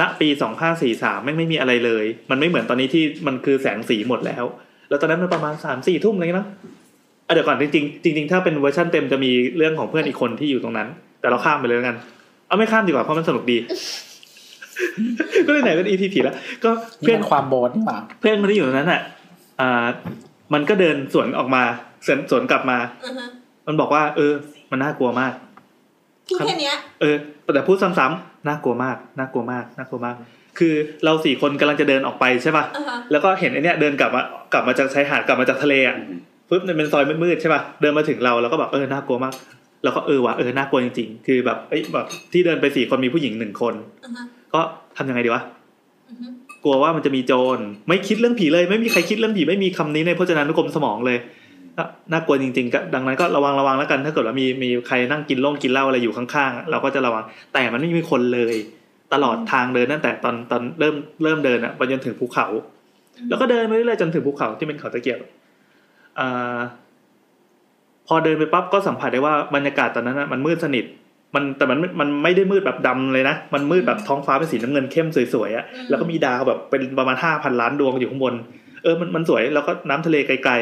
D: ณปีสองพันสี่สามไม่งไม่มีอะไรเลย มันไม่เหมือนตอนนี้ที่มันคือแสงสีหมดแล้ว แล้วตอนนั้นมันประมาณสามสี่ทุ่มอะไรเงี้ยเนอะอ่ะเดี๋ยวก่อนจริงๆจริงๆถ้าเป็นเวอร์ชันเต็มจะมีเรื่องของเพื่อนอีกคนที่อยู่ตรงนั้น แต่เราข้ามไปเลยแล้วกัน เอาไม่ข้ามดีกว่าเพราะมันสนุกดี ก็เลยไหนเป็นอีพีผีแล้ว ก็เพื่
B: เพื่
D: อ
B: อน นความโบนนี่หว่า
D: เพื่อนคนที่อยู่ตรงนั้นอ่ะ อ่า มันก็เดินสวนออกมาสวนสวนกลับมา
E: อือฮะ
D: มันบอกว่า เออ มันน่ากลัวมาก
E: พูดแค่เนี้ย
D: เออแต่พูดซ้ำๆน่ากลัวมากน่ากลัวมากน่ากลัวมาก คือเราสี่คนกำลังจะเดินออกไปใช่ป่ะ
E: อ่าฮะ
D: แล้วก็เห็นไอเนี้ยเดินกลับมากลับมาจากชายหาดกลับมาจากทะเลอ่ะปุ๊บมันเป็นซอยมืดๆใช่ป่ะเดินมาถึงเราแล้วก็แบบเออน่ากลัวมากแล้วก็เออว่ะเออน่ากลัวจริงๆ คือแบบเอ้ยแบบที่เดินไปสี่คนมีผู้หญิงหนึ่งคน
E: อือฮะ
D: ก็ทำยังไงดีวะ
E: อือฮะ
D: กลัวว่ามันจะมีโจรไม่คิดเรื่องผีเลยไม่มีใครคิดเรื่องผีไม่มีคำนี้ในพจนานุกรมสมองเลยก็น่ากลัวจริงๆก็ดังนั้นก็ระวังระวังแล้วกัน ถ้าเกิดว่ามีมีใครนั่งกินล่งกินเหล้าอะไรอยู่ข้างๆเราก็จะระวังแต่มันไม่มีคนเลย ตลอดทางเดินตั้งแต่ตอนตอนเริ่มเริ่มเดินอะไปจนถึงภูเขา แล้วก็เดินไปเรื่อยๆจนถึงภูเขาที่เป็นเขาตะเกียบอ่าพอเดินไปปั๊บก็สัมผัสได้ว่าบรรยากาศตอนนั้นอะมันมืดสนิท มันแต่มันมันไม่ได้มืดแบบดำเลยนะ มันมืดแบบท้องฟ้าเป็นสีน้ำเงินเข้มสวยๆอะ่ะ แล้วก็มีดาวแบบเป็นประมาณห้าพันล้านดวงอยู่ข้างบน เออมันมันสวยแล้วก็น้ำทะเลไกล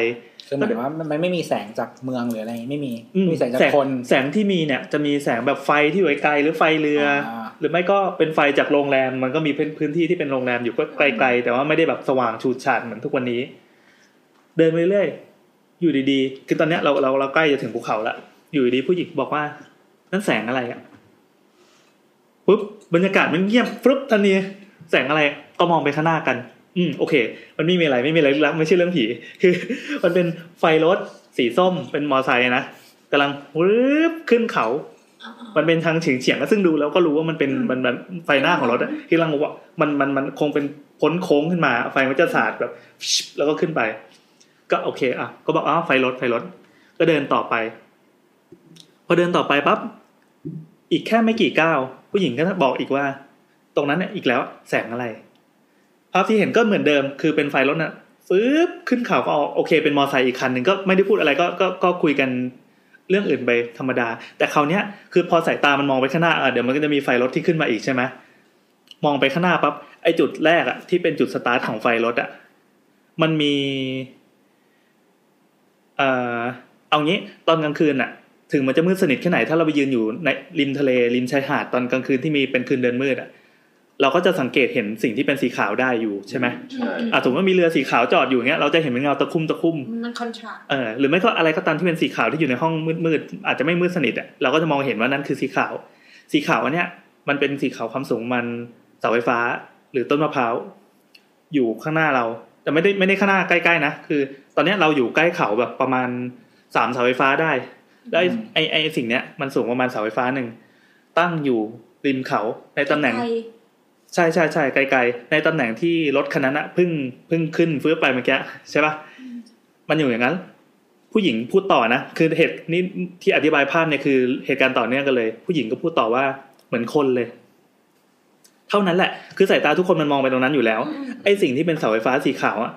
B: คือหมายถึงว่ามันไม่มีแสงจากเมืองหรืออะไรไม่มี
D: ๆอื
B: ไม่มีแสงจากคน
D: แสงที่มีเนี่ย จะมีแสงแบบไฟที่อยู่ไกลๆหรือไฟเรือ
B: า
D: หรือไม่ก็เป็นไฟจากโรงแรม มันก็มีพื้นพื้นที่ที่เป็นโรงแรมอยู่ก็ไกลๆ แต่ว่าไม่ได้แบบสว่างฉูดฉาดเหมือนทุกวันนี้ เดินไปเรื่อยอยู่ดีๆ คือตอนเนี้ยเราเราเราใกล้จะถึงภูเขาละอยู่ดีๆผู้หญิงบอกว่า นั่นแสงอะไรอะปุ๊บบรรยากาศมันเงียบฟรึบทันทีแสงอะไรก็มองไปข้างหน้ากัน อืมโอเค มันไม่มีอะไรไม่มีอะไรลึกลับไม่ใช่เรื่องผี คือ มันเป็นไฟรถสีส้มเป็นมอไซค์นะกำลังวืบขึ้นเขา มันเป็นทางเฉียงเฉียงๆอะซึ่งดูแล้วก็รู้ว่ามันเป็นมันมันไฟหน้าของรถอะที่กำลังว่ามันมันมันคงเป็นพ้นโค้งขึ้นมา ไฟมันจะสาดแบบชิบแล้วก็ขึ้นไป ก็โอเคอ่ะก็บอกอ้าวไฟรถไฟรถ ก็เดินต่อไป พอเดินต่อไปปั๊บอีกแค่ไม่กี่ก้าวผู้หญิงก็บอกอีกว่า ตรงนั้นเนี่ยอีกแล้วแสงอะไรภาพที่เห็นก็เหมือนเดิม คือเป็นไฟรถน่ะฟืบขึ้นเขาก็ออกโอเค เป็นมอไซค์อีกคันหนึ่งก็ไม่ได้พูดอะไรก็ก็ก็คุยกัน เรื่องอื่นไปธรรมดา แต่คราวเนี้ยคือพอสายตามันมองไปข้างหน้าอ่ะเดี๋ยวมันก็จะมีไฟรถที่ขึ้นมาอีกใช่ไหมมองไปข้างหน้าปั๊บไอจุดแรกอะที่เป็นจุดสตาร์ทของไฟรถอะมันมี เอ่อเอางี้ตอนกลางคืนอะถึงมันจะมืดสนิทแค่ไหน ถ้าเราไปยืนอยู่ในริมทะเลริมชายหาดตอนกลางคืนที่มีเป็นคืนเดินมืดอะเราก็จะสังเกตเห็นสิ่งที่เป็นสีขาวได้อยู่ใช่ไหม
G: ใช่
D: อ่ะสมมติว่ามีเรือสีขาวจอดอยู่อย่างเงี้ยเราจะเห็นเป็นเงาตะคุ่มตะคุ่ม
E: มันคอนทราสต์
D: เออหรือไม่ก็อะไรก็ตามที่เป็นสีขาวที่อยู่ในห้องมืดๆอาจจะไม่มืดสนิทอ่ะเราก็จะมองเห็นว่านั่นคือสีขาว สีขาวอันเนี้ยมันเป็นสีขาวความสูงมันเสาไฟฟ้า หรือต้นมะพร้าวอยู่ข้างหน้าเรา แต่ไม่ได้ไม่ได้ข้างหน้าใกล้ๆนะคือ ตอนเนี้ยเราอยู่ใกล้เขาแบบประมาณสามเสาไฟฟ้าได้ แล้วไอ้
B: อืม
D: ไอไอสิ่งเนี้ยมันสูงประมาณเสาไฟฟ้าหนึ่งตั้งอยู่ริมเขาในตำแหน่ง ใช่ใช่ใช่ไกลๆ ในตำแหน่งที่รถคันนั้นอะเพึ่งเพึ่งขึ้นฟื้นไปเมื่อกี้ใช่ปะมันอยู่อย่างนั้น ผู้หญิงพูดต่อนะคือเหตุนี่ที่อธิบายภาพเนี่ยคือเหตุการณ์ต่อเนื่องกันเลย ผู้หญิงก็พูดต่อว่าเหมือนคนเลย เท่านั้นแหละ คือสายตาทุกคนมันมองไปตรงนั้นอยู่แล้ว ไอ้สิ่งที่เป็นเสาไฟฟ้าสีขาวอะ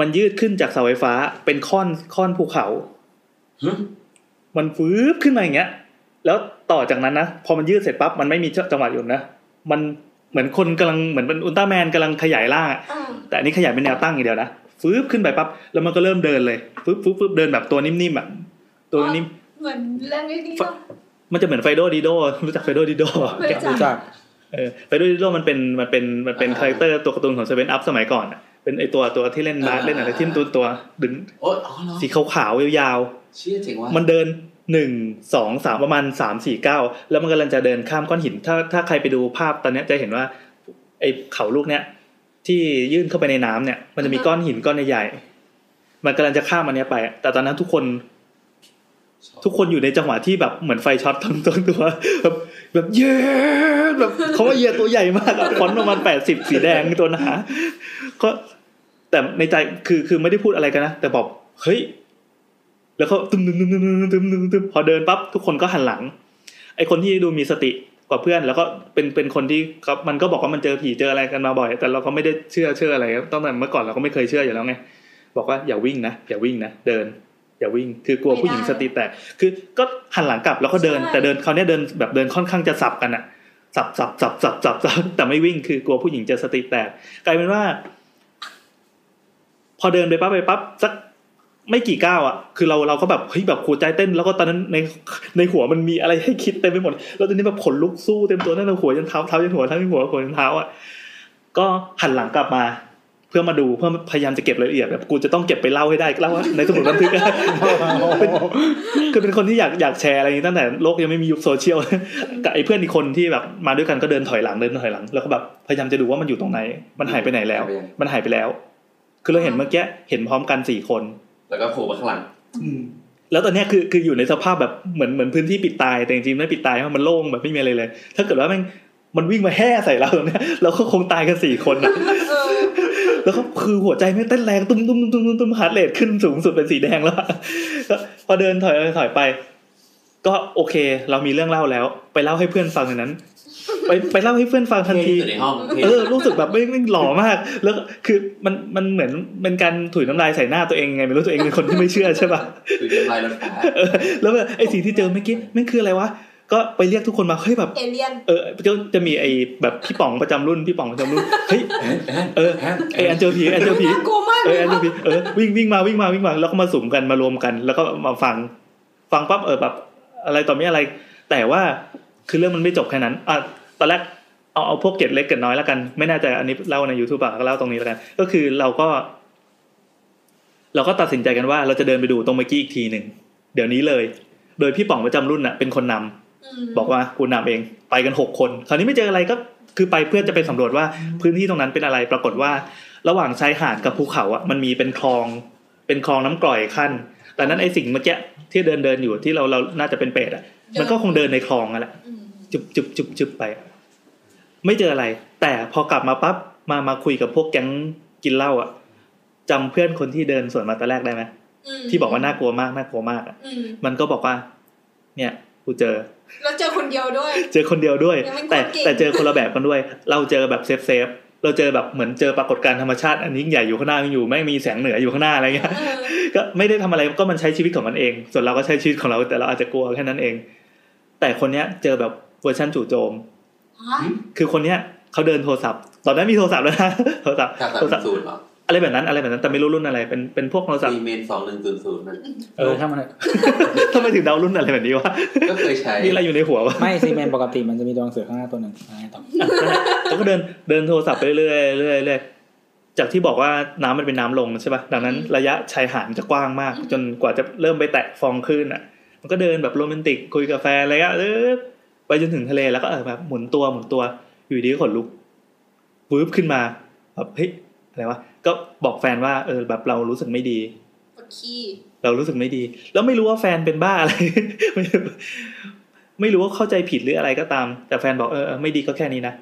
D: มันยืดขึ้นจากเสาไฟฟ้าเป็นค้อนค้อนภูเขา
G: หึ
D: มันฟื้บขึ้นมาอย่างเงี้ย แล้วต่อจากนั้นนะพอมันยืดเสร็จปั๊บมันไม่มีจังหวะหยุดนะมันเหมือนคนกำลังเหมือนเป็นอุลตร้าแมนกำลังขยายร่างอะแต่อันนี้ขยายเป็นแนวตั้งอย่างเดียวนะฟืบขึ้นไปปั๊บแล้วมันก็เริ่มเดินเลยฟืบฟืบฟืบเดินแบบตัวนิ่มๆแบบตัวนิ่ม
E: เหมือนเรื่องนี้ที่
D: มันจะเหมือนไฟโดดีโดรู้จักไฟโดดีโด
E: ไม่รู้จัก
B: จาก
D: เออไฟโดดีโดมันเป็นมันเป็นมันเป็น
G: อ่า
D: คาแรคเตอร์ตัวการ์ตูนของเซเว่นอัพสมัยก่อนอะเป็นไอตัวตัวที่เล่นบาส
G: อ่า
D: เล่นอะไรที่มันตัวตัวดึง
G: โอ๊ยอ๋อเหรอ
D: สีขาวๆยาวๆ
G: เชื่อเจ๋งว่ะ
D: มันเดินหนึ่งสองสามประมาณสามสี่เก้าแล้วมันกำลังจะเดินข้ามก้อนหิน ถ้าถ้าใครไปดูภาพตอนเนี้ยจะเห็นว่าไอ้เขาลูกเนี้ยที่ยื่นเข้าไปในน้ำเนี่ย มันจะมีก้อนหินก้อนใหญ่ๆมันกำลังจะข้ามอันเนี้ยไป แต่ตอนนั้นทุกคนทุกคนอยู่ในจังหวะที่แบบเหมือนไฟช็อตทั้ งทั้งตัวแบบแบบเย้แบบเขาว่าเยียตัวใหญ่มากอะฟ อนต์ประมาณแปดสิบสีแดงตัวหนาก็แต่ในใจคือคือไม่ได้พูดอะไรกันนะแต่บอกเฮ้ย แล้วก็ตึมตึมตึมตึมตึมตึมตึมตึมพอเดินปั๊บทุกคนก็หันหลัง ไอคนที่ดูมีสติกว่าเพื่อน แล้วก็เป็นเป็นคนที่ครับมันก็บอกว่ามันเจอผีเจออะไรกันมาบ่อย แต่เราก็ไม่ได้เชื่อเชื่ออะไรตั้งแต่เมื่อก่อนเราก็ไม่เคยเชื่ออยู่แล้วไงบอกว่าอย่าวิ่งนะอย่าวิ่งนะเดิน อย่าวิ่งคือกลัวผู้หญิงสติแตกคือก็หันหลังกลับแล้วก็เดิน แต่เดินคราวเนี้ยเดินแบบเดินค่อนข้างจะสับกันอะสับสับสับสับสับสับแต่ไม่วิ่งคือกลัวผู้หญิงจะสติแตกกลายเป็นว่า พอเดินไปปั๊บไปปั๊บสัก ไม่กี่ก้าวอ่ะ คือเราเราก็แบบเฮ้ยแบบหัวใจเต้น แล้วก็ตอนนั้นในในหัวมันมีอะไรให้คิดเต็มไปหมด แล้วตอนนี้แบบขนลุกสู้เต็มตัวนั่นเราหัวจนเท้าเท้าจนหัวเท้าจนหัวหัวจนเท้าอ่ะ ก็หันหลังกลับมา เพื่อมาดูเพื่อพยายามจะเก็บรายละเอียดแบบกูจะต้องเก็บไปเล่าให้ได้เล่าในสมุดบันทึกอะ เป็น คือเป็นคนที่อยากอยากแชร์อะไรอย่างนี้ตั้งแต่โลกยังไม่มียุคโซเชียล กับไอ้เพื่อนอีกคนที่แบบมาด้วยกันก็เดินถอยหลังเดินถอยหลัง แล้วก็แบบพยายามจะดูว่ามันอยู่ตรงไหน มันหายไปไหนแล้ว มันหายไปแล้ว คือเราเห็นเมื่อกี้เห็นพร้อมกันสี่คน
G: แล้วก็โผล่มาข้างหลัง
D: แล้วตอนเนี้ยคือคืออยู่ในสภาพแบบเหมือนเหมือนพื้นที่ปิดตายแต่จริงๆไม่ปิดตายมันโล่งแบบไม่มีอะไรเลย ถ้าเกิดว่ามันมันวิ่งมาแห่ใส่เราเนี่ย เราก็คงตายกันสี่คนนะแล้วก็คือหัวใจไม่งเต้นแรงตุ้มตุ้มตุ้มตุ้มตุ้มตุ้มฮาร์ดเรทขึ้นสูงสุดเป็นสีแดงแล้วอะ ก็พอเดินถอยถอยไป ก็โอเค เรามีเรื่องเล่าแล้ว ไปเล่าให้เพื่อนฟังในนั้น ไปไปเล่าให้เพื่อนฟังทันที
G: อยู่ในห้องเท่
D: เออรู้สึกแบบไม่ไม่หล่อมาก แล้วก็คือมันมันเหมือนเป็นการถุยน้ำลายใส่หน้าตัวเองไงไม่รู้ตัวเองเป็นคนที่ไม่เชื่อใช่ปะ
G: คือเรียบร้อยแล้วค่ะ
D: เออ แล้วแบบไอสิ่งที่เจอเมื่อกี้แม่งคืออะไรวะ ก็ไปเรียกทุกคนมา เฮ้ยแบบ
E: เอเลียน
D: เออจะจะมีไอแบบพี่ป๋องประจำรุ่น พี่ป๋องประจำรุ่น เฮ้ย
G: แอนแอน
D: เออ
G: แอน
D: ไอแอนเจอผีแอนเจอผี
E: กลัวมาก
D: เออแอนเจอผี เออ วิ่งวิ่งมาวิ่งมาวิ่งมา แล้วก็มาสุมกันมารวมกัน แล้วก็มาฟัง ฟังปั๊บเออแบบอะไรต่อมีอะไร แต่ว่าคือเรื่องมันไม่จบแค่นั้น อ่ะ ตอนแรกเอาเอาพวกเกร็ดเล็กเกร็ดน้อยแล้วกัน ไม่น่าจะอันนี้เล่าใน YouTube อ่ะก็เล่าตรงนี้แล้วกัน ก็คือเราก็ เราก็ตัดสินใจกันว่าเราจะเดินไปดูตรงเมื่อกี้อีกทีหนึ่ง เดี๋ยวนี้เลย โดยพี่ป๋องประจำรุ่นน่ะเป็นคนนำ บอกว่ากูนำเองไปกันหกคน คราวนี้ไม่เจออะไรก็คือไปเพื่อจะไปสำรวจว่าพื้นที่ตรงนั้นเป็นอะไร ปรากฏว่า ระหว่างชายหาดกับภูเขาอ่ะมันมีเป็นคลอง เป็นคลองน้ำกร่อยขั้นแต่นั้นไอ้สิ่งเมื่อกี้ที่เดินเดินอยู่ที่เราเราน่าจะเป็นเป็ดอ่ะ มันก็คงเดินในคลองนั่นแหละ จุบจุบจุบจุบไป ไม่เจออะไร แต่พอกลับมาปั๊บมามาคุยกับพวกแก๊งกินเหล้าอ่ะจำเพื่อนคนที่เดินสวนมาตอนแรกได้ไหมที่บอกว่าน่ากลัวมากน่ากลัวมากอ่ะมันก็บอกว่า เนี่ยกูเจอ
E: แล้วเจอคนเดียวด้วย
D: เจอคนเดียวด้วย
E: ยังไม่
D: แต่
E: คนเก่ง
D: แต่เจอคนละแบบกันด้วย เราเจอแบบเซฟเซฟๆเราเจอแบบเหมือนเจอปรากฏการณ์ธรรมชาติอันยิ่งใหญ่อยู่ข้างหน้ามันอยู่แม่งมีแสงเหนืออยู่ข้างหน้าอะไรเงี้ย
E: เออ
D: ก็ไม่ได้ทำอะไรก็มันใช้ชีวิตของมันเอง ส่วนเราก็ใช้ชีวิตของเราแต่เราอาจจะกลัวแค่นั้นเอง แต่คนเนี้ยเจอแบบเวอร์ชันจู่โจม
E: ฮะ
D: คือคนเนี้ยเขาเดินโทรศัพท์ ตอนนั้นมีโทรศัพท์แล้วนะ โทรศัพท์
G: ถ้าสา
D: โทรศัพ
G: ม
D: ท์
G: ศูนย์เหรอ
D: อะไรแบบนั้นอะไรแบบนั้นแต่ไม่รู้รุ่นอะไรเป็นเป็นพวกโทรศัพท์
G: มีเมนสองหนึ่งศูนย์ศูนย์นั่น
B: เออถ้ามัน
D: ทำไมถึงเดารุ่นอะไรแบบนี้วะ
G: ก็เคยใช้
D: มีอะไรอยู่ในหัววะ
B: ไม่ซีเมนปกติมันจะมีตัวหนังสือข้างหน้าตัวหนึ่งอ่ะต่อ
D: แล้วก็เดินเดินโทรศัพท์ไปเรื่อยๆเรื่อยๆเรื่อยๆจากที่บอกว่าน้ำมันเป็นน้ำลงใช่ป่ะดังนั้นระยะชายหาดมันจะกว้างมาก จนกว่าจะเริ่มไปแตะฟองคลื่นอ่ะ มันก็เดินแบบโรแมนติกคุยกับแฟนอะไรก็เออไปจนถึงทะเลแล้วก็เออแบบหมุนตัวหมุนตัวอยู่ดีก็ขนลุกวืบขึ้นมาแบบเฮ้ยอะไรวะ ก็บอกแฟนว่าเออแบบเรารู้สึกไม่ดี
C: ปวดขี้
D: เรารู้สึกไม่ดี แล้วไม่รู้ว่าแฟนเป็นบ้าอะไร ไม่รู้ไม่รู้ว่าเข้าใจผิดหรืออะไรก็ตาม แต่แฟนบอกเออเออไม่ดีก็แค่นี้นะ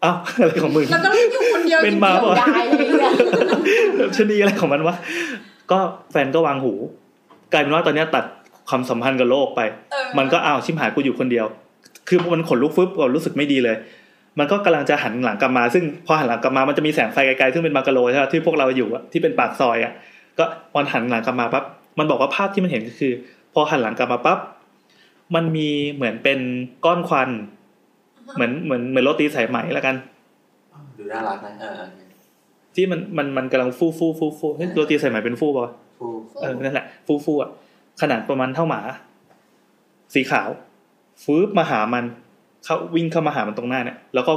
D: เอ้าวอะไรของมึง
C: แล้วก็เล่นอยู่คนเดียว
D: เป็นหมา
C: กิ
D: เปล่า
C: กี่ยวได้อะไรอย่างเงี้ย
D: แบบ ชะนีอะไรของมันวะก็แฟนก็วางหู กลายเป็นว่าตอนเนี้ยตัดความสัมพันธ์กับโลกไป
C: เออ
D: มันก็อ้าวชิมหายกูอยู่คนเดียว คือมันขนลุกฟึบก็รู้สึกไม่ดีเลย มันก็กำลังจะหันหลังกลับมา ซึ่งพอหันหลังกลับมา มันจะมีแสงไฟไกลๆ ซึ่งเป็นบังกะโลใช่ไหมที่พวกเราอยู่อะที่เป็นปากซอยอะก็มันหันหลังกลับมาปั๊บ มันบอกว่าภาพที่มันเห็นก็คือ พอหันหลังกลับมาปั๊บ มันมีเหมือนเป็นก้อนควัน เหมือนเหมือนเหมือนโรตีสายไหมแล้วกัน
G: ดูน่ารักนะเออเออ
D: ที่มันมันมันกำลังฟูฟูฟูฟูเฮ้ยโรตีสายไหมเป็นฟูป่ะวะ
G: ผู้
D: เออ นั่นแหละ ฟูฟูอ่ะ ขนาดประมาณเท่าหมา สีขาวฟืบมาหามัน เข้าวิ่งเข้ามาหามันตรงหน้าเนี่ย แล้วก็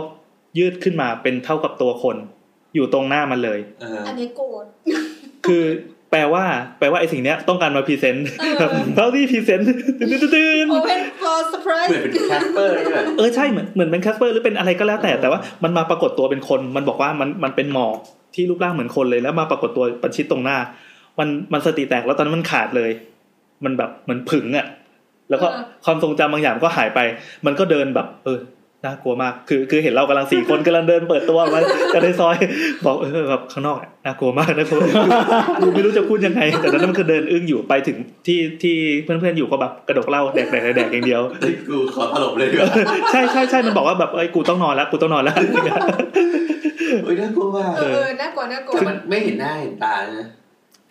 D: ยืดขึ้นมาเป็นเท่ากับตัวคน อยู่ตรงหน้ามันเลย
G: เออ
E: อันนี้โกรธ
D: คือแปลว่า แปลว่าไอ้สิ่งเนี้ยต้องการมาพรีเซนต์แบบ เท่าที่พรีเซนต์ตื่นตื่นตื่น
C: โอเพนฟอร์เซอร์ไพรส์
G: เหมือนเป็นแคสเปอร์ด้วย
D: เออใช่เหมือนเหมือนเป็นแคสเปอร์หรือเป็นอะไรก็แล้วแต่ แต่ว่ามันมาปรากฏตัวเป็นคน มันบอกว่ามันมันเป็นหมอกที่รูปร่างเหมือนคนเลย แล้วมาปรากฏตัวประชิดตรงหน้า มันมันสติแตกแล้วตอนนั้นมันขาดเลย มันแบบเหมือนผึ่งอะแล้วก็ความทรงจำบางอย่างก็หายไป มันก็เดินแบบ เออน่ากลัวมาก คือคือเห็นเรากำลังสี่คนกำลังเดินเปิดตัวมาจะในซอย บอกเออแบบข้างนอกอะน่ากลัวมากนะคุณคือไม่รู้จะพูดยังไง แต่ตอนนั้นมันก็เดินอึ้งอยู่ไปถึงที่ที่เพื่อนๆอยู่ก็แบบกระดกเหล้าแดกแดกแดกอย่างเดียว
G: เออกูขอถล่มเลยดีกว่า
D: ใช่ใช่ใช่มันบอกว่าแบบไอ้ยกูต้องนอนแล้วกูต้องน อนแล้ว
G: อุ้ยน่ากลัวว่ะ
C: เออน่ากลัวน่ากลัว
G: แต่มันไม่เห็นหน้าเห็นตานะ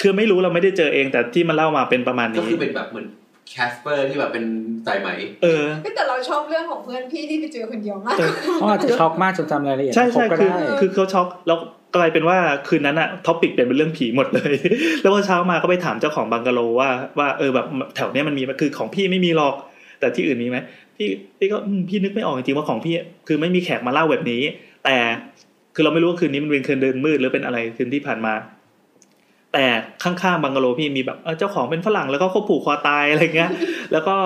D: คือไม่รู้เราไม่ได้เจอเองแต่ที่มันเล่ามาเป็นประมาณ
G: ก็
D: นี้
G: คือเป็นแบบเหมือนแคสเปอร์ที่แบบเป็นสายไหม
D: เออ
E: ไม่แต่เราชอบเรื่องของเพื่อนพี่ที่ไปเจอคนเดียวมาก
B: เขาอาจจะช็อกมากจนจำรายละเอียด
D: ใช่
B: ไม่ครบก็
D: ใช่คือ
B: ได้
D: คือเขาช็อกแล้วกลายเป็นว่าคืนนั้นอะท็อปิกเปลี่ยนเป็นเรื่องผีหมดเลย แล้วพอเช้ามาก็ไปถามเจ้าของบังกะโลว่าว่าเออแบบแถวเนี้ยมันมีไหมคือของพี่ไม่มีหรอก แต่ที่อื่นมีไหมพี่พี่ก็อืมพี่นึกไม่ออกจริงๆว่าของพี่คือไม่มีแขกมาเล่าแบบนี้ แต่คือเราไม่รู้ว่าคืนนี้มันเป็นคืนเดินมืดหรือเป็นอะไรคืนที่ผ่านมา แต่ข้างๆบังกะโลพี่มีแบบเออเจ้าของเป็นฝรั่งแล้วก็เขาผูกคอตายอะไรเงี้ย แล้วก็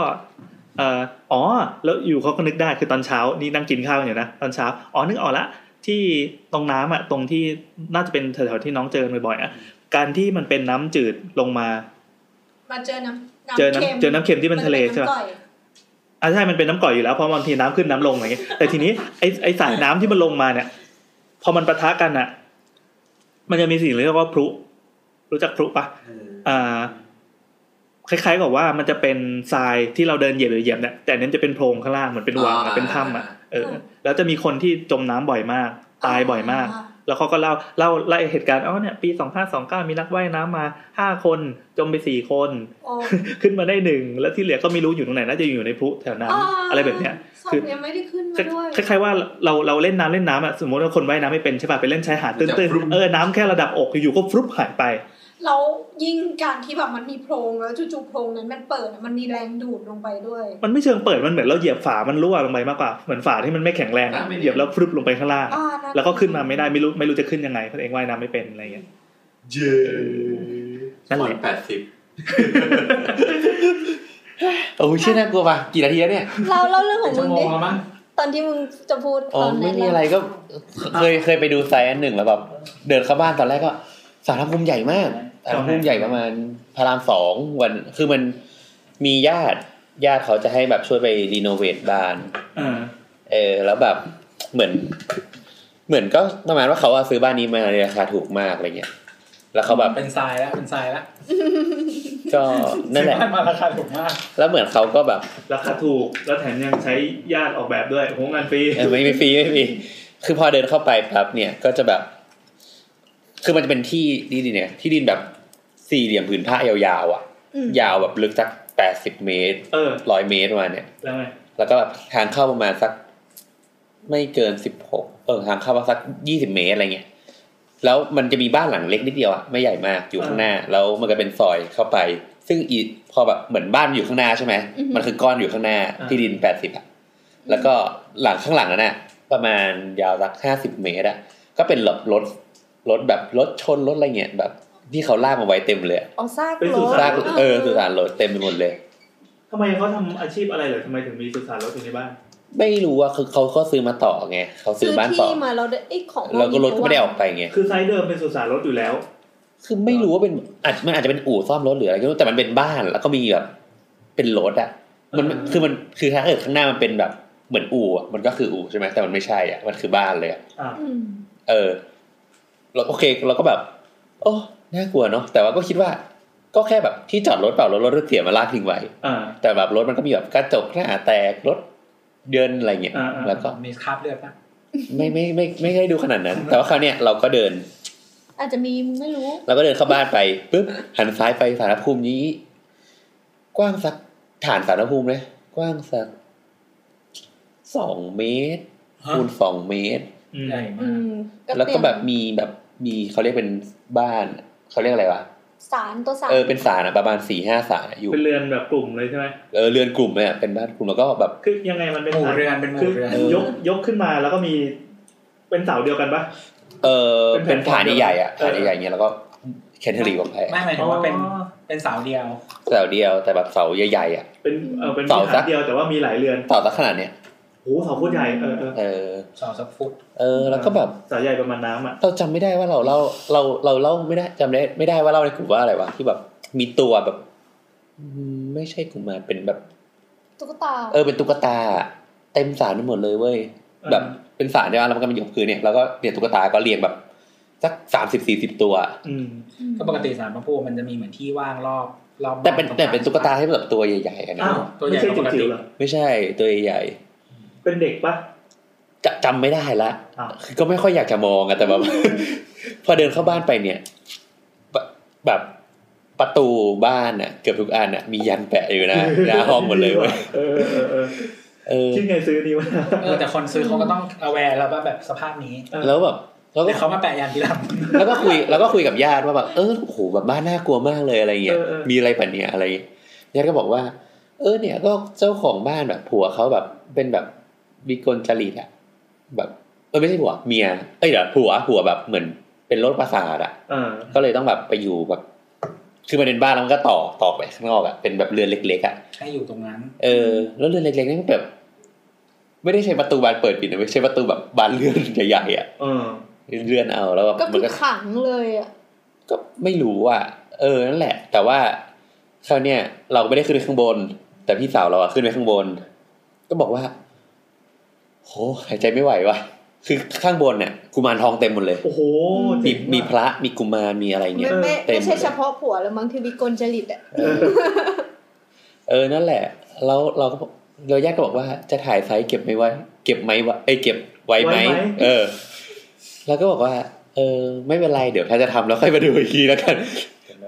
D: เอ่ออ๋อ แล้วอยู่เขาก็นึกได้คือตอนเช้านี่นั่งกินข้าวอยู่นะตอนเช้าอ๋อนึกออกละที่ตรงน้ำอ่ะตรงที่น่าจะเป็นแถวๆที่น้องเจอกันบ่อยๆอ่ะการที่มันเป็นน้ำจืดลงมา
E: มาเจอน้ำ
D: เจอน้ำ
E: ค็ม
D: เจอน้ำเค็มที่เป็นทะเลใช่ปะ
E: นจำก่อย
D: อ่ะใช่ มันเป็นน้ำก่อยอยู่แล้วเพราะบางทีน้ำขึ้นน้ำลงอะไรอย่างเงี้ย แต่ทีนี้ไอไอสายน้ำที่มันลงมาเนี่ย พอมันปะทะกันอ่ะ มันจะมีสิ่งเรียกว่าพลุ รู้จักพลุปะอ่า คล้ายๆกับว่ามันจะเป็นทรายที่เราเดินเหยียบเหยียบๆเนี่ย แต่อันนี้มันจะเป็นโพรงข้างล่างเหมือนเป็นวางอะ
G: อ่า
D: เป็นถ้ำอ่ะ เออ แล้วจะมีคนที่จมน้ำบ่อยมาก ตายบ่อยมาก แล้วเขาก็เล่าเล่าไล่เหตุการณ์อ๋อเนี่ยปีสองห้าสองเก้ามีนักว่ายน้ำมาห้าคนจมไปสี่คน
E: โอ้
D: ขึ้นมาได้หนึ่งแล้วที่เหลือก็ไม่รู้อยู่ตรงไหนน่าจะอยู่ในพลุแถวนั้นอะไรแบบเนี้ย
E: ศพ
D: คือ
E: ยังไม่ได้ขึ้นมา
D: คล้
E: ด้วย
D: ายคล้ายๆว่าเราเราเล่นน้ำเล่นน้ำอ่ะสมมติว่าคนว่ายน้ำไม่เป็นใช่ป่ะไปเล่นชายหาดตื้
G: จะ
D: น
G: ฟรุบ
D: ๆเออน้ำแค่ระดับอกอยู่ๆก็ฟรุบหายไป
E: แล้วยิ่งการที่แบบมันมีโพรงแล้วจู่ๆโพรงนั้นมันเปิดอะมันมีแรงดูดลงไปด้วย
D: มันไม่เชิงเปิดมันเหมือนเราเหยียบฝามันรั่วลงไปมากกว่าเหมือนฝาที่มันไม่แข็งแรง
G: อ่าไม่ดี
D: เหยียบแล้วฟรุบลงไปข้างล่าง
E: อ่านั่น
D: แล้วก็ขึ้นมาไม่ได้ไม่รู้ไม่รู้จะขึ้นยังไงเพราะเองว่ายน้ำไม่เป็นอะไรอย่างเงี้ย
G: เย้
D: นั่นแหละ
G: แปดสิบโอ้ยเชื่อน่ากลัวป่ะกี่นาทีแล้วเนี่ย
E: เราเล่าเรื่องของมึงดิ
B: มั้ง
E: ตอนที่มึงจะพูด
G: อ๋อ
E: ตอน
G: ไม่
E: นั้น
G: มีอะไรก็เคยเคยไปดูไซอันหนึ่งแล้วแบบเดินเข้าบ้านตอนแรกก็สารพระภูมิใหญ่มากสารพระภูมิใหญ่ประมาณพารามสองวันคือมันมีญาติญาติเขาจะให้แบบช่วยไปรีโนเวทบ้าน
D: เออ
G: เออแล้วแบบเหมือน เหมือนก็ประมาณว่าเขาอะซื้อบ้านนี้มาในราคาถูกมากอะไรเงี้ย แล้วเขาแบบ
B: เป็นทรายแล้วเป็นทรายแล้ว
G: ก็นั่นแหละ
B: ซื้อบ้ามาราคาถูกมาก
G: แล้วเหมือนเขาก็แบบ
D: ราคาถูกแล้วแถมยังใช้ญาติออกแบบด้วยโหงานฟรี
G: เออไม่ไม่ฟรีไม่ฟรีคือพอเดินเข้าไปปั๊บเนี่ยก็จะแบบ คือมันจะเป็นที่ดินเนี่ย ที่ดินแบบสี่เหลี่ยมผืนผ้ายาวๆอ่ะ ยาวแบบลึกสักแปดสิบเมตร
D: เออ
G: ร้อยเมตรประมาณเนี่ย
D: แล้วไง
G: แล้วก็แบบทางเข้าประมาณสัก ไม่เกินสิบหกเออทางเข้าประมาณสักยี่สิบเมตรอะไรเงี้ยแล้วมันจะมีบ้านหลังเล็กนิดเดียวอะไม่ใหญ่มากอยู่ข้างหน้า แล้วมันก็เป็นซอยเข้าไป ซึ่งอีพอแบบเหมือนบ้านมันอยู่ข้างหน้าใช่ไหมมันคือก้อนอยู่ข้างหน้าที่ดินแปดสิบอะแล้วก็หลังข้างหลังนั่นน่ะประมาณยาวสักห้าสิบเมตรอะก็เป็นแบบรถรถแบบรถชนรถอะไรเงี้ยแบบที่เขาลากมาไว้เต็มเลย
A: เอาซาก
D: เป็น
A: ร
D: สุ
A: ถ
D: สา
G: ลาน กเออสุสานรถเต็มไปหมดเลย
D: ทำไมเขาทำอาชีพอะไรเหรอทำไมถึงมีสุสานรถอยู่ในบ้าน
G: ไม่รู้อะคือเขาก็ซื้อมาต่อไงเขาซื้
E: ซื้
G: อ
E: อ
G: บ้านต่อ
E: ที่มาเราได้ไอ้ยของ
G: แล้วก็รถก็ไม่ได้ออกไปไง
D: คือไซส์เดิมเป็นสุสานรถอยู่แล้ว
G: คือไม่รู้ว่าเป็นอาจมันอาจจะเป็นอู่ซ่อมรถหรืออะไรก็ไม่รู้แต่มันเป็นบ้านแล้วก็มีแบบเป็นรถอะมันคือมันคือถ้าเกิดข้างหน้ามันเป็นแบบเหมือนอู่อะมันก็คืออู่ใช่ไหมแต่มันไม่ใช่อะมันคือบ้านเลยอะ
E: อืม
G: เออเราโอเคเราก็แบบ โอ้น่ากลัวเนาะแต่ว่าก็คิดว่า ก็แค่แบบที่จอดรถเปล่ารถรถรถเสียมาลากทิ้งไว้
D: อ่า
G: แต่แบบรถมันก็มีแบบกระจกหน้าแตกรถเยินอะไรเงี้ย
D: อ่าอ่า
G: แล้วก็
B: มีคราบเลือดปะ
G: ไม่ไม่ไม่ไม่ไม่ได้ดูขนาดนั้น แต่ว่าคราวเนี้ยเราก็เดิน
E: อาจจะมีไม่รู้
G: เราก็เดินเข้าบ้านไปปุ๊บหันซ้ายไปสารพระภูมินี้ กว้างสักฐานสารพระภูมิเลยกว้างสักสองเมตรคูณสองเมตร
D: อืม
B: ใหญ่
E: อื
B: มาก
E: ม
G: แล้วก็
E: เตรียม
G: แบบมีแบบมีเขาเรียกเป็นบ้านเขาเรียกอะไรวะ
E: สารตัวสาร
G: เออเป็นสารอะประมาณสี่ห้าสารอะอยู่
D: เป็นเรือนแบบกลุ่มเลยใช่ไหม
G: เออเรือนกลุ่มเนี่ยเป็นบ้านกลุ่มแล้วก็แบบ
D: คือยังไงมันเป็น
B: หมู่
D: สา
B: เรือนเป็นห
D: คื
B: มู่
D: อ
B: เรือน
D: ยกยกขึ้นมาแล้วก็มี เป็นเสาเดียวกันปะ
G: เออ
D: เป็
G: เป็น น
D: ฐา
G: ฐาน น
D: เดียว
G: ใหญ่ๆอ่ะ
D: เออ
G: ฐานใหญ่ๆเงี้ยแล้วก็แคนเทอรีลงไป
B: ไม่หมายถึงว่าเป็นเป็นเสาเดียว
G: เสาเดียวแต่แบบเสาใหญ่ๆอ่ะ
D: เป็นเออเป็น
G: เสา
D: วิหา
G: สั
D: ร
G: ก
D: เดียวแต่ว่ามีหลายเรือน
G: เสาสักขนาดเนี้ย
D: โอ้โหเสาโคตรใหญ่เออเออ
G: เออ
B: เสาสักฟุต
G: เออแล้วก็แบบ
D: เสาใหญ่ประมาณน้ำอ่ะ
G: เราจำไม่ได้ว่าเราเล่าเราเราเล่าไม่ได้จำได้ไม่ได้ว่าเล่าในกลุ่มว่าอะไรวะที่แบบมีตัวแบบอืมไม่ใช่กลุ่มมารเป็นแบบ
E: ตุ๊กตา
G: เออเป็นตุ๊กตา เต็มสารไปหมดเลยเว้ยแบบเป็นสารใช่ไหมแล้วมันก็มีหยกพื้นเนี่ยแล้วก็เนี่ยตุ๊กตาก็เรียงแบบสักสามสิบสี่สิบตัว
D: อืม
E: ม
B: ก็ปกติสารพระภูมิมันจะมีเหมือนที่ว่างรอบรอบบ้า
G: แต่เป็น
B: รงลาง
G: แต่เป็นตุ๊กตาให้แบบตัวใหญ่ๆอะนะ
D: อ้าว
B: ตัวใหญ่
D: ไม่ใช่
B: กว่าปกติ
D: จิ๋วๆเหรอ
G: ไม่ใช่ตัวใหญ่
D: เป็นเด็กปะ
G: ๆจะจำไม่ได้ละ
D: อ้าว
G: คือก็ไม่ค่อยอยากจะมองอะแต่แบบ พอเดินเข้าบ้านไปเนี่ยแบบแบบประตูบ้านอะเกือบทุกอันอะมียันแปะ อยู่นะหน้าห้องหมดเลยเว้ย
D: เออเออเออ
G: เออ
D: คิดไงซื้อนี้วะ
B: เออแต่คนซื้อเขาก็ต้อง aware แล้วว่าแบบสภาพนี้
G: แล้วแบบแล้วก็
B: เดี๋ยวเขามาแปะยันทีหลัง
G: แล้วก็คุยแล้วก็คุยกับญาติว่าแบบเออโอ้โหแบบบ้านน่ากลัวมากเลยอะไรเงี้ยมีอะไรแบบเนี้ยอะไรเงี้ยญาติก็บอกว่า เออเนี่ยก็เจ้าของบ้านแบบผัวเขาแบบเป็นแบบวิกลจริตอะแบบเออไม่ใช่ผัวเมียเอ้ยเดี๋ยวผัวผัวแบบเหมือนเป็นโรคประสาทอะ
D: เออ
G: ก็เลยต้องแบบไปอยู่แบบ คือมันเป็นบ้านแล้วมันก็ต่อต่อไปข้างนอกอะเป็นแบบเรือนเล็กๆอะ
B: ให้อยู่ตรงนั้น
G: เออ แล้วเรือนเล็กๆนี่มันแบบ ไม่ได้ใช้ประตูบานเปิดปิดนะไม่ใช่ประตูแบบบานเลื่อนใหญ่ๆอะ
D: เออ
G: เลื่อนเอาแล้วแบบ
E: ก็
G: มั
E: คื
G: น
E: อ
G: ก็
E: ขังเลยอ่ะ
G: ก็ไม่รู้อ่ะเออนั่นแหละ แต่ว่าคราวเนี้ยเราไม่ได้ขึ้นไปข้างบน แต่พี่สาวเราอะขึ้นไปข้างบน ก็บอกว่าโหหายใจไม่ไหวว่ะคือข้างบนเนี่ยกุมารทองเต็มหมดเลย
D: โอ้โห
G: มี
D: เจ๋งว่ะ
G: มีพระมีกุมารมีอะไร
E: ไม่
G: เงี้ย
E: ไม่
G: ต็
E: ไม่ใช่
G: ลย
E: เฉพาะผัวแล้วมั้งคือวิกลจริตอ่ะ
G: เออ นั่นแหละ แล้วเราก็บอกเราญาติก็บอกว่าจะถ่ายไซส์เก็บไหมวะเก็บไหมวะเอ้ยเก็บไว้ไหม
D: ไว้ไหม
G: เออ แล้วก็บอกว่า เออ ไม่เป็นไรเดี๋ยวถ้าจะทำแล้วค่อยมาดูอีกทีแล้วกัน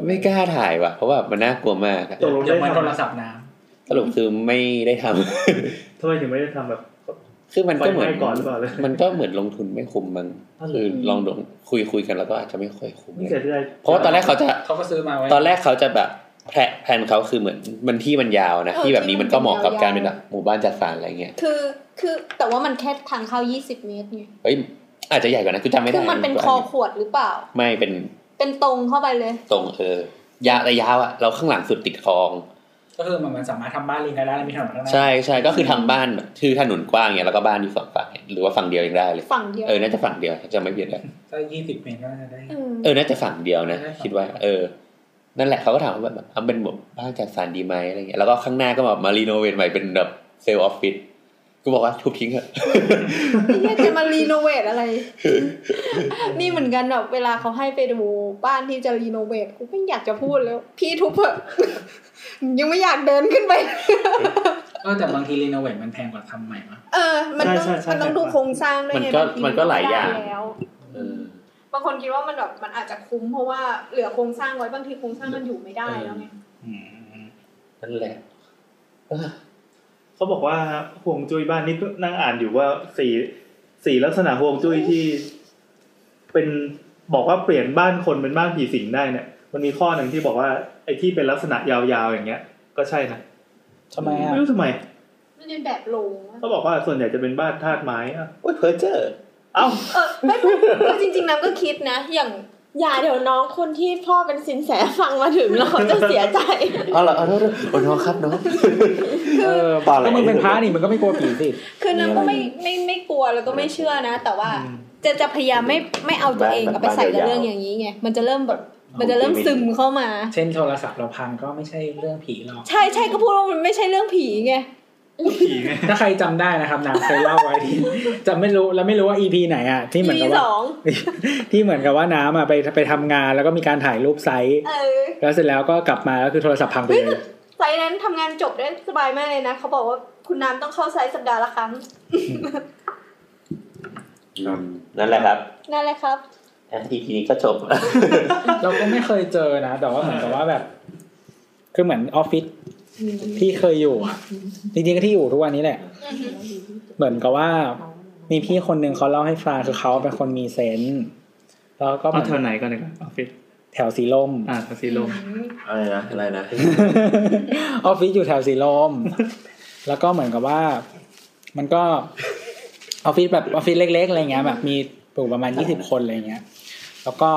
G: ไม่กล้าถ่ายว่ะเพราะว่ามันน่ากลัวมากอะ
D: ตกลง
B: ย
D: ได้
B: กเว้นโทร
D: ทำ
B: ศัพท์น้
G: สรุปคือไม่ได้ทำ
D: ทำไมถึงไม่ได้ทำแบบ
G: คือมันก็เหมือน
D: ไฟไหม้ก่อนหรือเปล่าเลย
G: มันก็เหมือนลงทุนไม่คุ้มมั้ง
D: อ๋อเหรอ
G: คือลองลงคุยคุยกันแล้วก็อาจจะไม่ค่อยคุ้ม
D: ไม่เสียใจ
G: เพราะว่าตอนแรกเขาจะ
B: ำเขาก็ซื้อมาไว้
G: ตอนแรกเขาจะแบบแพลแผนเขาคือเหมือนมันที่มันยาวนะที่แบบนี้มันก็เหมาะกับการเป็นแบบหมู่บ้านจัดสรรอะไรเงี้ย
E: คือคือแต่ว่ามันแค่ทางเข้า20 เมตรไง
G: เฮ้ยอาจจะใหญ่กว่านั้นกูจำไม่ได้
E: คือมันเป็นคอขวดหรือเปล่า
G: ไม่เป็น
E: เป็นตรงเข้าไปเลย
G: ตรงเออยาวแต่ยาวอะเราข้างหลังสุดติดคลอง
B: ก็คือมันมันสามารถทำบ้านลิงได้แล้วมีถนนข้างหน้า
G: ใช่ใช่ก็คือทำบ้านแบบคือถนนกว้างเนี่ยแล้วก็บ้านอยู่สองฝั่งเนี่ยหรือว่าฝั่งเดียวยังได้เลย
E: ฝั่งเดียว
G: เออน่าจะฝั่งเดียวจะไม่เบียดเลย
B: ก็ยี่สิบเมตรก็น่าจะได้
E: ม
G: เออน่าจะฝั่งเดียวนะ
B: ได้
G: คิดว่า เออ นั่นแหละเขาก็ถามว่าแบบเอาเป็นแบบบ้านจัดสรรดีไหมอะไรเงี้ยแล้วก็ข้างหน้าก็แบบมารีโนเวทใหม่เป็นแบบเซลล์ออฟฟิศกูบอกว่าทุบทิ้งเถอะ
E: ไ อ้เหี้ยจะมารีโนเวทอะไร นี่เหมือนกันแบบเวลาเขาให้ไปดูบ้านที่จะรีโนเวทกูไม่อยากจะพูดแล้ว พี่ทุบเถ อะ ยังไม่อยากเดินขึ้นไป
B: เออแต่บางทีรีโนเวทมันแพงกว่าทำใหม่มั้ย
E: เออ มันต้องมันต้องดูโครงสร้างด้วย
G: มัน
E: ไง
G: ก็
E: บงที
G: มันก็หลายอย่าง
E: ไม่ได้แล้ว
G: เออบ
E: างคนคิดว่ามันแบบมันอาจจะคุ้มเพราะว่าเหลือโครงสร้างไว้บางทีโครงสร้างมันอยู่ไม่ได้แล้วไง
G: นั่นแหละ
D: เขาบอกว่าห่วงจุ้ยบ้านนี่นั่งอ่านอยู่ว่าสี่สี่ลักษณะห่วงจุ้ยที่ เป็นบอกว่าเปลี่ยนบ้านคนเป็นบ้านผีสิงได้เนี่ย มันมีข้อหนึ่งที่บอกว่าไอ้ที่เป็นลักษณะยาวๆอย่างเงี้ย ก็ใช่นะ
B: ทำไมอ่ะ
D: ไม่รู้ทำไม
E: มันเป็นแบบโลงอะ
D: เขาบอกว่าส่วนใหญ่จะเป็นบ้านธาตุไม้อะ
G: โอ้ยเพอเจอร์
D: เอ้า
E: เออไม่ไม่คือจริงๆน้ำก็คิดนะ อย่าง
A: อย่าเดี๋ยวน้องคนที่พ่อเป็นสินแสฟังมาถึงแล้ว เขาจะเสียใจ
G: เอาละเอาละโอ้น้องครับน้อง
B: เออ
G: เปล่าเลย
B: ถ้ามึงเป็นพระนี่มึงก็ไม่กลัวผีสิ
E: คือน้ำก็ไม่ไม่ไม่กลัวแล้วก็ไม่เชื่อนะ แต่ว่าจะจะพยายามไม่ไม่เอาตัวเองเอาไปใส่กับเรื่องอย่างนี้ไงมันจะเริ่มแบบมันจะเริ่มซึมเข้ามา
B: เช่นโทรศัพท์เราพังก็ไม่ใช่เรื่องผีหรอก
E: ใช่ใช่ก็พูดว่ามันไม่ใช่เรื่องผีไง
I: ผีไง
B: ถ้าใครจำได้นะครับนางเคยเล่าไว้ที่ จะไม่รู้แล้วไม่รู้ว่า EP ไหนอ่ะ ที่เหมือน
E: EP
B: กับว่า
E: สอง
B: ที่เหมือนกับว่าน้ำอ่ะไปไปทำงานแล้วก็มีการถ่ายรูปไซส์
E: เออ
B: แล้วเสร็จแล้วก็กลับมาก็คือโทรศัพท์พังไปเลย
E: ไซส์นั้นทำงานจบได้สบายมากเลยนะเขาบอกว่าคุณน้ำต้องเข้าไซส์สัปดาห์ละครั้ง
G: นั่นแหละครับ
E: นั่นแหละครับ
G: อ่ะ EP นี้ก็จบ
B: เราก็ไม่เคยเจอนะแต่ว่าเหมือนกับว่าแบบ คือเหมือนออฟฟิศที่เคยอยู่อ่ะจริงๆก็ที่อยู่ทุกวันนี้แหละ เหมือนกับว่า มีพี่คนหนึ่งเขาเล่าให้ฟังคือเขาเป็นคนมีเซนส์แล้วก็เหมื
I: เอา
B: อน
I: เธอไหนก่อนเลยครับออฟฟิศ
B: แถวสีลม
I: อ่าภาษีลม
H: อะไรนะอะไรนะ
B: ออฟฟิศอยู่แถวสีลม แล้วก็เหมือนกับว่า มันก็ออฟฟิศแบบออฟฟิศเล็ก ๆ อะไรเงี้ยแบบมีอยู่ประมาณยี่สิบคนอะไรเงี้ย แล้วก็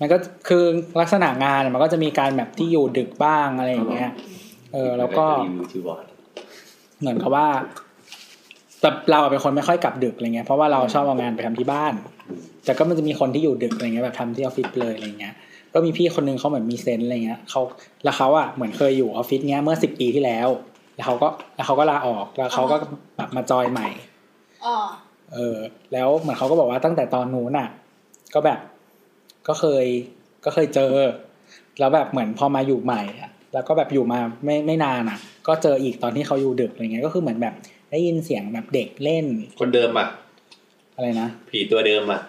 B: มันก็คือลักษณะงานอะมันก็จะมีการแบบที่อยู่ดึกบ้างอะไรอย่างเงี้ย เออ แล้วก็
G: รีวิวที่วอร์ด
B: เหมือนกับว่าแต่เราเป็นคนไม่ค่อยกลับดึกอะไรเงี้ยเพราะว่าเราชอบเอางานไปทำที่บ้าน แต่ก็มันจะมีคนที่อยู่ดึกอะไรเงี้ยแบบทำที่ออฟฟิศเลยอะไรเงี้ย ก็มีพี่คนนึงเขาเหมือนมีเซนส์อะไรเงี้ยเขาแล้วเขาอ่ะเหมือนเคยอยู่ออฟฟิศเงี้ยเมื่อสิบปีที่แล้ว แล้วเขาก็แล้วเขาก็ลาออกแล้วเขาก็แบบมาจอยใหม่
C: อ๋อ
B: เออ แล้วเหมือนเขาก็บอกว่าตั้งแต่ตอนนู้นอ่ะ ก็แบบก็เคยก็เคยเจอ แล้วแบบเหมือนพอมาอยู่ใหม่อะแล้วก็แบบอยู่มาไม่ไม่นานอ่ะ ก็เจออีกตอนที่เขาอยู่ดึกอะไรเงี้ยก็คือเหมือนแบบได้ยินเสียงแบบเด็กเล่น
G: คนเดิมอ่ะ
B: อะไรนะ
G: ผีตัวเดิมอ่ะ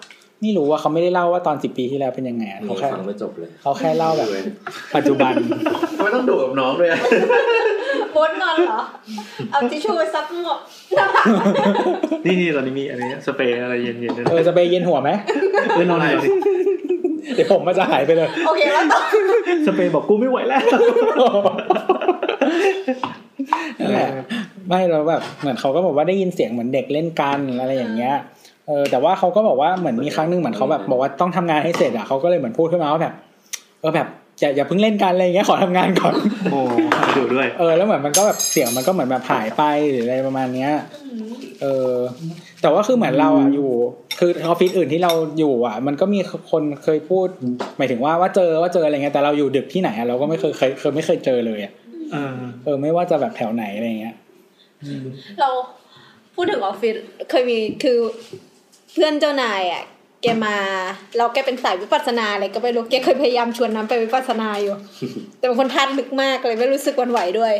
B: ไม่รู้ว่าเขาไม่ได้เล่าว่าตอนสิบปีที่แล้วเป็นยังไงอะ
H: หนู
B: เขาแค่
H: ฟังไม่จบเลย
B: เขาแค่เล่าแบบ ปัจจุบัน
G: ทำไมต้องดูกับน้องด้วยอะ
E: โบนงอนเหรอ เอาทิชชู่ไปซับหมวก
I: นี่นี่ตอนนี้มีอะไรสเปรย์อะไรเย็นๆด้วย
B: เออจะไปเย็นหัวไหม
I: เออนอนหน่อยสิ
B: เดี๋ยวผมมันจะหายไปเลย
E: โอเคแล้วต่อ
I: สเปรย์บอกกูไม่ไหวแล้ว
B: นั่นแหละไม่เราแบบเหมือนเขาก็บอกว่าได้ยินเสียงเหมือนเด็กเล่นกันอะไรอย่างเงี้ยเออแต่ว่าเขาก็บอกว่าเหมือนมีครั้งหนึงเหมือนเขาแบบบอกว่าต้องทำงานให้เสร็จอ่ะเขาก็เลยเหมือนพูดขึ้นมาว่าแบบเออแบบอย่าอย่าเพิ่งเล่นกันอะไรอย่างเงี้ยข อทำงานก่อน
I: โอ้ดูด้วย
B: เออแล้วเหมือนมันก็แบบเสียงมันก็เหมือนแบบหายไปหรืออะไรประมาณเนี้ยเออแต่ว่าคือเหมือนเราอ่ะอยู่ คือออฟฟิศอื่นที่เราอยู่อ่ะ มันก็มีคนเคยพูดหมายถึงว่าว่าเจอว่าเจออะไรเงี้ยแต่เราอยู่ดึกที่ไหนอ่ะเราก็ไม่เคยเคยเคยไม่เคยเจอเลยอ่ะ
I: เออ
B: เออไม่ว่าจะแบบแถวไหนอะไรเงี้ย
E: เราพูดถึงออฟฟิศเคยมีคือเพื่อนเจ้านายอ่ะ แกมาเราแกเป็นสายวิปัสสนาอะไรก็ไม่รู้แกเคยพยายามชวนน้ำไปวิปัสสนา อยู่ แต่เป็นคนทานลึกมากเลยไม่รู้สึกหวันไหวด้วย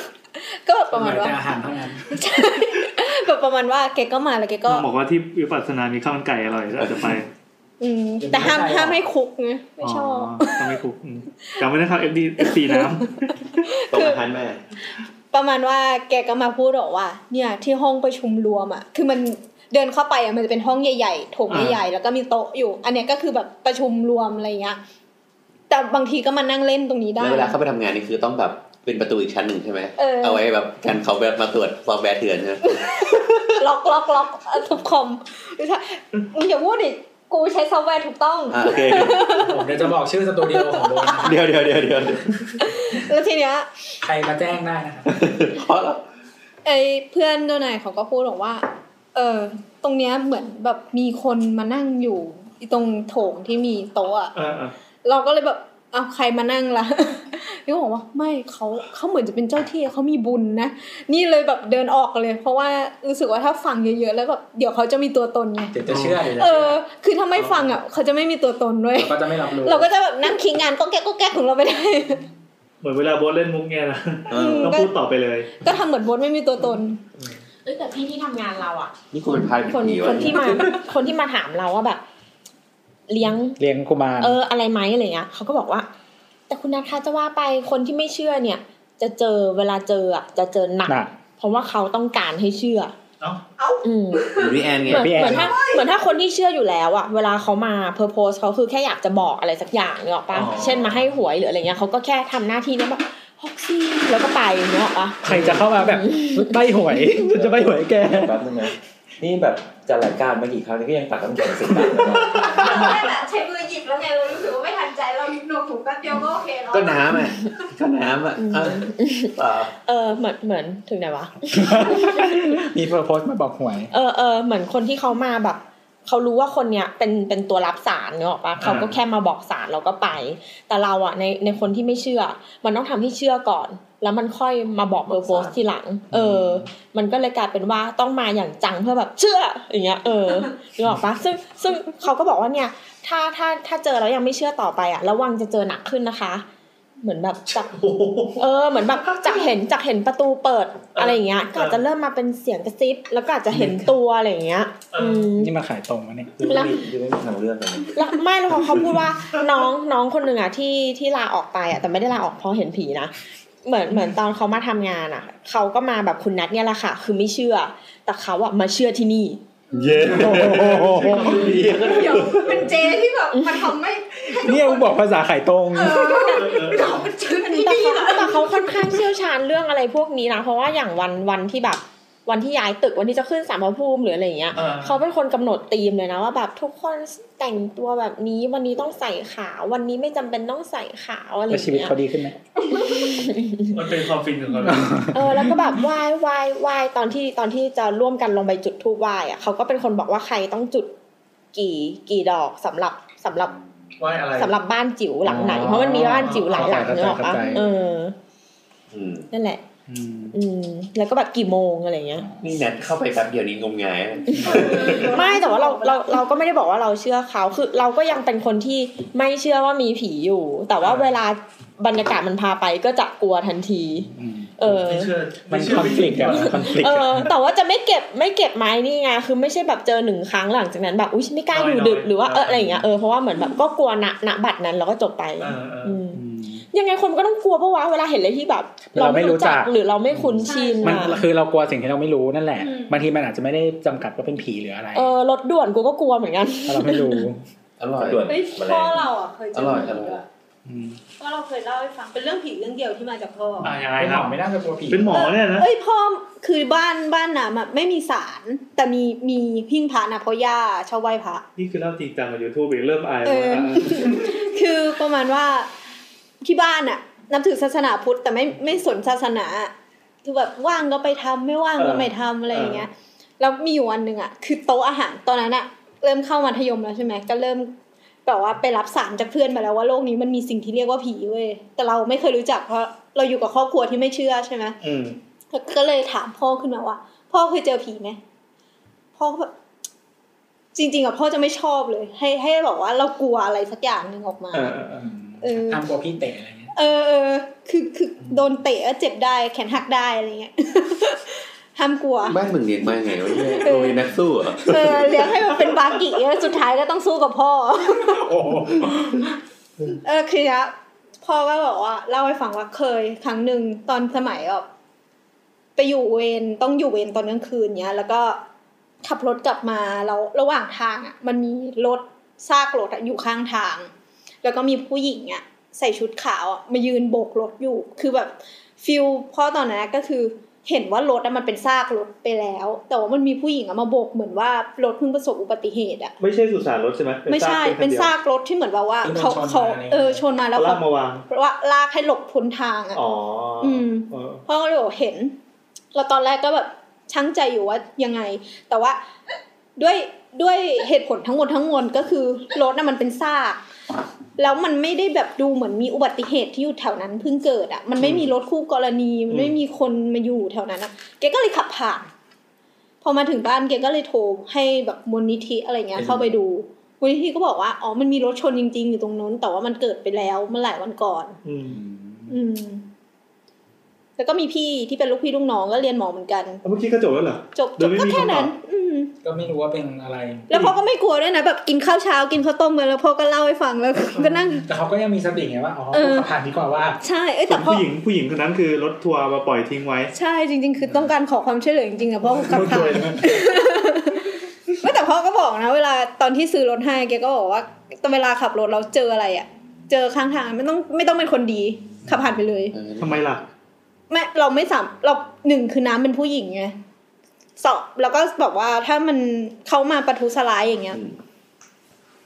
E: ก็แบบประมาณว่า
B: แต่อาหารเท่านั้น
E: ใช่แบบประมาณว่าแกก็มาแล้วแกก็
I: น้องบอกว่าที่วิปัสสนามีข้าวมันไก่อร่อยอาจจะไป
E: อืมแต่ห้ามห้ามให้คุกนะไม่ชอบ
I: ทำไม่ถูกอืมจำไว้นะครับเอฟดีเอฟซีน้
G: ตรงอาหารแม่
E: ประมาณว่าแกก็มาพูดบอกว่า เนี่ยที่ห้องประชุมรวมอ่ะ คือมันเดินเข้าไปอ่ะมันจะเป็นห้องใหญ่ๆโถงใหญ่ๆแล้วก็มีโต๊ะอยู่ อันเนี้ยก็คือแบบประชุมรวมอะไรเงี้ยแต่บางทีก็มานั่งเล่นตรงนี้ได้
G: แล้วเวลาเข้าไปทำงานนี่คือต้องแบบเป็นประตูอีกชั้นหนึ่งใช่ไหม
E: เออ
G: ไว้แบบกันเขาแบบมาตรวจฟอร์มแวร์เถื่อนใช่ไหม
E: ล็อกล็อกล็อกเอ่อทุบคอมไม่ใช่มึงอย่าพูดดิกูใช้ซอฟต์แวร์ถูกต้อง
G: อ่ะโอเค
B: ผมเดี๋ยวจะบอกชื่อสตูดิโอของโดนนะครับ
G: เดี๋ยวเดี๋ยวเดี๋ยวเดี๋ยว
E: แล้วทีเนี้ย
B: ใครมาแจ้งได้นะครับ
G: เพราะเรา
E: ไอ้เพื่อนเจ้านายเขาก็พูดบอกว่า เออ ตรงเนี้ยเหมือนแบบมีคนมานั่งอยู่ตรงโถงที่มีโต๊ะอะ
I: ำเออเออ
E: เราก็เลยแบบเอาใครมานั่งละ นี่บอกว่าไม่เขาเขาเหมือนจะเป็นเจ้าที่เขามีบุญนะ นี่เลยแบบเดินออกเลย เพราะว่ารู้สึกว่าถ้าฟังเยอะๆแล้วแบบเดี๋ยวเขาจะมีตัวตนไง
B: เดี๋ยวจะเชื่อเดี๋ยวจะ
E: เอ
B: เชื่
E: อ
B: อ
E: คือถ้าไม่ฟังอ่ะเขาจะไม่มีตัวตนด้วย
B: เราก็จะไม่รับรู้
E: เราก็จะแบบนั่งคิงงานก็แก๊กก็แก๊กของเราไปได้
I: เหมือนเวลาโบสเล่นมุกเงี้ยนะ
G: เออ
I: ต้องพูดต่อไปเลย
E: ก็ทำเหมือนบดไม่มีตัวตน
C: เอ้ยแต่พี่ที่ทำงานเราอ่ะ
G: นี่คุณเป็นพาร์ท
A: คน
G: ผีวะ
A: คนที่มา คนที่มาถามเราว่าแบบ เลี้ยง
B: เลี้ยงกุมาร
A: เอออะไรไหมอะไรเงี้ยเขาก็บอกว่า แต่คุณนะคะจะว่าไปคนที่ไม่เชื่อเนี่ย จะเจอเวลาเจออ่ะจะเจอหนัก
B: น่ะ
A: เพราะว่าเขาต้องการให้เชื่อ
I: เอ้า
A: อืม
G: เหมือนพี่แอนไง
A: เหมือน
B: พี่แอน
A: เหมือนถ้าเหมือนถ้าคนที่เชื่ออยู่แล้วอะเวลาเขามาเพอร์โพสเขาคือแค่อยากจะบอกอะไรสักอย่างเนกอะปะ
I: อ๋อ
A: เช่นมาให้หวยหรืออะไรเงี้ยเขาก็แค่ทำหน้าที่นี้แบบฮอกซี่แล้วก็ไปเนกอะปะ
B: ใครจะเข้ามาแบบใบหวยฉันจะใบหวยแก
H: แป๊บนึงนะ นี่แบบจัดรายการมากี่ครั้งนี่ก็ยังตักน้ำแข็งสิบบาทเลยเนอะ
E: ไม่แบบใช้มือหยิบแล้วไงเรารู้สึกว่าไม่ทันใจเราหยิบหนวกหูแป๊บเดียวก็โอเคแล้ว
G: ก็น้ำอ่ะก็น้ำอ่ะอ่ะต่อ
A: เออเหมือนเหมือนถึงไหนวะ
B: มีโพสต์มาบอกหวย
A: เออเออเหมือนคนที่เขามาแบบเขารู้ว่าคนเนี้ยเป็นเป็นตัวรับสารเนกอะปะเขาก็แค่มาบอกสารเราก็ไป แต่เราอะในในคนที่ไม่เชื่อ มันต้องทำให้เชื่อก่อน แล้วมันค่อยมาบอกเออโพสทีหลัง เออ มันก็เลยกลายเป็นว่าต้องมาอย่างจังเพื่อแบบเชื่ออย่างเงี้ยเออนึกออกปะซึ่งซึ่งเขาก็บอกว่าเนี่ย ถ้าถ้าถ้าเจอแล้วยังไม่เชื่อต่อไปอะระวังจะเจอหนักขึ้นนะคะ เหมือนแบบจาก เออเหมือนแบบจากเห็นจากเห็นประตูเปิดอะไรอย่างเงี้ย ก็อาจจะเริ่มมาเป็นเสียงกระซิบ แล้วก็อาจจะเห็นตัวอะไรอย่างเงี้ย อืม
B: นี่มันขายตรงวะเนี่ย
H: คือไม่มีคือไม่มีทางเลือกเลยนะ
A: แล้วไม่แล้วพอเขาพูดว่า น้องน้องคนหนึ่งอ่ะที่ที่ลาออกไปอ่ะแต่ไม่ได้ลาออกเพราะเห็นผีนะเหมือนเหมือนตอนเขามาทำงานอ่ะเขาก็มาแบบคุณนัทเนี่ยแหละค่ะ คือไม่เชื่อ แต่เขาอ่ะมาเชื่อที่นี่
D: เย้
E: เดี๋ยวเป็นเจที่แบบมันทำไม่
B: เนี่ยกูบอกภาษาขายตรง
E: เราเป็นชื่อนี้
A: แต่
E: ดี
A: เขา
E: อะ
A: แต่เขาค่อนข้างเชี่ยวชาญเรื่องอะไรพวกนี้นะเพราะว่าอย่างวันวันที่แบบ วันที่ย้ายตึกวันที่จะขึ้นสามพระภูมิหรืออะไรอย่างเงี้ย เขาเป็นคนกำหนดธีมเลยนะว่าแบบทุกคนแต่งตัวแบบนี้วันนี้ต้องใส่ขาววันนี้ไม่จำเป็นต้องใส่ขาวอะไรอ
B: แล้
A: ย่าว ง
B: ชีวิต
A: เงี้ย
B: เขาดีขึ้นไหม
D: มันเป็นความฟินของเขา
A: เออแล้วก็แบบไหว้ไหว้ไหว้ตอนที่ตอนที่จะร่วมกันลงไปจุดธูปไหว้อะเขาก็เป็นคนบอกว่าใครต้องจุดกี่กี่ดอกสำหรับสำหรับ
D: ว่าอะไร
A: สำหรับบ้านจิ๋วหลังไหน
B: อ๋อ
A: เพราะมันมีบ้านจิ๋วหลายหลัง
B: เข้าใจ
A: เนกอะปะ
B: เข้าใจ
A: เออ
G: อืม
A: นั่นแหละ
B: อืม
A: อืมแล้วก็แบบกี่โมงอะไรเงี้ย
G: นี่แนทเข้าไปแป๊บเดียวนี้งมงายอะ
A: ไม่แต่ว่าเราเราเราก็ไม่ได้บอกว่าเราเชื่อเขาคือเราก็ยังเป็นคนที่ไม่เชื่อว่ามีผีอยู่ แต่ว่าเวลาบรรยากาศมันพาไปก็จะกลัวทันที
B: อืม
A: เออ
D: ไม่เชื่อ
B: มันคอนฟ lict อะคอน lict
A: เออ แต่ว่าจะไม่เก็บไม่เก็บไม้นี่ไงคือไม่ใช่แบบเจอหนึ่งครั้งหลังจากนั้นแบบอุ้ยไม่กล้าอยู่ดึกหรือว่าเอออะไรอย่างเงี้ยเออเพราะว่าเหมือนแบบก็กลัวณณบัตรนั้นแล้วก็จบไป
D: เออเออ
A: อืม
B: อืม
A: ยังไงคนก็ต้องกลัวเพราะว่าเวลาเห็นอะไรที่แบบ
B: เราไม่รู้จัก
A: หรือเราไม่คุ้นชิน
B: มัน
A: อะ
B: คือเรากลัวสิ่งที่เราไม่รู้นั่นแหละ
C: อืม
B: บางทีมันอาจจะไม่ได้จำกัดว่าเป็นผีหรืออะไร
A: เออรถด่วนกูก็กลัวเหมือนกัน
B: เพราะเราไม่รู้
G: อร่อย
H: ด่วน
E: เฮ้ย
H: แมล
E: พ่อง เราอ่ะเคยเจอ
G: ร่อย
E: ผี
G: อร่อย
E: ด้วย
B: อืม
E: พ่อเราเคยเล่าให้ฟังเป็นเรื่องผีเรื่องเดียวที่มาจากพ่อ
D: อ่ะยังไง
B: เป็น
D: ค
B: หม
D: รับ
B: อไม่น่าจะกลัวผี
D: เป็นหมอเนี่ยนะ
E: เอ้ยพ่อคือบ้านบ้านน้ำอ่ะไม่มีศาลแต่มีมีหิ้งพระนะเพราะย่าชอบไหว้พระ
D: นี่คือเล่าจริงจังกับยูทูบอีกเริ่มอาย
E: เอ
D: แล้ว
E: อ
D: อ่ะ
E: คือประมาณว่าที่บ้านอ่ะ นับถือศาสนาพุทธแต่ไม่ไม่สนศาสนาคือแบบว่างก็ไปทำไม่ว่างก็ไม่ทำอะไรอย่างเงี้ยแล้วมีอยู่วันหนึ่งอ่ะคือโต๊ะอาหารตอนนั้นอ่ะ เริ่มเข้ามัธยมแล้วใช่ไหมก็เริ่มแบบว่าไปรับสารจากเพื่อนมาแล้วว่าโลกนี้มันมีสิ่งที่เรียกว่าผีเว้ยแต่เราไม่เคยรู้จักเพราะเราอยู่กับครอบครัวที่ไม่เชื่อใช่ไหม
D: อืม
E: ก็เลยถามพ่อขึ้นมาว่า พ่อเคยเจอผีไหมพ่อก็แบบจริง ๆอะพ่อจะไม่ชอบเลย ให้ให้บอกว่าเรากลัวอะไรสักอย่างหนึ่งออกมา
D: เออเออเออ
E: เออ
B: ทำกลัวพี่เตะอะไรเงี้ย
E: เออเออคือคือโดนเตะก็เจ็บได้ แขนหักได้อะไรเงี้ย ห้ามกลัว
G: บ้านมึงเรียนมาไงวะเนี่ยโรงเรียนนักสู้เหรอ
E: เออเลี้ยงให้มันเป็นบากิแล้วสุดท้ายก็ต้องสู้กับพ่อ
B: โอ้โห
E: เออคือนะพ่อก็บอกว่าเล่าให้ฟังว่าเคยครั้งหนึ่งตอนสมัยแบบไปอยู่เวรต้องอยู่เวรตอนกลางคืนเนี้ย แล้วก็ขับรถกลับมาแล้วระหว่างทางอ่ะ มันมีรถซากรถอะอยู่ข้างทาง แล้วก็มีผู้หญิงอ่ะ ใส่ชุดขาวอ่ะมายืนโบกรถอยู่ คือแบบฟิลพ่อตอนนั้นก็คือเห็นว่ารถอะมันเป็นซากรถไปแล้ว แต่ว่ามันมีผู้หญิงอะมาโบกเหมือนว่ารถเพิ่งประสบอุบัติเหตุอ่ะ
D: ไม่ใช่สุสานรถใช่ไหม
E: ไม่ใช่เป็นซากรถที่เหมือนแบบว่าเขาเขาเออชนมา
D: แล้
E: แล้ว ว
D: ลา
E: เขา
D: กมาวาง
E: เพราะว่าลากให้หลบพ้นทางอ่ะ
D: อ๋ออ
E: ม
D: เออ
E: พ่อก็เลยบอกเห็น เราตอนแรกก็แบบช่างใจอยู่ว่ายังไง แต่ว่าด้วยด้วยเหตุผลทั้งหมดทั้งมวลก็คือรถน่ะมันเป็นซาก แล้วมันไม่ได้แบบดูเหมือนมีอุบัติเหตุที่อยู่แถวนั้นเพิ่งเกิดอ่ะ มันไม่มีรถคู่กรณี มันไม่มีคนมาอยู่แถวนั้นอ่ะแกก็เลยขับผ่าน พอมาถึงบ้านแกก็เลยโทรให้แบบมูลนิธิอะไรเงี้ยเข้าไปดูมูลนิธิก็บอกว่าอ๋อมันมีรถชนจริง ๆ อยู่ตรงนู้นแต่ว่ามันเกิดไปแล้วเมื่อหลายวันก่อน
D: อืม
E: อืม แล้วก็มีพี่ที่เป็นลูกพี่ลูกน้องก็เรียนหมอเหมือนกัน
D: แล้วเมื่อกี้ก็จบแล้วเหรอ
E: จบ
D: โด
E: จ
D: ย
E: บ
D: ไม่
E: ก็
D: มี
E: แค่
D: คำตอบ
E: นั้น อืม
B: ก็ไม่รู้ว่าเป็นอะไร
E: แล้วพ่อก็ไม่กลัวด้วยนะแบบกินข้าวเช้ากินข้าวต้มกันแล้วพ่อก็เล่าให้ฟังแล้ว ก็นั่ง
B: แต่เขาก็ยังมีสติไงว่าอ๋อ
E: เออ
B: ขับผ่านดีกว่าว่า
E: ใช่เอ้ย
D: ส่
E: แต่
D: วน
E: พ่อ
D: ผู้หญิงผู้หญิงคนนั้นคือรถทัวร์มาปล่อยทิ้งไว้
E: ใช่จริง ๆ คือต้องการขอความช่วยเหลือจริงๆอะพ่อกับ
D: ทั
E: ผ่า
D: วน ร์ใช่ไหม
E: ไม่แต่พ่อก็บอกนะ เวลาตอนที่ซื้อรถให้แกก็บอกว่าตอนเวลาขับรถเราเจออะไรอะเจอข้างทางไม่ต้องไม่ต้องเป็นคนดีขับผ่านไปเลย
G: เออ
D: ทำไมล่ะ
E: ไม่เราไม่สามเราหนึ่งคือน้ำเป็นผู้หญิงไง สอบแล้วก็บอกว่าถ้ามันเขามาประทุสลายอย่างเงี้ย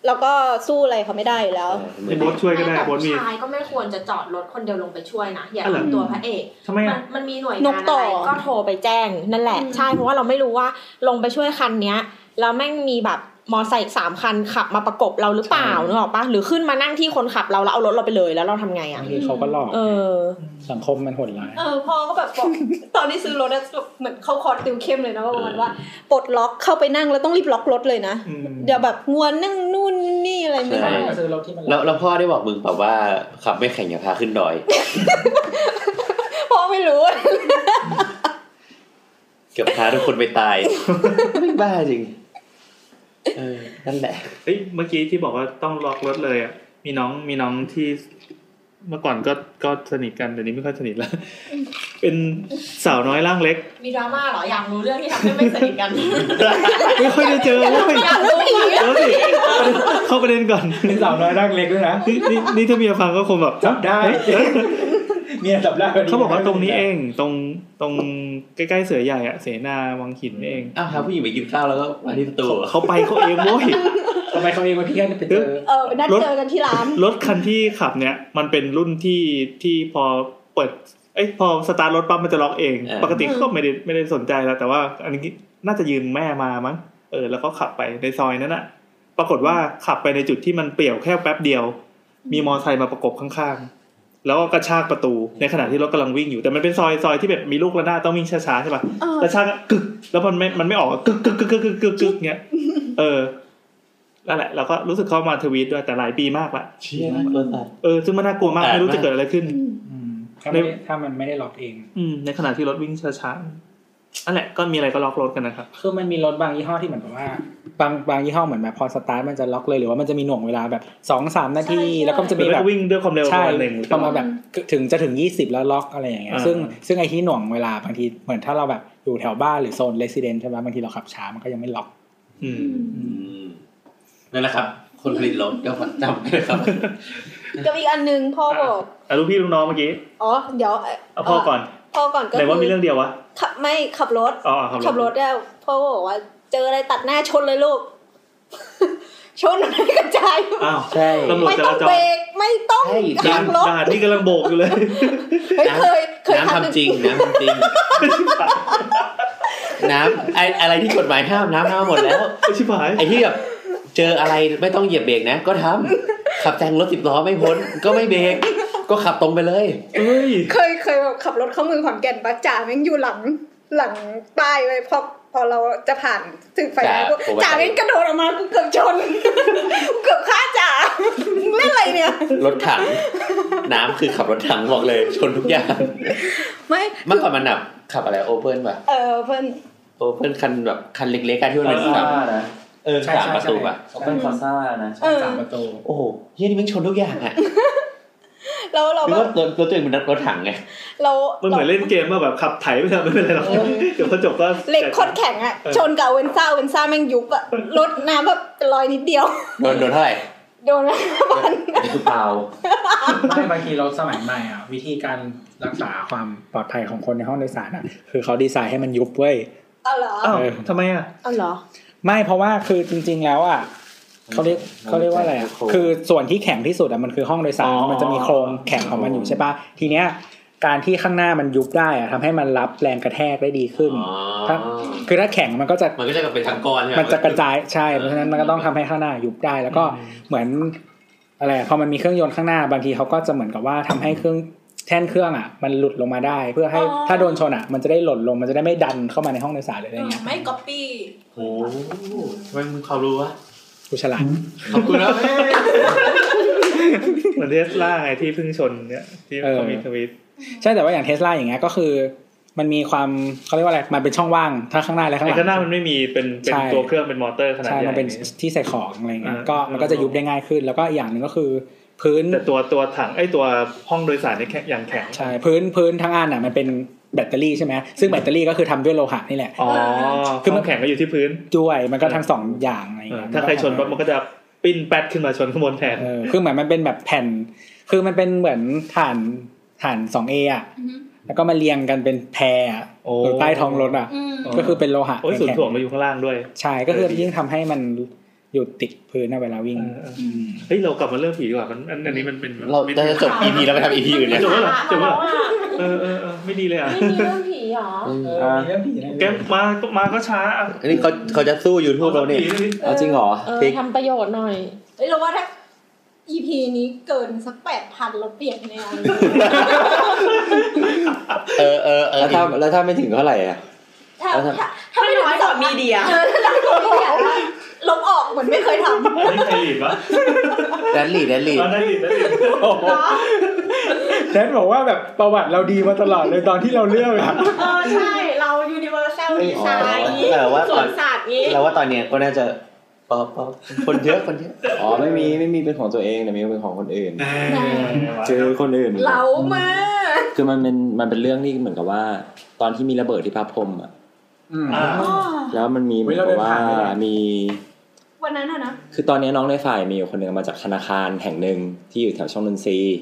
E: แล้วก็สู้อะไรเขาไม่ได้อยู่แล้ว
D: ให้โบทช่วยก็ได้
A: แต่
D: โบทมี
A: ผู้ชายก็ไม่ควรจะจอดรถคนเดียวลงไปช่วยนะ อย่า
D: อ่ะเหรอ
A: ทำตัวพระเอก
D: ทำไม
A: มั
D: อ่ะ
A: นมันมีหน่วย
E: น
A: งาก น
E: ต่
A: อะ
E: อ
A: ไรก็โทรไปแจ้งนั่นแหละ
E: อืม
A: ใช่เพราะว่าเราไม่รู้ว่าลงไปช่วยคันเนี้ยแล้วแม่งมีแบบมอไซค์อีกสามคันขับมาประกบเราหรือเปล่านึกออกปะหรือขึ้นมานั่งที่คนขับเราแล้วเอารถเราไปเลยแล้วเราทำไงอ่ะ
B: บางทีเขาก็หลอก
A: เออ
B: สังคมมันโหดร้าย
E: เออพ่อก็แบบ บอก ตอนที่ซื้อรถอะเหมือนเขาคอร์สติวเข้มเลยนะว่าประมาณว่าปลดล็อกเข้าไปนั่งแล้วต้องรีบล็อกรถเลยนะ
D: อืม
E: เดี๋ยวแบบงวนนั่งนู่นนี่อะไรไม่
G: ใช่
E: ได้
B: ซื้อรถที่มัน
G: แล้วแล้วพ่อได้บอกมึงแบบว่าขับไม่แข่งอย่าพาขึ้นดอย
E: พ่อไม่รู้
G: เกือบพาทุกคนไปตาย ไม่บ้าจริง เออ นั่นแหละ
D: เอ้ยเมื่อกี้ที่บอกว่าต้องล็อกรถเลยอ่ะมีน้องมีน้องที่เมื่อก่อนก็ก็สนิทกันแต่นี้ไม่ค่อยสนิทแล้ว เป็นสาวน้อยร่างเล็ก
A: มีดราม่าเหรออยากรู้เรื่องที่ทำให้ไม่สนิท กัน
D: ไม่ค่อยได้เจอเว้ย
A: อยากรู้ว่า
D: เดี๋ยวสิเข้าประเด็นก่อน
B: เป็นสาวน้อยร่างเล็กด้วยนะ
D: นี่นี่นี่ถ้าเมียฟังก็คงแบบ
B: จับได้เนี่ยจับได้
D: เขาบอกว่าตรงนี้เองตรงตรงใกล้ๆเสือใหญ่อะเสนาวังหินนี่เอง
G: อ้าวพาผู้หญิงไปกินข้าวแล้วก็มาที่ประตูอะ
D: เขาไปเขาเองโว้ย
B: ทำไมเขาเองว่าพี่แค่ไปเจอ
E: เออไปนัดเจอกันที่ร้าน
D: รถคันที่ขับเนี่ย มันเป็นรุ่นที่ที่พอเปิดเอ้ยพอสตาร์ทรถปั๊บมันจะล็อกเอง ปกติก็ไม่ได้ไม่ได้สนใจแล้ว แต่ว่าอันนี้น่าจะยืมแม่มามั้งเออ แล้วก็ขับไปในซอยนั้นอะปรากฏว่าขับไปในจุดที่มันเปลี่ยวแค่แป๊บเดียว มีมอไซค์มาประกบข้างๆ แล้วก็กระชากประตูในขณะที่รถกำลังวิ่งอยู่แต่มันเป็นซอยซอยที่แบบมีลูกระนาดต้องวิ่งช้าๆใช่ปะ
E: เออ
D: กระชากกึก แล้วมันไม่มันไม่ออกกึกกึกกึกกึกกึกกึกกึกเงี้ยเออนั่นแหละเราก็รู้สึกเข้ามาทวีตด้วยแต่หลายปีมากละ
G: เชี่ยน่ากลัวสัตว์
D: เออซึ่งมันน่ากลัวมาก
G: อ่า
D: ไม่รู้จะเกิดอะไรขึ้น
B: อืมถ้าไม่ได้ถ้ามันไม่ได้ล็อกเอง
D: อืมในขณะที่รถวิ่งช้าๆนั่นแหละก็มีอะไรก็ล็อกรถกันนะครับ
B: คือมันมีรถบางยี่ห้อที่เหมือนแบบว่า บางบางยี่ห้อเหมือนแบบพอสตาร์ทมันจะล็อกเลยหรือว่ามันจะมีหน่วงเวลาแบบสองสามนาที
E: ใช่ใช่
B: แล้วก็มันจะ
D: หรื
B: มีแบ
D: อไม่
B: บ
D: ก็วิ่งด้วยความเร็วประ
B: ใช่
D: มาณหนึ่ง
B: ประมาณแบบถึงจะถึงยี่สิบแล้วล็อกอะไรอย่างเงี้ย
D: อ่า
B: ซึ่งซึ่งไอ้ที่หน่วงเวลาบางทีเหมือนถ้าเราแบบอยู่แถวบ้านหรือโซนเลสซิเดนใช่ไหมบางทีเราขับช้ามันก็ยังไม่ล็อก
D: อืม
G: อืมนั่นแหละครับ คนผลิตรถก็ฝันจำด้วยครับ
E: กับอีกอันนึงพ่อบอก
D: อ่ะรู้พี่รู้น้องเมื่อกี้
E: อ๋อ เดี๋ยวเ
D: เอาพ่อก่อน
E: พ่อก่อนก็
D: ไหนว่ามี
E: คื
D: เรื่องเดียววะ
E: ขับไม่ขับรถ
D: อ๋อขับรถ
E: ขับรถแล้วพ่อก็บอกว่า เจออะไรตัดหน้าชนเลยลูก ชนให้กระจาย
D: อ้าว
B: ใช่
D: ตำรวจ
E: ไม่ต้องเบรกไม่ต้อง
G: ใช่
E: หักรถ
D: ด่านนี่กำลังโบกอยู่ เลย
E: เฮ้ยเคยเคย
G: น้ำ
E: หนึ่
G: ทำจริง น้ำทำจริง น้ำไออะไรที่กฎหมายห้ามน้ำห้ามหมดแล้ว
D: ไอชิบหาย
G: ไอ้ที่แบบเจออะไรไม่ต้องเหยียบเบรกนะ ก็ทำขับแซงรถสิบล้อไม่พ้น ก็ไม่เบรกก็ขับตรงไปเลย
D: เอ้ย
E: เคยเคยแบบขับรถเข้าเมืองขอนแก่นปะจ่าแม่งอยู่หลัง หลังป้ายไว้พอพอเราจะผ่านถึงไฟแดงปุ๊บ
G: จ่า
E: จ่าแม่งกระโดดออกมากูเกือบชน กูเกือบฆ่าจ่ามึงเล่นอะไรเนี่ย
G: รถถัง น้ำคือขับรถถังบอกเลยชนทุกอย่าง
E: ไม่
G: เมื่อก่อนมันแบบขับอะไรโอเพ่นป่ะ
E: เออเพื่อน
G: โอเพ่นคันแบบคันเล็กๆอะที่มันเป็นสาม
H: นะ
G: เออ
B: ใช่
G: สาม
B: ใช่
G: ประตู
B: ใช่
G: ป่ะ
H: โอเปนคอซ่านะ
E: เออ
B: สามประตู
G: โอ้โหเฮียนี่มันชนทุกอย่างอะ
E: แล้วเรา
G: หรื
E: แบ
G: อว่า
E: บ
G: รถรถตัวเองเป็นรถถังไง
E: เรา
D: มันเหมือนเล่นเกมว่าแบบขับไถไปเถอะไม่เป็นไรหรอกเดี๋ยวพอจบก็
E: เหล็กโคตรแข็งอะชนกับเวนซ่าเวนซ่าแม่งยุบอะรถน้ำแบบลอยนิดเดียว
G: โดนโดนเท่าไหร่
E: โดนนะ
H: คือเปล่า
B: ไม่บางทีรถสมัยใหม่อ่ะวิธีการรักษาความปลอดภัยของคนในห้องโดยสารอ่ะคือเขาดีไซน์ให้มันยุบเว้ย
E: เอาเหรอ
D: อ้าวทำไมอ่ะ
E: เอาเหรอ
B: ไม่เพราะว่าคือจริง ๆ แล้วอ่ะเขาเรียกเขาเรียกว่าอะไรอ่ะคือส่วนที่แข็งที่สุดอ่ะมันคือห้องโดยสารมันจะมีโครงแข็งของมันอยู่ใช่ปะทีเนี้ยการที่ข้างหน้ามันยุบได้อ่ะทำให้มันรับแรงกระแทกได้ดีขึ้น
G: อ๋อ
B: ถ้า คือถ้าแข็งมันก็จะ
G: มันก็จะกลับไปทางก้อนใช่ไหม
B: มันจะกระจายใช่เพราะฉะนั้นมันก็ต้องทำให้ข้างหน้ายุบได้ แล้วก็เหมือนอะไรพอมันมีเครื่องยนต์ข้างหน้าบางทีเขาก็จะเหมือนกับว่าทำให้เครื่องแท่นเครื่องอ่ะ มันหลุดลงมาได้ เพื่อให้
E: อ๋อ
B: ถ้าโดนชนอ่ะ มันจะได้หล่นลงมันจะได้ไม่ดันเข้ามาในห้องโดยสารหรืออะไรเงี้ย
C: ไม่ก๊อปปี้
G: โอ้โหทำไมมึงเขารู้วะ
B: กูฉลาด
G: ขอบคุณนะ
D: เหมือนเทสลาไงที่เพิ่งชนเนี่ยที่เขามีทวีต
B: ใช่แต่ว่าอย่างเทสลาอย่างเงี้ยก็คือ มันมีความเขาเรียกว่าอะไรมันเป็นช่องว่างทั้งข้างหน้าและข้างห
D: ไอ้
B: ลัง
D: ข้างหน้ามันไม่มีเป็นเป็น
B: ใช่
D: ตัวเครื่องเป็นมอเตอร์ขนาด
B: ใช่
D: ใหญ่
B: มันเป็นที่ใส่ของอะไรเงี้ย
D: อ่า
B: ก็มันก็จะ
D: อ่ายุ
B: ยุบได้ง่ายขึ้น แล้วก็อีกอย่างหนึ่งก็คือ พื้น
D: แต่ตัวตัวถังไอ้ตัวห้องโดยสารเนี่ยแข็งอย่างแข็ง
B: ใช่พื้นพื้นทั้งอันอ่ะมันเป็นแบตเตอรี่ใช่ไหมซึ่งแบตเตอรี่ก็คือทำด้วยโลหะนี่แหละ
D: อ๋อ
B: คื
D: คือ
B: อมั
D: มัน นแข็งก็อยู่ที่พื้น
B: ด้วยมันก็ทั้งสองอย่างอะไร
D: เออ
B: เงี้ย
D: ถ้าใครชนปั๊บมันก็จะปิ้นแป๊ดขึ้นมาชนข้างบนแทน
B: เออคือเหมือนมันเป็นแบบแผ่น คือมันเป็นเหมือนฐานฐานสองเออ่ะ แล้วก็มาเรียงกันเป็นแพรอะ
D: โอ้
B: อยู่ใต้ท้องรถอ่ะ
E: อืม
B: ก็คือเป็นโลหะ
D: โอ้ยศูนย์ถ่วงมาอยู่ข้างล่างด้วย
B: ใช่ก็คือยิ่งทำให้มันอยู่ติดพื้นอะเวลาวิ่ง
D: เออเออเฮ้ยเรากลับมาเรื่องผีดีกว่ามันอันอันนี้มันเป็น
G: เราจะจบ EP แล้วไปทำ EP อื่นเนี่ย
D: จบแล้วเหรอจบแล้วเหรอ
A: อ่ะ
D: เออเออเออไม่ดีเลยอ่ะ
A: ไม่มีเรื่องผีหรอ
B: เรื่องผีนะ
D: แกมาก็มาก็ช้าอ่ะ
G: อันนี้เขาเขาจะสู้ YouTube เราเนี่ย
D: ผีดิ
H: เอาจริงเหรอ
A: เออ
G: พลิก
A: ทำประโยชน์หน่อย
E: เอ้ยเราว่าถ้า EP นี้เกินสักแปดพันเราเปลี่ยนแนวเลย
G: เออเออเออ
H: แล้วถ้าแล้วถ้าไม่ถึงเท่าไหร่อ่ะ
E: ถ้า
H: แล้วถ้า
E: ถ้าถ้าไม่น้อยกว่ามีเดียเออถ้าน้อยกว่ามีเดียแล้วลบออกเหมือนไม่เคยทำ
D: อันนี้ใครหลีบวะ
G: แดนลี่แดนลี่
D: อันนั้นหลีบอันนั้นหลีบ
B: แทนบอกว่าแบบประวัติเราดีมาตลอดเลยตอนที่เราเลือกอะ
A: เออใช่ เรา universal design งี้
G: แต่ว่า
A: ส
G: ตอ
A: วน นสัตว์งี้
G: เราว่าตอนเนี้ยก็น่าจะปอปอคนเยอะคนเยอะ
H: อ๋อไม่มีไม่มีเป็นของตัวเองแต่มีเป็นของคนอื่น เจอคนอื่น
E: เรามา
H: คือมันเป็นมันเป็นเรื่องที่เหมือนกับว่า ตอนที่มีระเบิดที่พระพรหมอ่ะ
B: อืม
D: อ่า
H: แล้วมันมีเหมือนกับว่า
B: เฮ้ยเราเดินผ่านไปแล้ว
H: มี
E: วันนั้นอะนะ
H: คือตอนนี้น้องในฝ่ายมีอยู่คนหนึ่งมาจากธนาคารแห่งหนึ่งที่อยู่แถวช่องนนทรีย์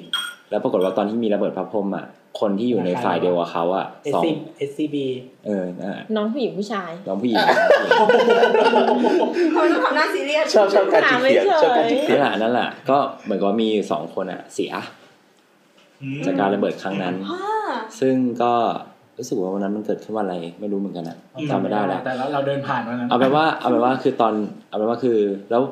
H: แล้วปรากฏว่าตอนที่มีระเบิดพระพรหมอ่ะคนที่อยู่ในฝ่ายเดียวกับเขาอ่ะสอง
B: SCB
H: เออนะฮะ
A: น้องผู้หญิงผู้ชาย
H: น้องผู้หญิง
E: ทำไมต้องทำหน้าซีเรียส
G: ชอบชอบการจิกเสีย
A: หาไม่
G: ง
A: เจอ
G: ชอบการจิกเสียง
H: นั่นแหละนั่นแหละก็เหมือนกับว่ามีอยู่สองคนอ่ะเสียจากการระเบิดครั้งนั้น
E: อ่า
H: ซึ่งก็รู้สึกว่าวันนั้นมันเกิดขึ้นวันอะไรไม่รู้เหมือนกันอะจำไม่ได้แล้ว
B: แต่เราเราเดินผ่านวันนั้น
H: เอาเป็นว่าเอาเป็นว่าคือตอนเอาเป็นว่าคือแล้ว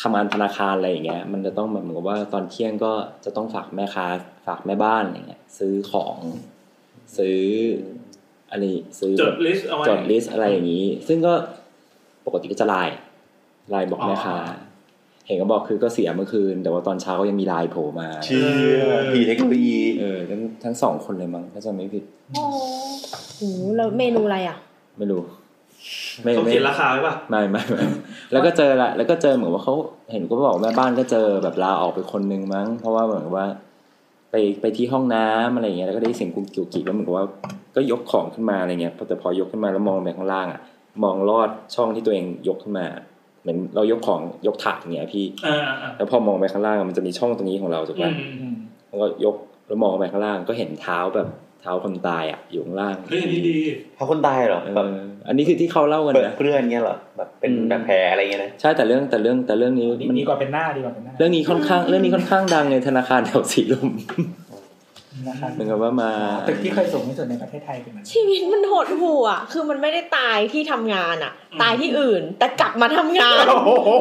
H: ทำงานธนาคารอะไรอย่างเงี้ย มันจะต้องแบบเหมือนกับว่าตอนเที่ยงก็จะต้องฝากแม่ค้าฝากแม่บ้านอะไรเงี้ยซื้อของซื้ออะไรซื้อ
D: จดลิสต์เอาไว้
H: จดลิสต์อะไรอย่างงี้ ซึ่งก็ปกติก็จะไลน์ไลน์บอกแม่ค้า
D: อ๋อ
H: เห็นก็บอกคือก็เสียเมื่อคืน แต่ว่าตอนเช้าก็ยังมีไลน์โผล่มา
G: เชี่ยผีเทคโนโลยี
H: เออทั้งทั้งสองคนเลยมั้งถ้าจำไม่ผิด
E: โอ้
A: โอ้โหแล้วเมนูอะไรอ่ะ
H: ไม่รู้
D: เขาเขียนราคาไว้ป่ะ
H: ไม่ไม่ไม่ แล้วก็เจอละแล้วก็เจอเหมือนว่าเขาเห็นก็บอกแม่บ้านก็เจอแบบลาออกไปคนนึงมั้ง เพราะว่าเหมือนกับว่า ไปไปที่ห้องน้ำอะไรอย่างเงี้ยแล้วก็ได้เสียงกุ๊กกิ๊กกิ๊กแล้วเหมือนกับว่าก็ยกของขึ้นมาอะไรเงี้ยแต่พอยกขึ้นมาแล้วมองไปข้างล่างอ่ะมองลอดช่องที่ตัวเองยกขึ้นมา เหมือนเรายกของยกถาดอย่างเงี้ยพี่
D: อ่าอ่าอ่า
H: แล้วพอมองไปข้างล่างอะมันจะมีช่องตรงนี้ของเราถูก
D: อื
H: ปะ
D: มอืมอืม
H: แล้วก็ยกแล้วมองไปข้างล่างก็เห็นเท้าแบบเท้าคนตายอ่ะอยู่ข้างล่าง
D: เฮ้ยอันนี้ดี
G: เพราะคนตายเหรอ
H: เอ
G: แบบ
H: ออันนี้คือที่เขาเล่ากัน
G: เปิด
H: นะ
G: เครื่องเงี้ยเหรอแบบเป็น
H: อืม
G: แบบแพรอะไรเงี้ยนะ
H: ใช่แต่เรื่องแต่เรื่องแต่เรื่องนี้มัน
B: ดีกว่าเป็นหน้าดีกว่าเป็นหน้า
H: เรื่องนี้ค่อนข้างเรื่องนี้ค่อนข้างดังในธนาคารแถวสีลม
B: นะครับ
H: เหมือนกับว่ามา
B: ตึกที่เคยสูงที่สุดในประเทศไทยเป็นมัน
A: ชีวิตมันโหดหู่อ่ะ คือมันไม่ได้ตายที่ทำงานอ่ะ ตายที่อื่น แต่กลับมาทำ งาน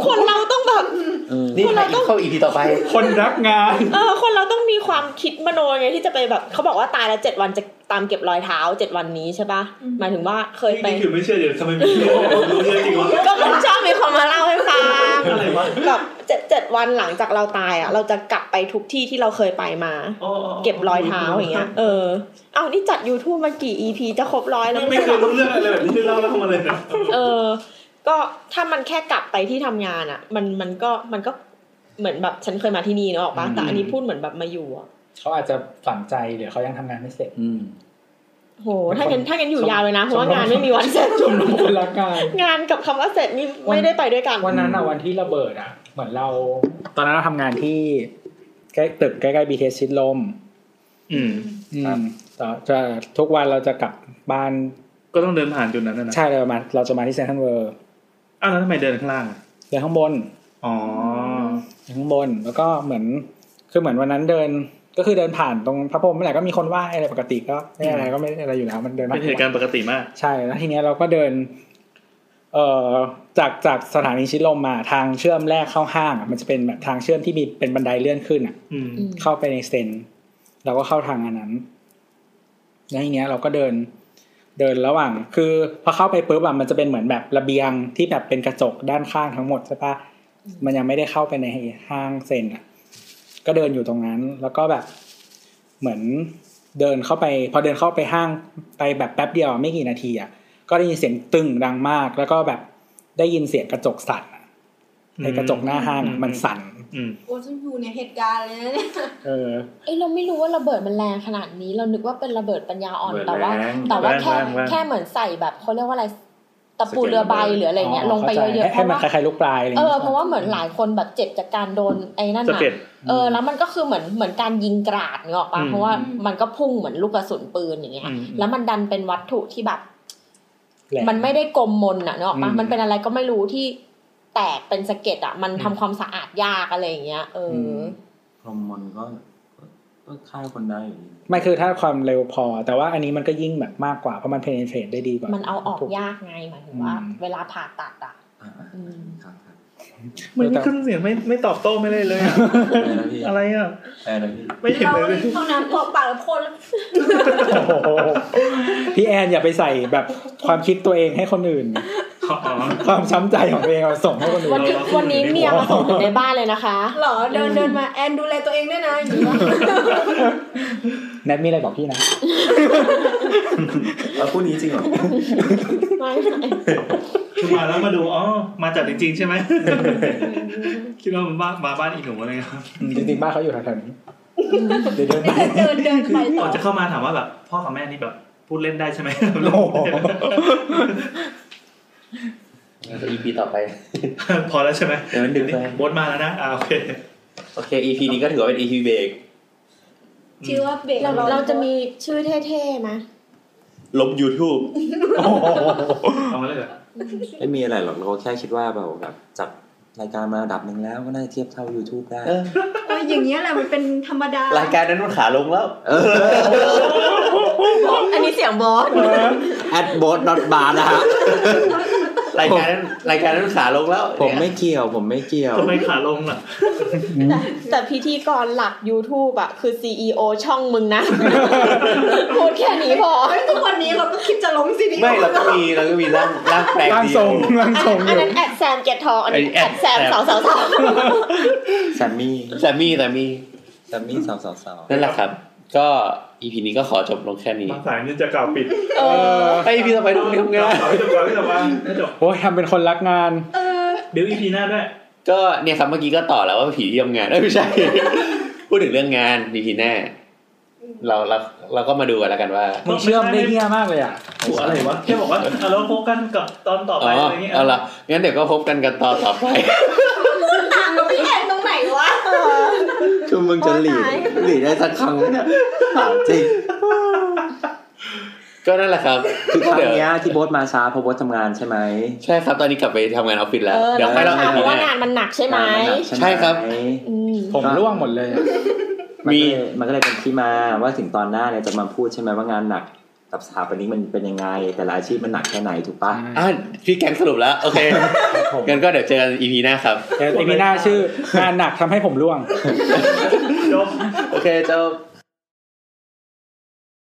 A: คนเราต้องแบบ
H: เออ
G: นี่
A: คนเราต้อง
G: เข้า EP ต่อไป
B: คนรักงาน
A: เออ คนเราต้องมีความคิดมโนไงที่จะไปแบบเขาบอกว่าตายแล้วเจ็ดวันจะตามเก็บรอยเท้าเจ็ดวันนี้ใช่ปะหมายถึงว่าเคยไป
D: นี่คือไม่เชื่อเดี๋ยวทำไมมีเรื่องรู้เยอะจริงวะ
A: ก็มันชอบมีคนมาเล่าให้ ฟัง
D: อะไรวะ
A: แบบเจ็ดเจ็ดวันหลังจากเราตายอ่ะ เราจะกลับไปทุกที่ที่เราเคยไปมา
D: อ๋ออ๋อ
A: เก็บรอยเท้าอย่างเงี้ย เออ เอานี่จัด YouTube มากี่ EP จะครบร้อยแล้ว
D: ไม่เคยรู้เรื่องอะไรแบบนี้ที่เล่าแล้วเข้ามาเลยนะ
A: เออ ก็ถ้ามันแค่กลับไปที่ทำงานอ่ะ มันมันก็มันก็เหมือนแบบฉันเคยมาที่นี่เนอะออกปะแต่อันนี้พูดเหมือนแบบมาอยู่อ่ะ
B: เขาอาจจะฝังใจหรือเขายังทำงานไม่เสร็จ
H: อืม
A: โห ถ้างั้นถ้างั้นอยู่ยาวเลยนะ เพราะว่างานไม่มีวันเสร็จ
B: ชมรมคนรักงาน
A: งานกับคำว่าเสร็จนี่ไม่ได้ไปด้วยกัน
B: วันนั้นอ่ะวันที่ระเบิดอ่ะ เหมือนเรา ตอนนั้นเราทำงานที่ใกล้ตึกใกล้ๆ BTS ชิดลม
D: อืม
B: อืมแต่จะทุกวันเราจะกลับบ้าน
D: ก็ต้องเดินผ่านจุดนั้นนะนะ
B: ใช่เรามาเราจะมาที่เซนทรัลเวิร์
D: อ้าวแล้วทำไมเดินข้างล่างอะ
B: เดินข้างบน
D: อ๋อ
B: เดินข้างบนแล้วก็เหมือน คือเหมือนวันนั้นเดินก็คือเดินผ่านตรงพระพรหมเมื่อไหร่ก็มีคนไหว่าอะไรปกติก็ไม่อะไรก็ไม่อะไรอยู่แล้วมันเดินผ่า
D: เป็น นเหตุการณ์ปกติมาก
B: ใช่แล้วทีเนี้ยเราก็เดิน เอ่อจากจากสถานีชิดลมมาทางเชื่อมแรกเข้าห้างอะมันจะเป็นแบบทางเชื่อมที่มีเป็นบันไดเลื่อนขึ้นอ่ะ
D: อืม
B: เข้าไปในเซนเราก็เข้าทางอันนั้นแล้วทีเนี้ยเราก็เดินเดินระหว่าง คือพอเข้าไปปุ๊บอะมันจะเป็นเหมือนแบบระเบียงที่แบบเป็นกระจกด้านข้างทั้งหมดใช่ปะมันยังไม่ได้เข้าไปในห้างเซนอ่ะ ก็เดินอยู่ตรงนั้น แล้วก็แบบเหมือนเดินเข้าไป พอเดินเข้าไปห้างไปแบบแป๊บเดียวอะไม่กี่นาทีอ่ะก็ได้ยินเสียงตึงดังมาก แล้วก็แบบได้ยินเสียงกระจกสั่นอะในกระจกหน้าห้างอะมันสั่น
D: อืม
E: โอ้ฉันอยู่ในเหตุการณ์เลยนะเนี่ย
B: เออ
A: เอ้ยเราไม่รู้ว่าระเบิดมันแรงขนาดนี้ เรานึกว่าเป็นระเบิดปัญญาอ่อน
H: เหมือน
A: แต่ว่า
H: แรง
A: แต่ว่า
D: แรง
A: แค่
D: แรงแรง
A: แค่เหมือนใส่แบบเขาเรียกว่าอะไร ตะปูเรือใบหรืออะไรเงี้ยลงไปเยอะๆเพ
B: ให้
A: ราะ
B: มัน
A: ว่า
B: คล้ายๆลูกปลายอะไรอย่า
A: เองอ
B: เงี้ย
A: เพราะว่าเหมือนหลายคนแบบเจ็บจากการโดนไอ้นั่น
I: สะ
A: น่ะ
I: เก็ด
A: เออแล้วมันก็คือเหมือนเหมือนการยิงกราดเนกออกปะ
I: อืม
A: เพราะว่ามันก็พุ่งเหมือนลูกกระสุนปืนอย่างเงี้ย
I: อืม
A: แล้วมันดันเป็นวัตถุที่แบบ
B: แหลม
A: มันไม่ได้กลมมนอ่ะเนกออกปะ
B: อืม
A: มันเป็นอะไรก็ไม่รู้ที่แตกเป็นสะเก็ดอ่ะ มันทำความสะอาดยากอะไรอย่างเงี้ยเอออ
B: ม
H: พรหมมนต์ก็ก็ก็ฆ่าคนได้อยู่ดี
B: ไม่คือถ้าความเร็วพอ แต่ว่าอันนี้มันก็ยิ่งแบบมากกว่าเพราะมันเพนเทรตได้ดีกว่า
A: มั
B: มั
A: นเอาออกยากไงหมายถึงว่า
B: อืม
A: เวลาผ่าตัดอ่ะ
H: อ่า
A: อืม
H: ๆครับครับ
I: มันไม่ขึ้นเสียงไม่ไม่ตอบโต้ไม่เลยเลยอะ
H: แปลนะพี่
I: อะไรอ่ะ
H: แปลนะพี่
I: ไม่เห็น
E: เรา
I: เลย
E: เข้าน้ำตัวเปล่าแล้วพ่นแล้ว
B: พี่แอนอย่าไปใส่แบบความคิดตัวเองให้คนอื่น ความช้ำใจของตัวเองเอาส่งให้คนอื่
A: วัน
B: น
A: นี้วันนี้เมียมาส่งถึงในบ้านเลยนะคะ
E: หรอเดินเดินมาแอนดูแลตัวเองด้วยนะอย่างนี้วะ
B: แนทมีอะไรบอกพี่นะ
H: เอาพูดนี้จริงเหรอ
A: ไม่ไม่
I: คือมาแล้วมาดูอ๋อมาจากจริงๆใช่ไหม คิดว่ามันบ้านมาบ้านอีหนูอะไรเงี้ยครับ
B: จริงๆบ้านเขาอยู่แถวๆนี้เดี๋ยวเดินไป
E: เดินเดินไป
I: ก่
E: ต่
I: อ
E: อน
I: จะเข้ามาถามว่าแบบพ่อกับแม่นี่แบบพูดเล่นได้ใช่ไหม
B: โอ้โห
G: แล้วก็ EP ต่อไป
I: พอแล้วใช่ไหม
H: เดี๋ยวมันดึกไป
I: โบทมาแล้วนะอ่าโอเค
G: โอเค EP นี้ก็ถือว่าเป็น EP เบรก
E: ชื่อว่าเบรก
A: เราเราจะมีชื่อเท่ๆไหม
G: ลบ YouTube
I: เอามาเลยเหรอ
H: ไม่มีอะไรหรอกเราแค่คิดว่าแบบแบบจับรายการมาระดับหนึ่งแล้วก็น่าจะเทียบเท่า YouTube ได้
G: เออ
E: เอออย่างเงี้ยแหละมันเป็นธรรมดาร
G: าย การนั้นมันขาลงแล้ว
A: อันนี้เสียงบอส
G: at b o t not bar นะฮะ รายการนั้นรายการนั้นขาลงแล้ว
H: ผมไม่เกี่ยว ผมไม่เกี่ยว
I: ทำไมขาลงล่ะ
A: แต่แต่พิธีกรหลัก YouTube อ่ะ คือ CEO ช่องมึง นะ พูดแค่นี้พอ
E: เฮ้ยทุกวันนี้เราก็คิดจะล้มซีดี
G: ไม่เราก็มีเราก็มีร่างร่างแปลก
B: ร่าง
G: ดี
B: ทรงร่าง
A: อัน
B: ทร
A: นั้นอัน
B: งอยู่
A: นั้นแอดแซมเกตทองอันนี้แอดแซมสาวสาวสาว
H: แซมมี่
G: แซมมี่แซมมี่
H: แซมมี่สาวสาวสาว
G: นั่นแหละครับ ก็ EP นี้ก็ขอจบลงแค่นี้
I: บางสายนี่จะกล่าวปิด
A: เออ
G: ไป EP ต่อไปดูทำงาน
I: กล่าวปิดก่อนไม่จบว่าไม่จบ
B: โอ้ยทำเป็นคนรักงาน
I: เดี๋ยว EP หน้าด้วย
G: ก็เนี่ยครับเมื่อกี้ก็ต่อแล้วว่าผีที่ทำงานเอ้ยไม่ใช่ พูดถึงเรื่องงาน EP หน้าเราเราเราก็มาดูกันแล้วกันว่า
B: มึงเชื่อมได้เหี้ยมากเลยอ่ะ
I: ถูกอะไรวะแค่บอกว่าเอาแล้วพบกันกับตอนต่อ
G: อ๋
I: ไปอะ
G: อ
I: ไรเงี้ย
G: เอาละงั้นเดี๋ยวก็พบกันกันต่อนต่อไป
E: ต่างกับพี่แอนตรงไหนวะ
G: คือมึงจะหลีดหลีดได้สักครั้งไหมเนี่ยถามจริง ก็นั่นแหละครับ
H: คือครั้ง
G: เดี๋ยว
H: เนี้ยที่โบ๊ทมาช้าเพราะโบ๊ททำงาน ใช่ไหม
G: ใช่ครับตอนนี้กลับไปทำงานออฟฟิศแล้
A: เอ
G: ว
A: อ
G: เดี๋ยวค่อย
A: เรา
G: เล่า
A: ทำเพ
G: อีก
A: ราะว่า
G: ทีห
A: งา
G: นะ
A: นมันหนักใช่ไหม
H: งานนหนักไหม
G: ใช่ครับ
A: อืม
B: ผมร่วงหมดเลยอะ
H: มัน
G: มี
H: ก็เลยมันก็เลยเป็นที่มาว่าถึงตอนหน้าเนี่ยจะมาพูดใช่ไหมว่างานหนักกับสถาปนิกมันเป็นยังไง แต่ละอาชีพมันหนักแค่ไหนถูกปะ
G: อ่ะพี่แกงสรุปแล้ว โอเคงั้นก็เดี๋ยวเจอกันอีพีหน้าครับ
B: แต่ไอพีหน้าชื่องานหนักทำให้ผมร่วง
I: จบ
G: โอเคเจ้า